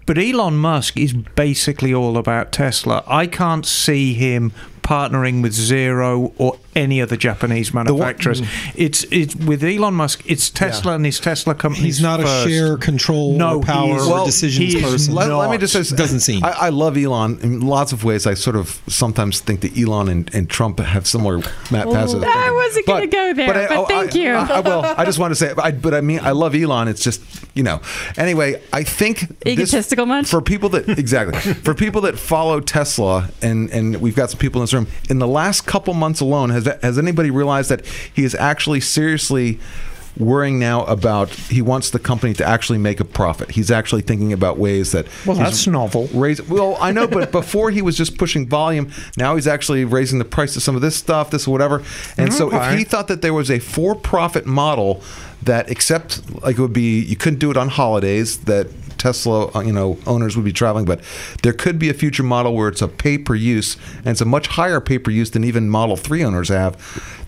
But Elon Musk is basically all about Tesla. I can't see him partnering with Zero or any other Japanese manufacturers. It's it's with Elon Musk. It's Tesla and his Tesla companies.
Mm. He's not
first.
a share control
No,
or power
he is-
or
well,
decisions
he is
person.
Let, let me
not.
just say,
Doesn't seem.
I, I love Elon in lots of ways. I sort of sometimes think that Elon and, and Trump have similar Matt passes.
I wasn't gonna go there, but thank you.
I, I- well, I just want to say, I, but I mean, I love Elon. It's just you know. Anyway, I think this-
Egotistical much?
for people that exactly for people that follow Tesla and and we've got some people in this room. In the last couple months alone, has has anybody realized that he is actually seriously worrying now about he wants the company to actually make a profit. He's actually thinking about ways that
Well, that's novel.
raise well i know but before he was just pushing volume now he's actually raising the price of some of this stuff this whatever and so if he thought that there was a for-profit model that except like it would be you couldn't do it on holidays that tesla uh, you know owners would be traveling but there could be a future model where it's a pay-per-use and it's a much higher pay-per-use than even model 3 owners have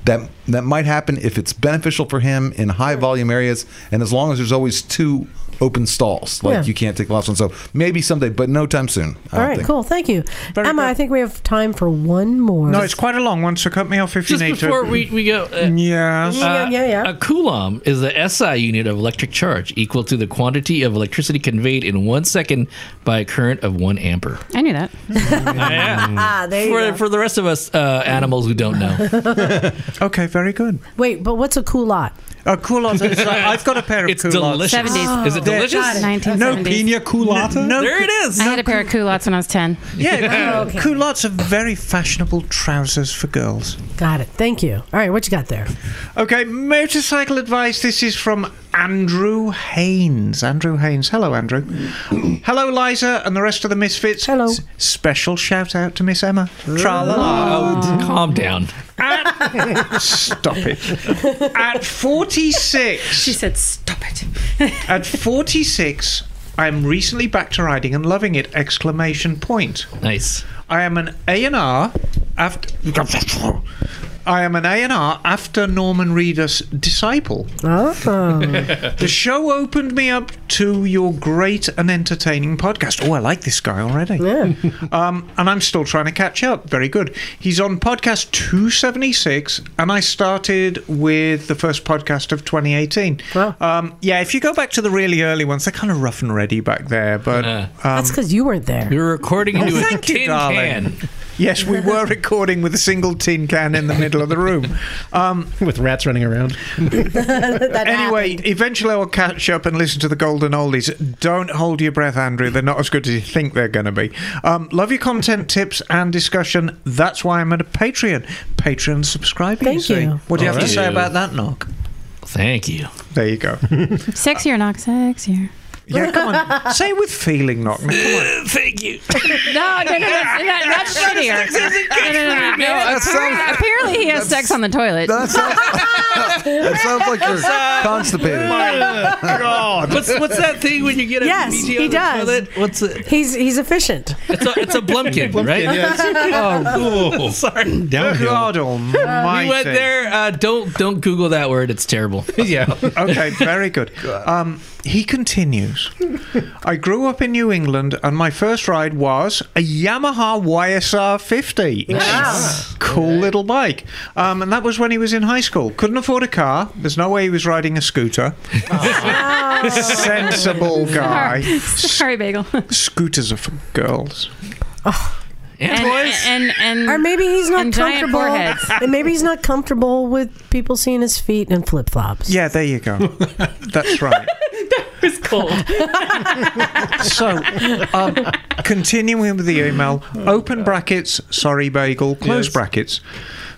that that might happen if it's beneficial for him in high volume areas and as long as there's always two open stalls like
Yeah.
you can't take lobs on so maybe someday but no time soon I
All
don't
right,
think.
cool. Thank you,
Very
Emma.
good.
I think we have time for one more.
No, it's quite a long one, so cut me off if
Just
you need
before
to.
we, we go. uh,
yes.
Yeah, yeah, yeah.
A coulomb is the SI unit of electric charge, equal to the quantity of electricity conveyed in one second by a current of one ampere. Mm.
I knew that.
ah, there you go.
For, for the rest of us uh, animals who don't know,
Okay, very good.
Wait, but what's a culotte?
Uh, culottes. it's like- I've got a pair of
it's
culottes.
delicious.
70s.
Is it delicious?
1970s.
Pina culata.
No,
There it is.
I had a pair of Oh, culottes when I was 10.
yeah,
okay.
culottes are very fashionable trousers for girls.
Got it. Thank you. All right, what you got there?
Okay, motorcycle advice. This is from Andrew Haynes. Andrew Haynes. Hello, Andrew. Hello, Liza, and the rest of the Misfits.
Hello.
S- special shout out to Miss Emma. Tra la la.
Oh, calm down.
At, stop it. At 46.
She said, stop it.
At 46, I am recently back to riding and loving it! Exclamation point.
Nice.
I am an A and R after. I am an A and R after Norman Reedus disciple.
Oh,
The show opened me up to your great and entertaining podcast. Oh, I like this guy already. Um, and I'm still trying to catch up. Very good. He's on podcast 276, and I started with the first podcast of 2018.
Wow.
Um, yeah, if you go back to the really early ones, they're kind of rough and ready back there. But
Uh.
um, Oh,
that's because you weren't there.
We were recording into a
thank you,
tin
darling.
can.
yes, we were recording with a single tin can in the middle of the room. Um,
With rats running around.
That
anyway,
happened.
eventually I'll catch up and listen to the Golden Oldies. Don't hold your breath, Andrew. They're not as good as you think they're going to be. Um, love your content, tips, and discussion. That's why I'm at a Patreon. Patreon eh? subscriber.
Thank
see.
you.
What do you have
Alright.
to say
Yeah.
about that, Knock?
Thank you.
There you go.
Sexier, not sexier.
Yeah, come on. Say it with feeling, knock me. Come on.
Thank you.
No, no, no, no, no, not, not shittier. No, no, no, no. no apparently, apparently he has sex on the toilet.
That sounds, that sounds like you're
uh,
constipated.
God. Oh, What's what's that thing when you get a
Yes,
BTO
he
in the
does.
toilet? What's it?
He's he's efficient.
It's a it's a blumpkin, right?
Oh,
Sorry.
downhill.
God almighty.
You went there. Uh, don't don't Google that word. It's terrible.
yeah. okay, very good. Um, he continues. I grew up in New England, and my first ride was a Yamaha YSR 50. Cool little bike. Um, and that was when he was in high school. Couldn't afford a car. There's no way he was riding a scooter. Sensible guy.
Sorry, bagel.
Scooters are for girls.
And
And,
boys.
and, and,
Or maybe he's not
Mm. And giant
comfortable.
foreheads.
and maybe he's not comfortable with people seeing his feet in flip flops.
Yeah, there you go. That's right.
It's cold.
So, um, continuing with the email,
Oh,
open brackets, sorry, bagel, close brackets.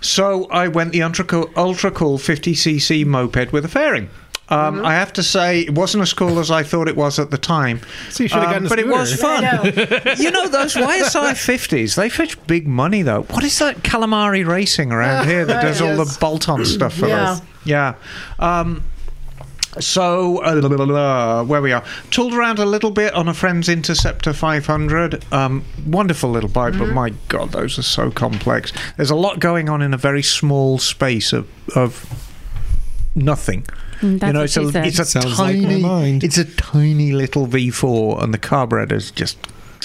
So, I went the ultra cool, ultra cool 50cc moped with a fairing. Um,
Mm-hmm.
I have to say, it wasn't as cool as I thought it was at the time. Um,
So you should have gotten a
but it was
scooter.
fun. you know, those YSI 50s, they fetch big money, though. What is that calamari racing around here that does all the bolt on stuff for us? Yeah. Um, so, uh, blah, blah, blah, where we are. Tooled around a little bit on a friend's Interceptor 500. Um, wonderful little bike, but
Mm-hmm.
my God, those are so complex. There's a lot going on in a very small space of, of nothing.
Mm, that's
you know,
what
it's
she
a,
said.
it's a
Sounds like my
tiny,
mind.
it's a tiny little V4, and the carburetor's just.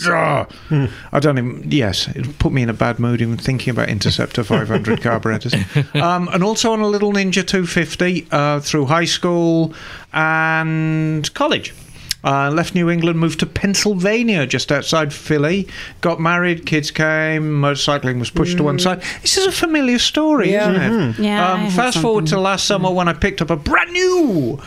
Ugh.
Hmm.
I don't even. Yes, it put me in a bad mood even thinking about Interceptor 500 carburetors. Um, and also on a little Ninja 250 uh, through high school and college. Uh, left New England, moved to Pennsylvania, just outside Philly. Got married, kids came, motorcycling was pushed to one side. This is a familiar story, isn't it?
Yeah, I
Um,
heard
fast forward to
something.
last summer when I picked up a brand new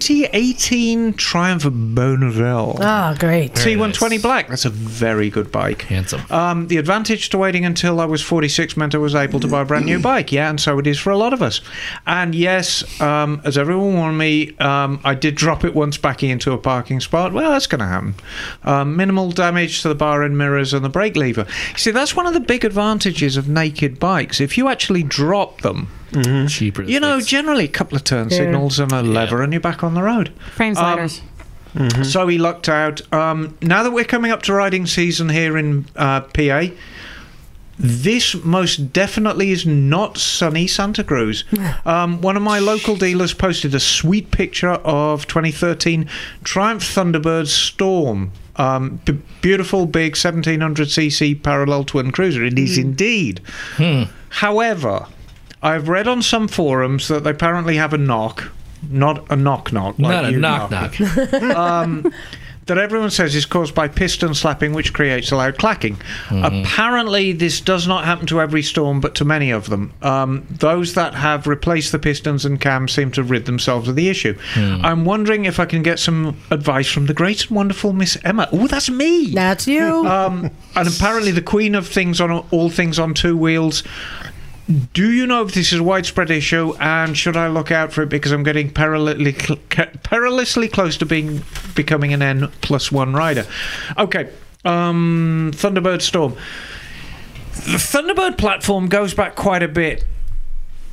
2018 Triumph Bonneville.
Oh, great.
T120 Black. That's a very good bike.
Handsome.
Um, the advantage to waiting until I was 46 meant I was able to buy a brand new bike. Yeah, and so it is for a lot of us. And yes, um, as everyone warned me, um, I did drop it once backing into a parking spot. Well, that's going to happen. Um, minimal damage to the bar and mirrors and the brake lever. You see, that's one of the big advantages of naked bikes. If you actually drop them,
Cheaper. to
you know,
fix.
generally a couple of turn signals and a lever, and you're back on the road.
Frame
Um,
sliders.
So he lucked out. Um, now that we're coming up to riding season here in uh, PA, this most definitely is not sunny Santa Cruz. Um, one of my local dealers posted a sweet picture of 2013 Triumph Thunderbird Storm. Um, b- beautiful big 1700cc parallel twin cruiser. It is indeed. However, I've read on some forums that they apparently have a knock, not a knock knock. like
not a
you Um,
knock knock.
that everyone says is caused by piston slapping, which creates a loud clacking.
Mm-hmm.
Apparently, this does not happen to every storm, but to many of them. Um, those that have replaced the pistons and cams seem to have rid themselves of the issue.
Hmm.
I'm wondering if I can get some advice from the great and wonderful Miss Emma. Oh, that's me!
That's you.
Um, and apparently, the queen of things on all things on two wheels. Do you know if this is a widespread issue, and should I look out for it because I'm getting perilously, cl- ca- perilously close to being becoming an N plus one rider? Okay, um, Thunderbird Storm. The Thunderbird platform goes back quite a bit.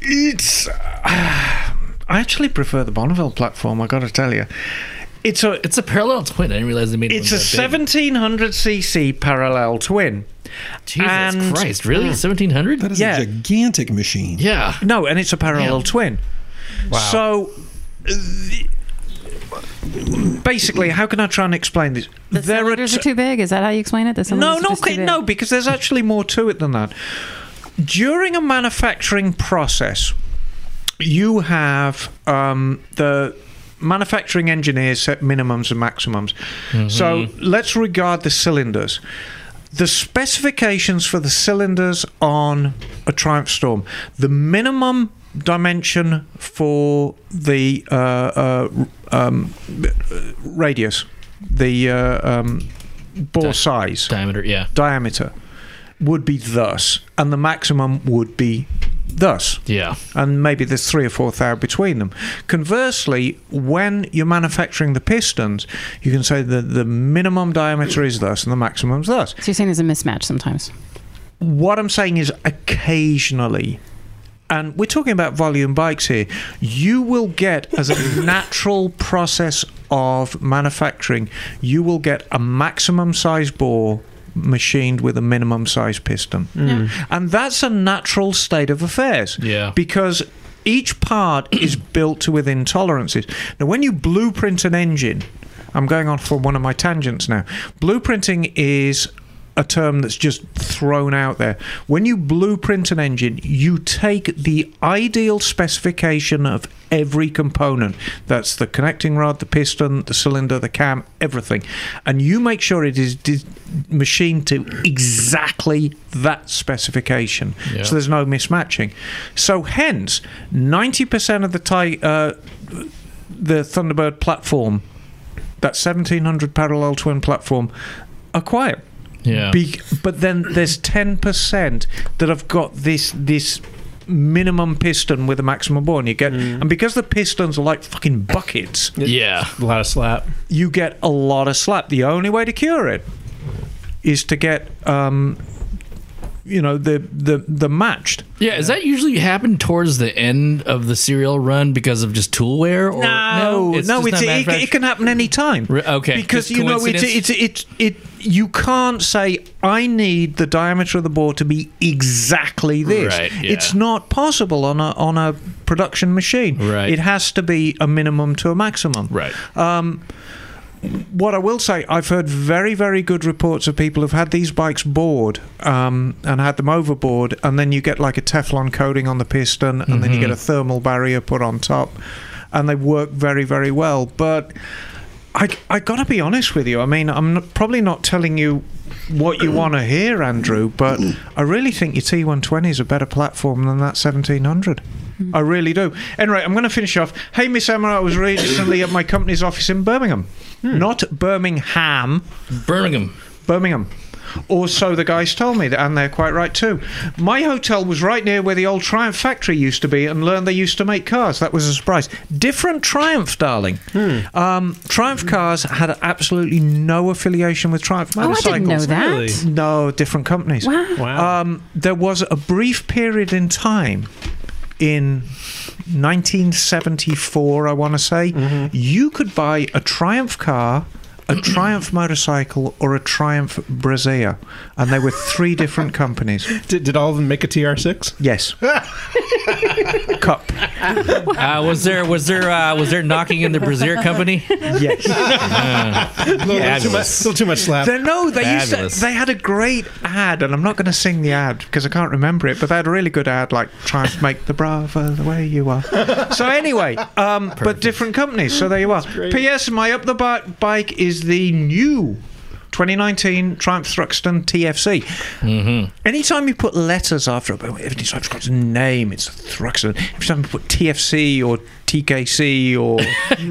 It's. I actually prefer the Bonneville platform. I got to tell you, it's a
Oh, It's a parallel twin. I didn't realize they made it.
it's a
one that big.
1700cc parallel twin.
Jesus
and-
Christ! Really? Seventeen hundred?
That is
Yeah.
a gigantic machine.
Yeah.
No, and it's a parallel twin.
Wow.
So uh, the- basically, how can I try and explain this?
The cylinders are,
t-
too big. Is that how you explain it? The
no,
cylinders are
no,
just too
okay,
big.
no, because there's actually more to it than that. During a manufacturing process, you have um, the manufacturing engineers set minimums and maximums.
Mm-hmm.
So let's regard the cylinders. The specifications for the cylinders on a Triumph Storm, the minimum dimension for the uh, uh, r- um, radius, the uh, um, bore
Di-
size
Diameter. Yeah.
diameter would be thus, and the maximum would be thus
Yeah.
and maybe there's three or four thou between them. Conversely, when you're manufacturing the pistons, you can say that the minimum diameter is thus and the maximum's thus.
So you're saying there's a mismatch sometimes.
What I'm saying is occasionally. And we're talking about volume bikes here. You will get, as a natural process of manufacturing, you will get a maximum size bore machined with a minimum size piston.
Mm.
Mm-hmm. And that's a natural state of affairs
Yeah.
because each part is built to within tolerances. Now, when you blueprint an engine, I'm going on for one of my tangents now. Blueprinting is a term that's just thrown out there. When you blueprint an engine, you take the ideal specification of every component. That's the connecting rod, the piston, the cylinder, the cam, everything. And you make sure it is dis- machined to exactly that specification.
Yeah.
So there's no mismatching. So hence, 90% of the ti- uh, the Thunderbird platform, that 1700 parallel twin platform, are quiet.
Yeah.
Be- but then there's 10% that have got this this minimum piston with a maximum bore and you get and because the pistons are like fucking buckets
yeah.
A lot of slap.
you get a lot of slap. The only way to cure it is to get, um, you know, the the the matched.
Yeah, is that usually happen towards the end of the serial run because of just tool wear? Or,
no,
it's
no,
just
it's,
not
it, it
manufactured-
can happen any time.
Re- okay,
because
just
you know it's
coincidence?
it's it, it you can't say I need the diameter of the bore to be exactly this.
Right,
It's
yeah.
not possible on a on a production machine.
Right.
It has to be a minimum to a maximum. Um,
Right.
what I will say, I've heard very, very good reports of people who've had these bikes bored um, and had them overboard, and then you get like a Teflon coating on the piston, and then you get a thermal barrier put on top, and they work very, very well. But I, I got to be honest with you. I mean, I'm not, probably not telling you what you want to hear, Andrew, but I really think your T120 is a better platform than that 1700. I really do. Anyway, I'm going to finish off. Hey, Miss Emma, I was recently at my company's office in Birmingham. Not Birmingham,
Birmingham.
Birmingham. Or so the guys told me, and they're quite right too. My hotel was right near where the old Triumph factory used to be, and learned they used to make cars. That was a surprise. Different Triumph, darling. Um, Triumph cars had absolutely no affiliation with Triumph
Oh, I
motorcycles.
didn't know that.
Really?
No, different companies.
Wow.
Wow.
Um, there was a brief period in time in 1974, I want to say,
Mm-hmm.
you could buy a Triumph car, a Triumph motorcycle, or a Triumph Brazil. And they were three different companies.
Did, did all of them make a TR6?
Yes. Cup.
Uh, was there was there uh, was there knocking in the Brazier company?
Yes.
A little, too much, little too much slap.
They- no, they used
Fabulous.
to, they had a great ad, and I'm not going to sing the ad because I can't remember it. But they had a really good ad, like trying to make the Bravo the way you are. So anyway, um, but different companies. So there you are. P.S. My up the bi- bike is the new. 2019 Triumph Thruxton TFC.
Mm-hmm.
Anytime you put letters after a everything's like got a name, it's Thruxton. Every time you put TFC or TKC or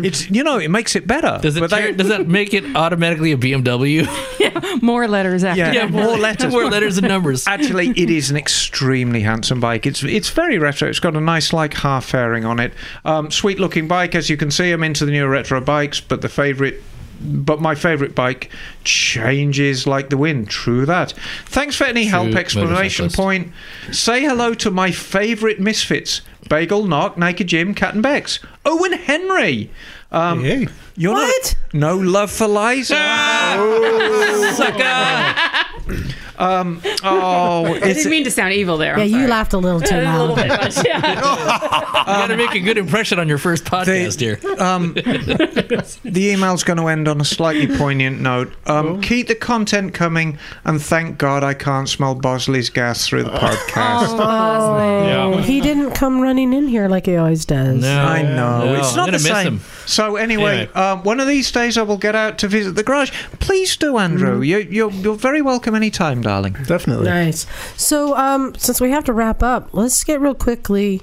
it's you know it makes it better.
Does it
But they-
tear- does that make it automatically a BMW?
More letters after.
Yeah.
that.
more letters.
more letters and numbers.
Actually, it is an extremely handsome bike. It's it's very retro. It's got a nice like half fairing on it. Um, sweet looking bike, as you can see. I'm into the newer retro bikes, but the favourite. But my favourite bike changes like the wind. True that. Thanks for any help.
True
Explanation
motorcyclist.
point. Say hello to my favourite misfits: Bagel, Knock, Naked Jim, Cat and Bex, Owen Henry. Um,
Hey.
You're not-
What?
no love for Liza.
Sucker.
Oh,
I
it's
didn't mean to sound evil there.
Yeah,
I'm
you
sorry.
laughed a little too
a little
loud. Oh,
bit much. Yeah.
You gotta make a good impression on your first podcast here.
Um, the email's going to end on a slightly poignant note.
Oh.
Um, Keep the content coming, and thank God I can't smell Bosley's gas through the podcast.
Oh, he didn't come running in here like he always does.
I know
No,
it's
I'm
not
gonna
the
miss
same.
him.
So anyway,
Anyway.
Um, one of these days I will get out to visit the garage. Please do, Andrew.
Mm-hmm.
You, you're you're very welcome anytime, darling.
Definitely.
Nice. So, um, since we have to wrap up, let's get real quickly.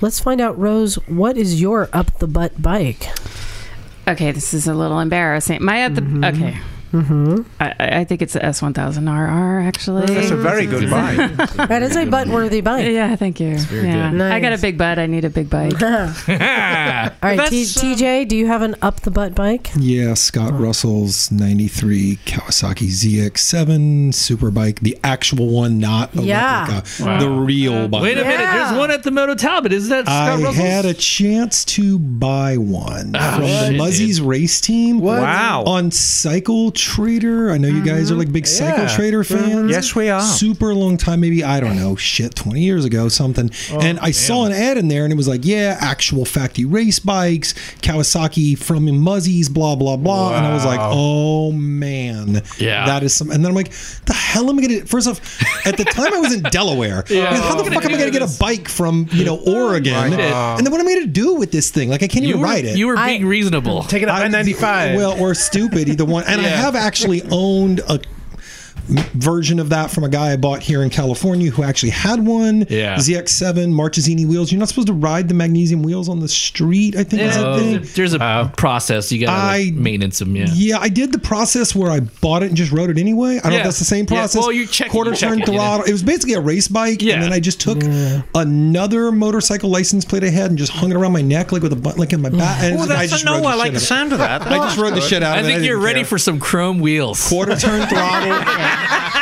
Let's find out, Rose, what is your up the butt bike?
Mm-hmm.
Okay, this is a little embarrassing. My other okay.
mm-hmm.
I, I I think it's the S1000RR actually.
That's a very good bike.
That is a butt-worthy bike.
yeah, thank you.
very
yeah.
good.
I got a
Nice.
big butt. I need a big bike.
Ah,
All right, T-
That's, um,
TJ, do you have an up the butt bike?
Yeah, Scott Russell's 93 Kawasaki ZX7 Superbike, the actual one, not a
Yeah.
replica, the real bike.
Wait a minute.
Yeah.
There's one at the Moto Talbot. Isn't that Scott
I
Russell's?
had a chance to buy one
Ah,
from
shit,
the Muzzies race team.
Wow.
On Cycle Trader. I know you guys are like big
Mm-hmm.
Cycle
Yeah.
Trader fans.
Yes, we are.
Super long time, maybe, I don't know, shit, 20 years ago, something.
Oh,
and I saw an ad in there and it was like, yeah, actual factory race bikes, Kawasaki from Muzzies, blah, blah, blah. And I was like, oh, man.
Yeah.
That is some. And then I'm like, the hell am I going to. First off, at the time I was in Delaware.
Yeah.
Like, how
What
the
am I
fuck am
gonna
I going
do
to get
this?
a bike from, you know, Oregon? And then what am I going to do with this thing? Like, I can't
You
even
were,
ride it.
you were
I-
being reasonable.
Take it up
I-
I, 95.
Well, or stupid, either one. And I
Yeah.
have actually owned a version of that from a guy I bought here in California who actually had one.
Yeah.
ZX7 Marchesini wheels. You're not supposed to ride the magnesium wheels on the street. I think is the
Oh,
thing.
there's a process. You got to
I-
like, maintenance them. Yeah.
Yeah, I did the process where I bought it and just rode it anyway. I don't know
Yeah.
if that's the same
Yeah.
process.
Well, you check it,
quarter
you check
turn
it, you know.
throttle. It was basically a race bike,
Yeah.
and then I just took another motorcycle license plate I had and just hung it around my neck like with a butt, like in my back. And
Oh,
I
that's
just
a no.
rode the
I like
shit
the
out
sound of that.
of it. I just rode the shit out
I
of it.
think
didn't
you're ready
care.
for some chrome wheels.
quarter turn throttle.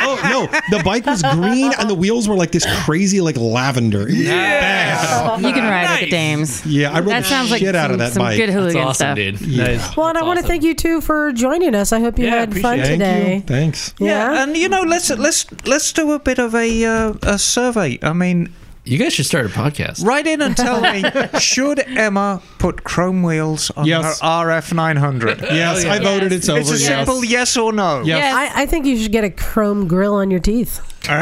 oh no, the bike was green and the wheels were like this crazy like lavender. Yeah,
You can ride at the
Nice.
dames.
yeah. I rode
That
the
sounds like
shit
some,
out of that
some
bike.
good
That's
hooligan
awesome,
stuff.
dude.
Yeah.
That is-
Well, and I
Oh, that's
want to
awesome.
thank you too for joining us. I hope you
Yeah,
had fun
appreciate it.
Thank you.
today.
Thanks.
Yeah.
and you know, let's let's let's do a bit of a uh, a survey. I mean,
You guys should start a podcast.
Write in and tell me, should Emma put chrome wheels on
Yes.
her RF 900?
Yes, I voted. It's over.
It's a
yes.
simple yes or no.
Yes.
I, I think you should get a chrome grill on your teeth.
Arr,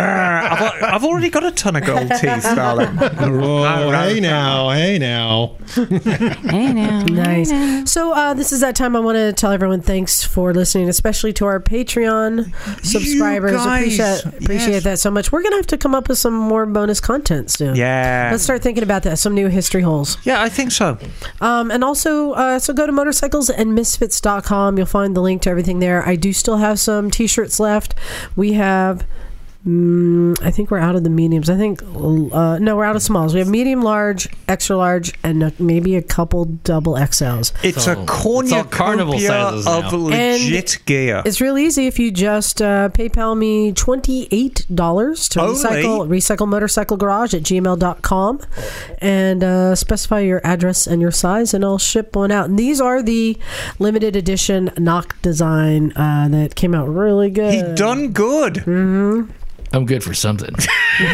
I've, al- I've already got a ton of gold teeth, darling.
Oh, hey now, hey now.
Hey now.
Nice. So uh, this is that time I want to tell everyone thanks for listening, especially to our Patreon subscribers.
guys.
Appreciate appreciate
Yes.
that so much. We're gonna have to come up with some more bonus content soon.
Yeah.
Let's start thinking about that. Some new history holes.
Yeah, I think so.
Um, and also, uh, so go to motorcyclesandmisfits.com. You'll find the link to everything there. I do still have some t shirts left. We have. Mm, I think we're out of the mediums. I think uh, no, we're out of smalls. We have medium, large, extra large, and uh, maybe a couple double XLs.
It's
So,
a
it's all carnival
cornucopia
sizes now.
of legit gear.
It's real easy if you just uh, PayPal me $28 to
Only?
recycle recycle motorcycle garage at gmail.com and uh, specify your address and your size and I'll ship one out. And these are the limited edition knock design uh, that came out really good. Mm-hmm.
He done good.
I'm good for something. Seriously.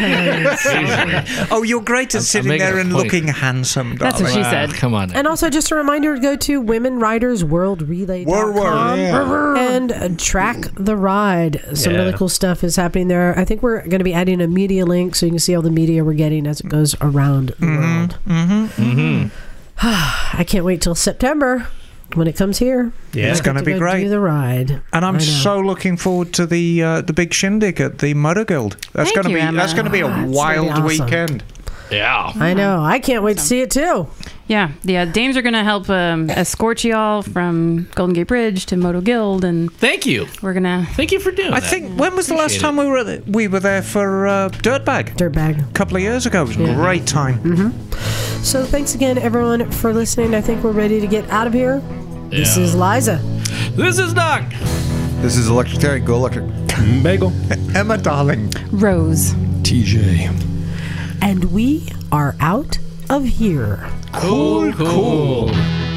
Oh, you're great at sitting
making
there
a
and
point.
looking handsome,
That's
darling.
what she said.
Come on. now.
and also, just a reminder go to
Word, word.
womenridersworldrelay.com
Yeah.
and uh, track the ride. Some
Yeah.
really cool stuff is happening there. I think we're going to be adding a media link so you can see all the media we're getting as it goes around the
Mm-hmm,
world.
Mhm.
I can't wait till September when it comes here.
Yeah. It's
I
going
get
to be
go
great.
Do the ride.
And
I
I'm
know.
so looking forward to the uh, the big shindig at the Motor Guild. That's going
Thank
to
you,
be
Emma.
that's going to be a
Ah, it's gonna be
wild
awesome.
weekend.
Yeah.
I know. I can't wait to see it too.
Yeah, yeah. Dames are going to help um, escort you all from Golden Gate Bridge to Moto Guild, and
Thank you.
we're gonna.
Thank you for doing
I
that.
think when was the last
Appreciate
time we were at the- we were there for uh, Dirtbag?
Dirtbag. Mm-hmm.
A couple of years ago. It was a great time.
So thanks again, everyone, for listening. I think we're ready to get out of here. This
Yeah.
is Liza.
This is Doc.
This is Electric Terry. Go Electric.
Bagel.
Emma, darling.
Rose.
TJ.
And we are out of here.
cool. cool.